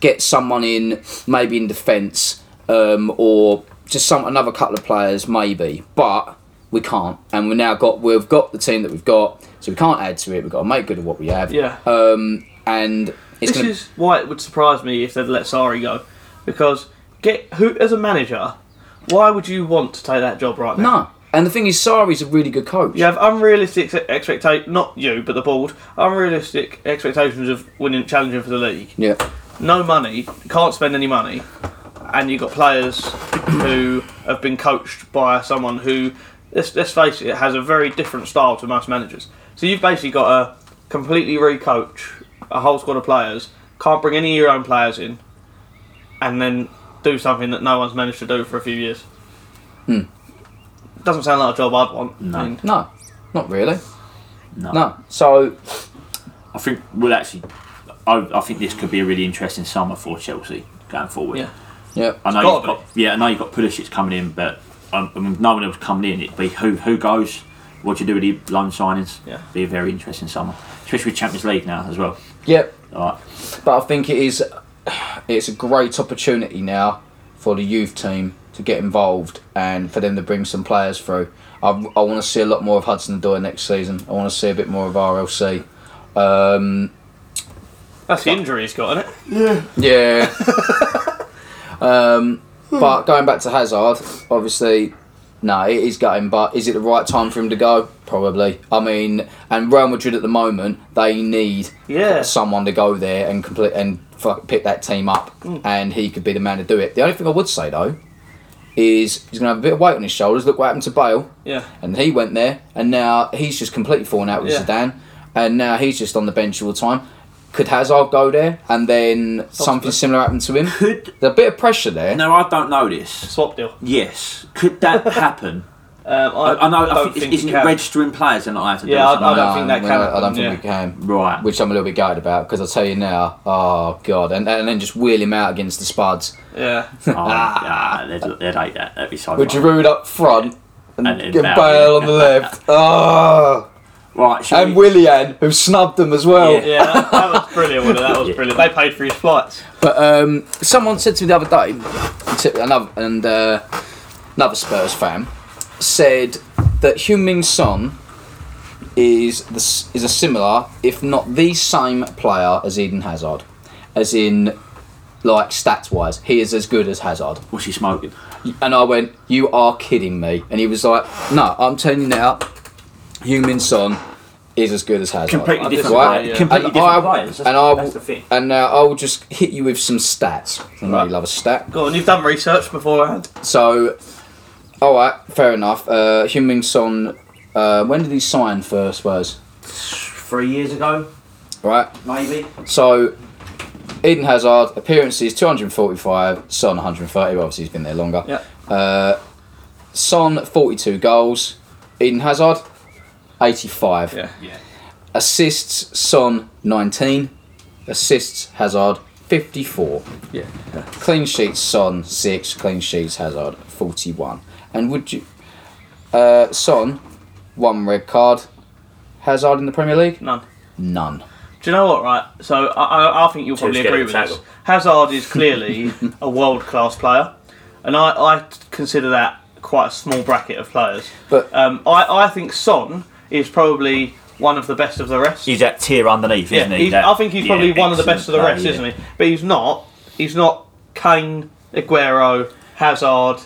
[SPEAKER 1] get someone in maybe in defence, um, or just some another couple of players maybe. But we can't, and we've now got we've got the team that we've got, so we can't add to it. We've got to make good of what we have.
[SPEAKER 3] yeah.
[SPEAKER 2] Uh,
[SPEAKER 1] Um, and it's
[SPEAKER 3] this
[SPEAKER 1] gonna.
[SPEAKER 3] is why it would surprise me if they'd let Sari go, because get who as a manager, why would you want to take that job right now?
[SPEAKER 1] No. And the thing is, Sari's a really good coach.
[SPEAKER 3] You have unrealistic expectations, not you, but the board, unrealistic expectations of winning, challenging for the league.
[SPEAKER 1] Yeah.
[SPEAKER 3] No money, can't spend any money, and you've got players who have been coached by someone who, let's, let's face it, has a very different style to most managers. So you've basically got to completely re-coach a whole squad of players, can't bring any of your own players in, and then do something that no one's managed to do for a few years. Doesn't sound like a job I'd want.
[SPEAKER 2] Hmm. No.
[SPEAKER 3] I mean,
[SPEAKER 1] No, not really.
[SPEAKER 2] No.
[SPEAKER 1] No. So,
[SPEAKER 2] I think we'll actually. I, I think this could be a really interesting summer for Chelsea going forward.
[SPEAKER 3] Yeah.
[SPEAKER 1] yeah.
[SPEAKER 2] I know
[SPEAKER 3] Gotta
[SPEAKER 2] you've got, yeah, I know you've got Pulisic coming in, but um, I mean, no one else coming in. It'd be who who goes, what do you do with the loan signings.
[SPEAKER 3] Yeah.
[SPEAKER 2] be a very interesting summer, especially with Champions League now as well.
[SPEAKER 1] Yep.
[SPEAKER 2] All right,
[SPEAKER 1] But I think it is it's a great opportunity now for the youth team to get involved and for them to bring some players through. I, I want to see a lot more of Hudson Doyle next season. I want to see a bit more of RLC. Um,
[SPEAKER 3] That's the injury he's got, isn't
[SPEAKER 1] Yeah.
[SPEAKER 3] it?
[SPEAKER 1] um, but going back to Hazard, obviously, no, it is gutting. But is it the right time for him to go? Probably. I mean, and Real Madrid at the moment, they need
[SPEAKER 3] Yeah.
[SPEAKER 1] someone to go there and complete and fuck, pick that team up, and he could be the man to do it. The only thing I would say though is he's going to have a bit of weight on his shoulders. Look what happened to Bale,
[SPEAKER 3] Yeah.
[SPEAKER 1] and he went there, and now he's just completely fallen out with
[SPEAKER 3] Yeah.
[SPEAKER 1] Zidane, and now he's just on the bench all the time. Could Hazard go there, and then something similar happened to him?
[SPEAKER 2] could
[SPEAKER 1] There's a bit of pressure there.
[SPEAKER 2] now I don't know this.
[SPEAKER 3] Swap deal.
[SPEAKER 2] Yes, could that happen?
[SPEAKER 3] Um,
[SPEAKER 2] I, I know. I
[SPEAKER 3] don't
[SPEAKER 2] think, it's- isn't
[SPEAKER 3] you
[SPEAKER 2] it
[SPEAKER 3] can.
[SPEAKER 2] registering players they're not allowed to do
[SPEAKER 3] Yeah, I
[SPEAKER 2] something like
[SPEAKER 3] don't think that
[SPEAKER 1] we-
[SPEAKER 3] can
[SPEAKER 1] Um, uh, I don't
[SPEAKER 3] happen,
[SPEAKER 1] think
[SPEAKER 3] yeah.
[SPEAKER 1] we can.
[SPEAKER 2] Right.
[SPEAKER 1] Which I'm a little bit gutted about because I tell you now, oh god, and, and then just wheel him out against the Spuds
[SPEAKER 3] Yeah.
[SPEAKER 2] that. Oh, ah, they'd, they'd hate that. That'd be so.
[SPEAKER 1] with
[SPEAKER 2] fun.
[SPEAKER 1] Giroud up front and,
[SPEAKER 2] And then
[SPEAKER 1] get
[SPEAKER 2] Bale.
[SPEAKER 1] Bale on the left. Oh,
[SPEAKER 2] Right, shall
[SPEAKER 1] and
[SPEAKER 2] we?
[SPEAKER 1] Willian, who snubbed them as well.
[SPEAKER 2] Yeah.
[SPEAKER 3] Yeah, that, that was brilliant. wasn't it? That was brilliant. They paid for his flights.
[SPEAKER 1] But um, someone said to me the other day, to- another and uh, another Spurs fan said that Heung-Min Son is the, s- is a similar, if not the same player as Eden Hazard, as in like stats wise, he is as good as Hazard.
[SPEAKER 2] What's he smoking?
[SPEAKER 1] And I went, "You are kidding me!" And he was like, "No, I'm telling you now, Heung-Min Son." Is as good as Hazard.
[SPEAKER 2] Completely different
[SPEAKER 1] Right?
[SPEAKER 2] player. Completely
[SPEAKER 1] and
[SPEAKER 2] different
[SPEAKER 1] I,
[SPEAKER 2] players. That's,
[SPEAKER 1] and I
[SPEAKER 2] that's
[SPEAKER 1] will-
[SPEAKER 2] the thing.
[SPEAKER 1] and now I will just hit you with some stats. I really
[SPEAKER 2] Right.
[SPEAKER 1] love a stat.
[SPEAKER 3] Go on, you've done research beforehand.
[SPEAKER 1] So, all right, fair enough. Uh, Heung-Min Son, uh, when did he sign for Spurs?
[SPEAKER 2] Three years ago,
[SPEAKER 1] Right.
[SPEAKER 2] maybe.
[SPEAKER 1] So, Eden Hazard appearances 245, Son 130. well, Obviously, he's been there longer.
[SPEAKER 3] Yeah.
[SPEAKER 1] Uh, Son 42 goals. Eden Hazard 85.
[SPEAKER 3] Yeah.
[SPEAKER 1] Assists Son 19. Assists Hazard 54.
[SPEAKER 3] Yeah.
[SPEAKER 1] Clean sheets Son six, clean sheets Hazard forty one. And would you uh, Son one red card, Hazard in the Premier League
[SPEAKER 3] None.
[SPEAKER 1] none.
[SPEAKER 3] Do you know what, right? So I, I, I think you'll probably
[SPEAKER 4] scared
[SPEAKER 3] agree
[SPEAKER 4] to
[SPEAKER 3] with
[SPEAKER 4] tackle.
[SPEAKER 3] this. Hazard is clearly a world class player, and I, I consider that quite a small bracket of players.
[SPEAKER 1] But-
[SPEAKER 3] um, I, I think Son is probably one of the best of the rest.
[SPEAKER 2] He's that tier underneath,
[SPEAKER 3] Yeah,
[SPEAKER 2] isn't he?
[SPEAKER 3] he's-
[SPEAKER 2] That-
[SPEAKER 3] I think he's
[SPEAKER 2] yeah,
[SPEAKER 3] probably one of the best of the
[SPEAKER 2] excellent
[SPEAKER 3] rest,
[SPEAKER 2] player,
[SPEAKER 3] isn't
[SPEAKER 2] yeah.
[SPEAKER 3] he? But he's not. He's not Kane, Aguero, Hazard.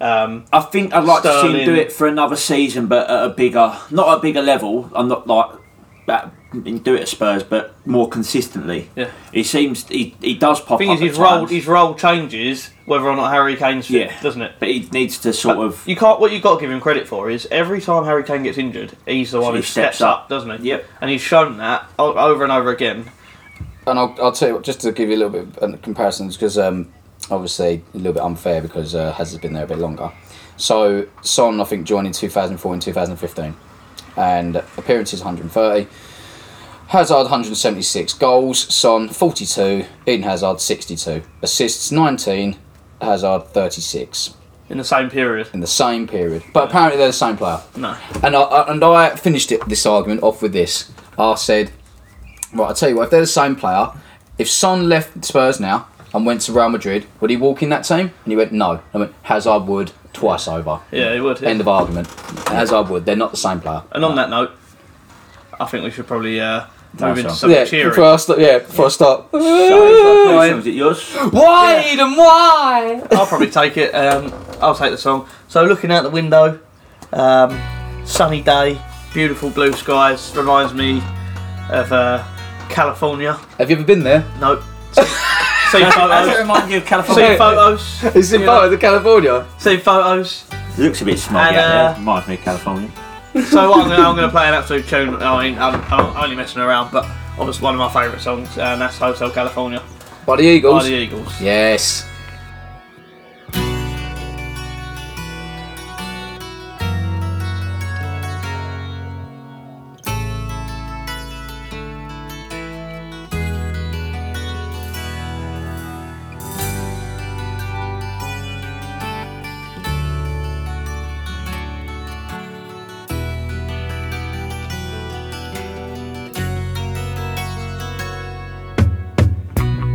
[SPEAKER 3] Um,
[SPEAKER 2] I think I'd like to see
[SPEAKER 3] Sterling.
[SPEAKER 2] him do it for another season, but at a bigger, not a bigger level. I'm not like that. Do it at Spurs, but more consistently.
[SPEAKER 3] Yeah.
[SPEAKER 2] He seems he, he does pop
[SPEAKER 3] thing
[SPEAKER 2] up.
[SPEAKER 3] is,
[SPEAKER 2] at
[SPEAKER 3] his role
[SPEAKER 2] times.
[SPEAKER 3] his role changes whether or not Harry Kane's fit,
[SPEAKER 2] yeah,
[SPEAKER 3] doesn't it?
[SPEAKER 2] But he needs to sort of.
[SPEAKER 3] You can't. What you got to give him credit for is every time Harry Kane gets injured, he's the one who steps, up, doesn't he?
[SPEAKER 2] Yep.
[SPEAKER 3] And he's shown that o- over and over again.
[SPEAKER 1] And I'll, I'll tell you what, just to give you a little bit of a comparison, because um, obviously a little bit unfair because uh, Hazard's been there a bit longer. So Son, I think, joined in 2004 and 2015, and appearances 130. Hazard 176 goals, Son 42, Eden Hazard 62, assists 19, Hazard 36
[SPEAKER 3] In the same period.
[SPEAKER 1] in the same period. But apparently they're the same player.
[SPEAKER 3] No.
[SPEAKER 1] And I- I, and I finished it, this argument off with this. I said, right, I'll tell you what, if they're the same player, if Son left Spurs now and went to Real Madrid, would he walk in that team? And he went, no. I went, Hazard would twice over.
[SPEAKER 3] Yeah, he would. yeah.
[SPEAKER 1] End of argument. Hazard would. They're not the same player.
[SPEAKER 3] And on that note, I think we should probably uh, move into
[SPEAKER 2] one.
[SPEAKER 3] some
[SPEAKER 1] yeah,
[SPEAKER 3] cheering.
[SPEAKER 1] before I start, yeah, before I start.
[SPEAKER 2] So, is it yours?
[SPEAKER 1] Why, Eden, why?
[SPEAKER 3] I'll probably take it. Um, I'll take the song. So looking out the window, um, sunny day, beautiful blue skies. Reminds me of uh, California.
[SPEAKER 1] Have you ever been there?
[SPEAKER 3] Nope. See, see
[SPEAKER 2] Does it
[SPEAKER 3] photos.
[SPEAKER 2] remind you of California?
[SPEAKER 3] See photos.
[SPEAKER 1] It's in
[SPEAKER 3] Yeah.
[SPEAKER 1] part of the California.
[SPEAKER 3] See photos.
[SPEAKER 2] It looks a bit smart.
[SPEAKER 3] And,
[SPEAKER 2] Yeah,
[SPEAKER 3] uh,
[SPEAKER 2] reminds me of California.
[SPEAKER 3] So what I'm gonna, I'm gonna play an absolute tune. I mean, I'm, I'm only messing around, but obviously one of my favourite songs, and that's Hotel California
[SPEAKER 1] By the Eagles.
[SPEAKER 3] by the E- Eagles.
[SPEAKER 1] Yes.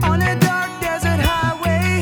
[SPEAKER 7] On a dark desert highway,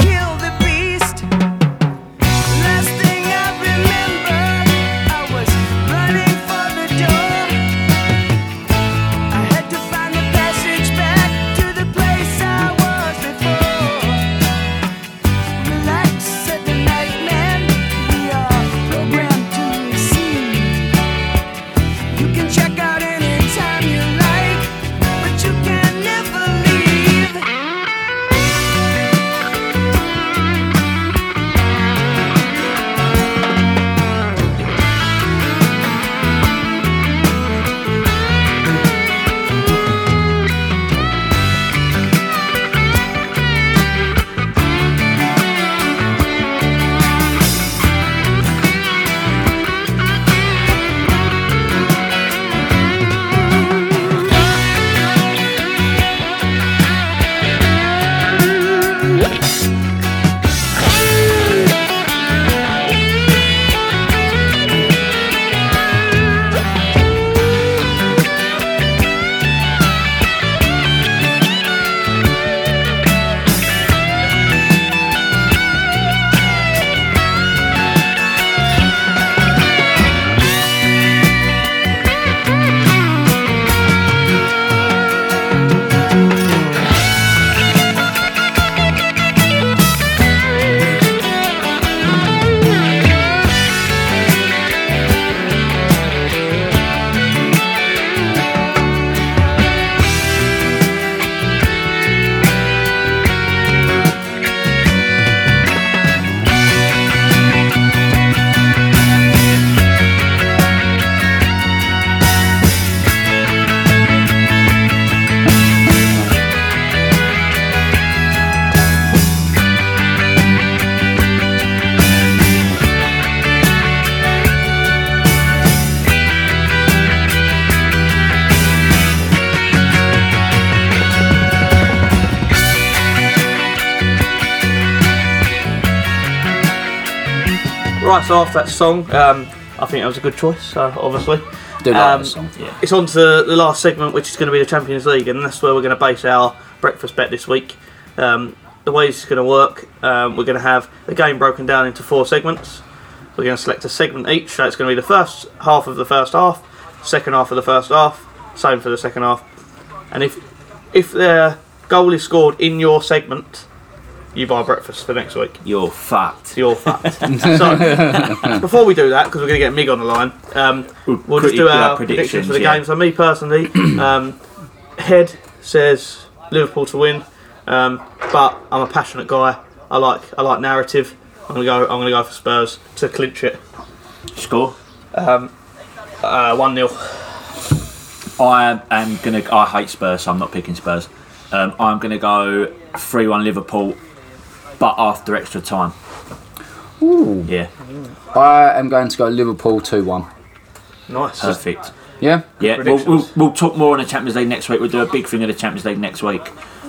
[SPEAKER 7] kill the beast. Last thing I remember, I was running for the door. I had to find the passage back to the place I was before. Relax, said the nightman. We are programmed to receive. You can check out anytime you like, but you can never leave.
[SPEAKER 3] Right, so after that song, um, I think that was a good choice, uh, obviously.
[SPEAKER 1] Do like
[SPEAKER 3] Um,
[SPEAKER 1] this song.
[SPEAKER 3] It's on to the last segment, which is going to be the Champions League, and that's where we're going to base our breakfast bet this week. Um, the way this is going to work, um, we're going to have the game broken down into four segments. We're going to select a segment each. That's going to be the first half of the first half, second half of the first half, same for the second half. And if if their goal is scored in your segment, you buy breakfast for next week.
[SPEAKER 2] You're fucked.
[SPEAKER 3] You're fucked. so, before we do that, because we're going to get Mig on the line, um,
[SPEAKER 2] We'll
[SPEAKER 3] we'll just
[SPEAKER 2] quickly
[SPEAKER 3] do
[SPEAKER 2] do
[SPEAKER 3] our
[SPEAKER 2] our
[SPEAKER 3] predictions for the
[SPEAKER 2] predictions, yeah.
[SPEAKER 3] game. So, me personally, um, head says Liverpool to win, um, but I'm a passionate guy. I like I like narrative. I'm gonna go. I'm gonna go for Spurs to clinch it.
[SPEAKER 2] Score.
[SPEAKER 3] Uh, One 0
[SPEAKER 2] I am gonna. I hate Spurs. so I'm not picking Spurs. Um, I'm gonna go three-one Liverpool, but after extra time. Ooh. Yeah.
[SPEAKER 1] I am going to go Liverpool 2 1.
[SPEAKER 3] Nice.
[SPEAKER 2] Perfect.
[SPEAKER 1] Yeah?
[SPEAKER 2] Yeah, we'll, we'll, we'll talk more on the Champions League next week. We'll do a big thing of the Champions League next week.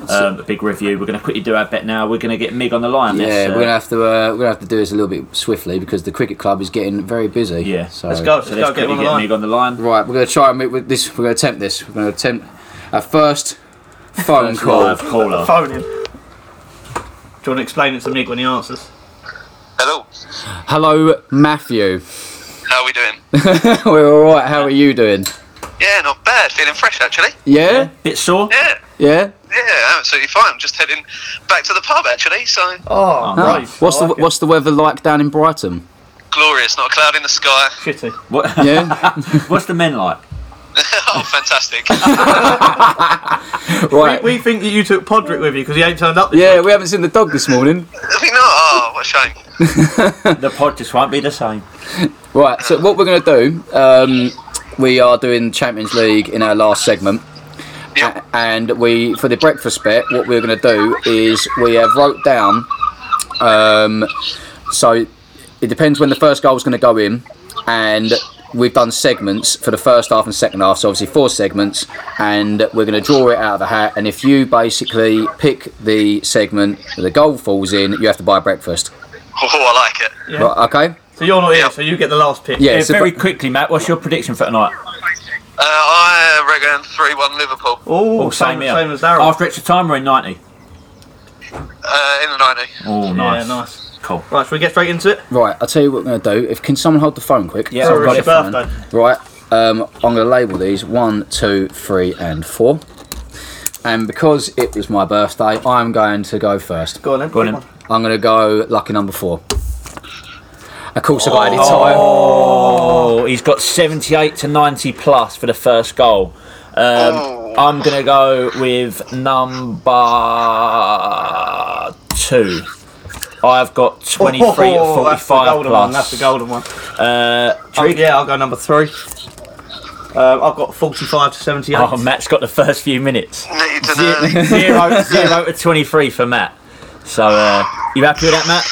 [SPEAKER 2] Um, a big review. We're going to quickly do our bet now. We're going to get Mig on the line.
[SPEAKER 1] Yeah, we're
[SPEAKER 2] Let's, uh,
[SPEAKER 1] gonna have to uh, we're gonna have to do this a little bit swiftly because the cricket club is getting very busy.
[SPEAKER 2] Yeah.
[SPEAKER 1] so
[SPEAKER 3] Let's go. let's
[SPEAKER 2] So let's
[SPEAKER 3] go get
[SPEAKER 2] quickly
[SPEAKER 3] him on the
[SPEAKER 2] get
[SPEAKER 3] line.
[SPEAKER 2] Mig on the line.
[SPEAKER 1] Right, we're gonna try and make with this. We're gonna attempt this. We're gonna attempt our first phone call.
[SPEAKER 2] Live caller.
[SPEAKER 3] Phone him. Do you want to explain it to Mig when he answers?
[SPEAKER 8] Hello,
[SPEAKER 1] Hello, Matthew.
[SPEAKER 8] how are we doing?
[SPEAKER 1] we're all right. How are you doing?
[SPEAKER 8] yeah, not bad. Feeling fresh actually.
[SPEAKER 1] Yeah,
[SPEAKER 2] Bit sore?
[SPEAKER 8] Yeah,
[SPEAKER 1] yeah.
[SPEAKER 8] yeah, absolutely fine. I'm just heading back to the pub actually. So
[SPEAKER 3] Oh,
[SPEAKER 2] no.
[SPEAKER 3] right.
[SPEAKER 1] What's
[SPEAKER 3] I
[SPEAKER 1] the
[SPEAKER 3] like it.
[SPEAKER 1] What's the weather like down in Brighton?
[SPEAKER 8] glorious, not a cloud in the sky.
[SPEAKER 3] shitty?
[SPEAKER 2] What,
[SPEAKER 1] Yeah,
[SPEAKER 2] what's the men like?
[SPEAKER 8] oh, fantastic.
[SPEAKER 1] right.
[SPEAKER 3] We think that you took Podrick with you because he ain't turned up. This
[SPEAKER 1] yeah, we haven't seen the dog this morning.
[SPEAKER 8] I mean, no, oh, what a shame.
[SPEAKER 2] The pod just won't be the same.
[SPEAKER 1] Right. So what we're gonna do? Um, we are doing Champions League in our last segment.
[SPEAKER 8] Yeah.
[SPEAKER 1] and we for the breakfast bet what we're going to do is we have wrote down um, so it depends when the first goal is going to go in and we've done segments for the first half and second half, so obviously four segments, and we're going to draw it out of the hat. And if you basically pick the segment, that the goal falls in, you have to buy breakfast.
[SPEAKER 8] Oh, I like it.
[SPEAKER 1] Right, okay?
[SPEAKER 4] So you're not here, so you get the last pick.
[SPEAKER 1] Yeah,
[SPEAKER 2] Yeah,
[SPEAKER 1] so-
[SPEAKER 2] very quickly, Matt. What's your prediction for tonight?
[SPEAKER 8] Uh, I reckon 3 1 Liverpool
[SPEAKER 4] Oh,
[SPEAKER 2] Oh,
[SPEAKER 4] same,
[SPEAKER 2] same, here.
[SPEAKER 4] same as Darren.
[SPEAKER 2] After extra time, we're in ninety.
[SPEAKER 8] uh, in the 90.
[SPEAKER 2] Oh, nice.
[SPEAKER 4] Yeah, nice.
[SPEAKER 2] Cool.
[SPEAKER 4] Right, should we get straight into it?
[SPEAKER 1] Right, I'll tell you what we're going to do. If Can someone hold the phone quick?
[SPEAKER 2] Yeah,
[SPEAKER 1] So
[SPEAKER 2] I've
[SPEAKER 1] I've
[SPEAKER 2] got
[SPEAKER 4] it's your
[SPEAKER 2] it.
[SPEAKER 1] got
[SPEAKER 4] birthday.
[SPEAKER 1] it. Right, um, I'm going to label these one, two, three, and four. And because it was my birthday, I'm going to go first.
[SPEAKER 4] Go on then.
[SPEAKER 2] Go on then.
[SPEAKER 1] I'm going to go lucky number four. Of course, I got any time.
[SPEAKER 2] Oh, he's got 78 to 90 plus for the first goal. Um, I'm going to go with number two. I've got 23
[SPEAKER 4] Oh,
[SPEAKER 2] to 45
[SPEAKER 4] that's the golden
[SPEAKER 2] plus.
[SPEAKER 4] one. That's the golden one.
[SPEAKER 2] Uh,
[SPEAKER 4] Oh,
[SPEAKER 2] Tariq?
[SPEAKER 4] yeah, I'll go number three. Um, I've got 45 to 78.
[SPEAKER 2] Oh, Matt's got the first few minutes.
[SPEAKER 8] Need to
[SPEAKER 2] Zero,
[SPEAKER 8] know.
[SPEAKER 2] zero, zero to 23 for Matt. So, uh, you happy with that, Matt?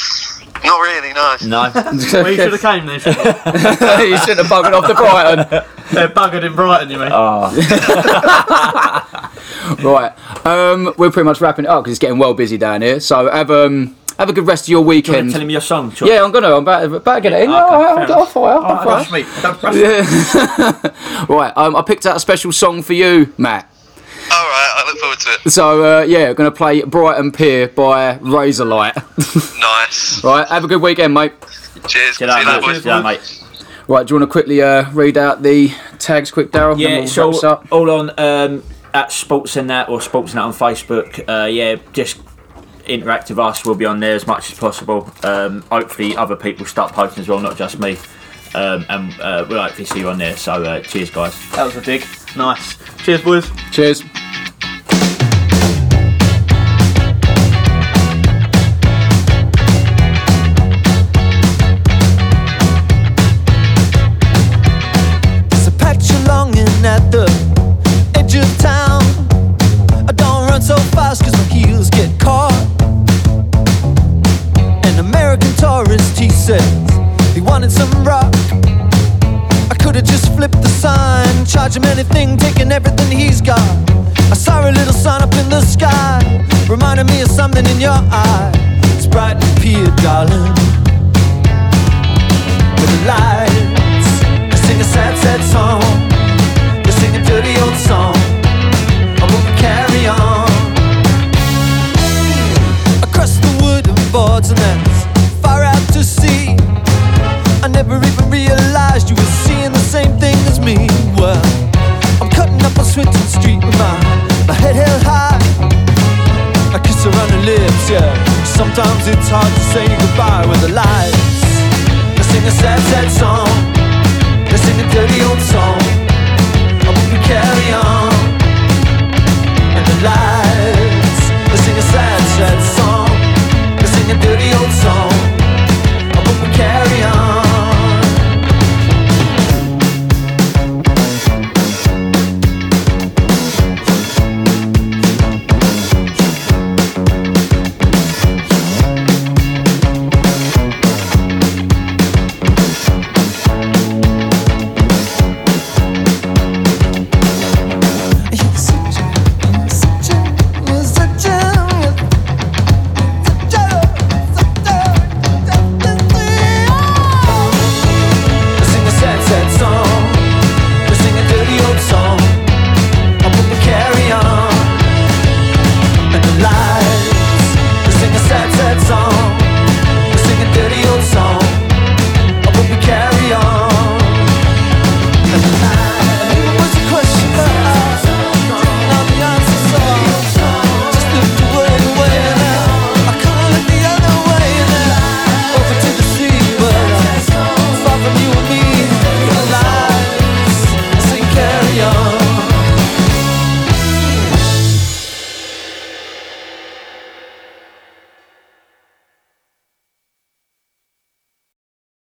[SPEAKER 8] Not really, no.
[SPEAKER 2] No.
[SPEAKER 4] Well, you should have came then. shouldn't you?
[SPEAKER 1] you shouldn't have buggered off to Brighton.
[SPEAKER 4] They're buggered in Brighton, you mean?
[SPEAKER 2] Oh.
[SPEAKER 1] Right, um, we're pretty much wrapping it up because it's getting well busy down here. So have um, have a good rest of your weekend.
[SPEAKER 2] Tell him your song, Chuck.
[SPEAKER 1] yeah, I'm gonna. I'm about, about to get it in.
[SPEAKER 2] Okay,
[SPEAKER 1] All right,
[SPEAKER 2] fair
[SPEAKER 1] I'll get off.
[SPEAKER 2] enough.
[SPEAKER 1] all right, I'll get off.
[SPEAKER 4] Brush me. Don't brush me.
[SPEAKER 1] Right, um, I picked out a special song for you, Matt.
[SPEAKER 8] Alright, I look forward to it.
[SPEAKER 1] So uh, yeah, we're gonna play Brighton Pier by Razorlight.
[SPEAKER 8] Nice.
[SPEAKER 1] right, have a good weekend, mate.
[SPEAKER 8] Cheers. See
[SPEAKER 2] Get
[SPEAKER 8] you later,
[SPEAKER 2] out, mate.
[SPEAKER 8] boys.
[SPEAKER 2] Get out, mate.
[SPEAKER 1] Right, do you want to quickly uh, read out the tags, quick, Daryl?
[SPEAKER 2] Yeah,
[SPEAKER 1] then
[SPEAKER 2] it's
[SPEAKER 1] we'll wrap
[SPEAKER 2] all,
[SPEAKER 1] this up.
[SPEAKER 2] all on um, at Sportsnet or Sportsnet on Facebook. Uh, yeah, just interact with us. We'll be on there as much as possible. Um, hopefully, other people start posting as well, not just me. Um, and uh, we'll hopefully see you on there. So, uh, cheers, guys.
[SPEAKER 4] That was a dig. Nice. Cheers, boys.
[SPEAKER 1] Cheers.
[SPEAKER 9] So patch you longing at the edge of town. I don't run so fast cause my heels get caught. An American tourist, he says, he wanted some rock. I could've just flipped the sign, charge him anything, taking everything he's got. I saw a little sign up in the sky, reminded me of something in your eye. It's bright and pure, darling with the lights. They sing a sad, sad song. They sing a dirty old song. I'm gonna carry on. Across the wooden boards and that's far out to sea. I never even realized you were seeing the same thing as me. Well, I'm cutting up on Swinton Street with my, my head held high. I kiss her on the lips, yeah. Sometimes it's hard to say goodbye with the lights. They sing a sad, sad song. They sing a dirty old song. I hope you carry on. And the lights.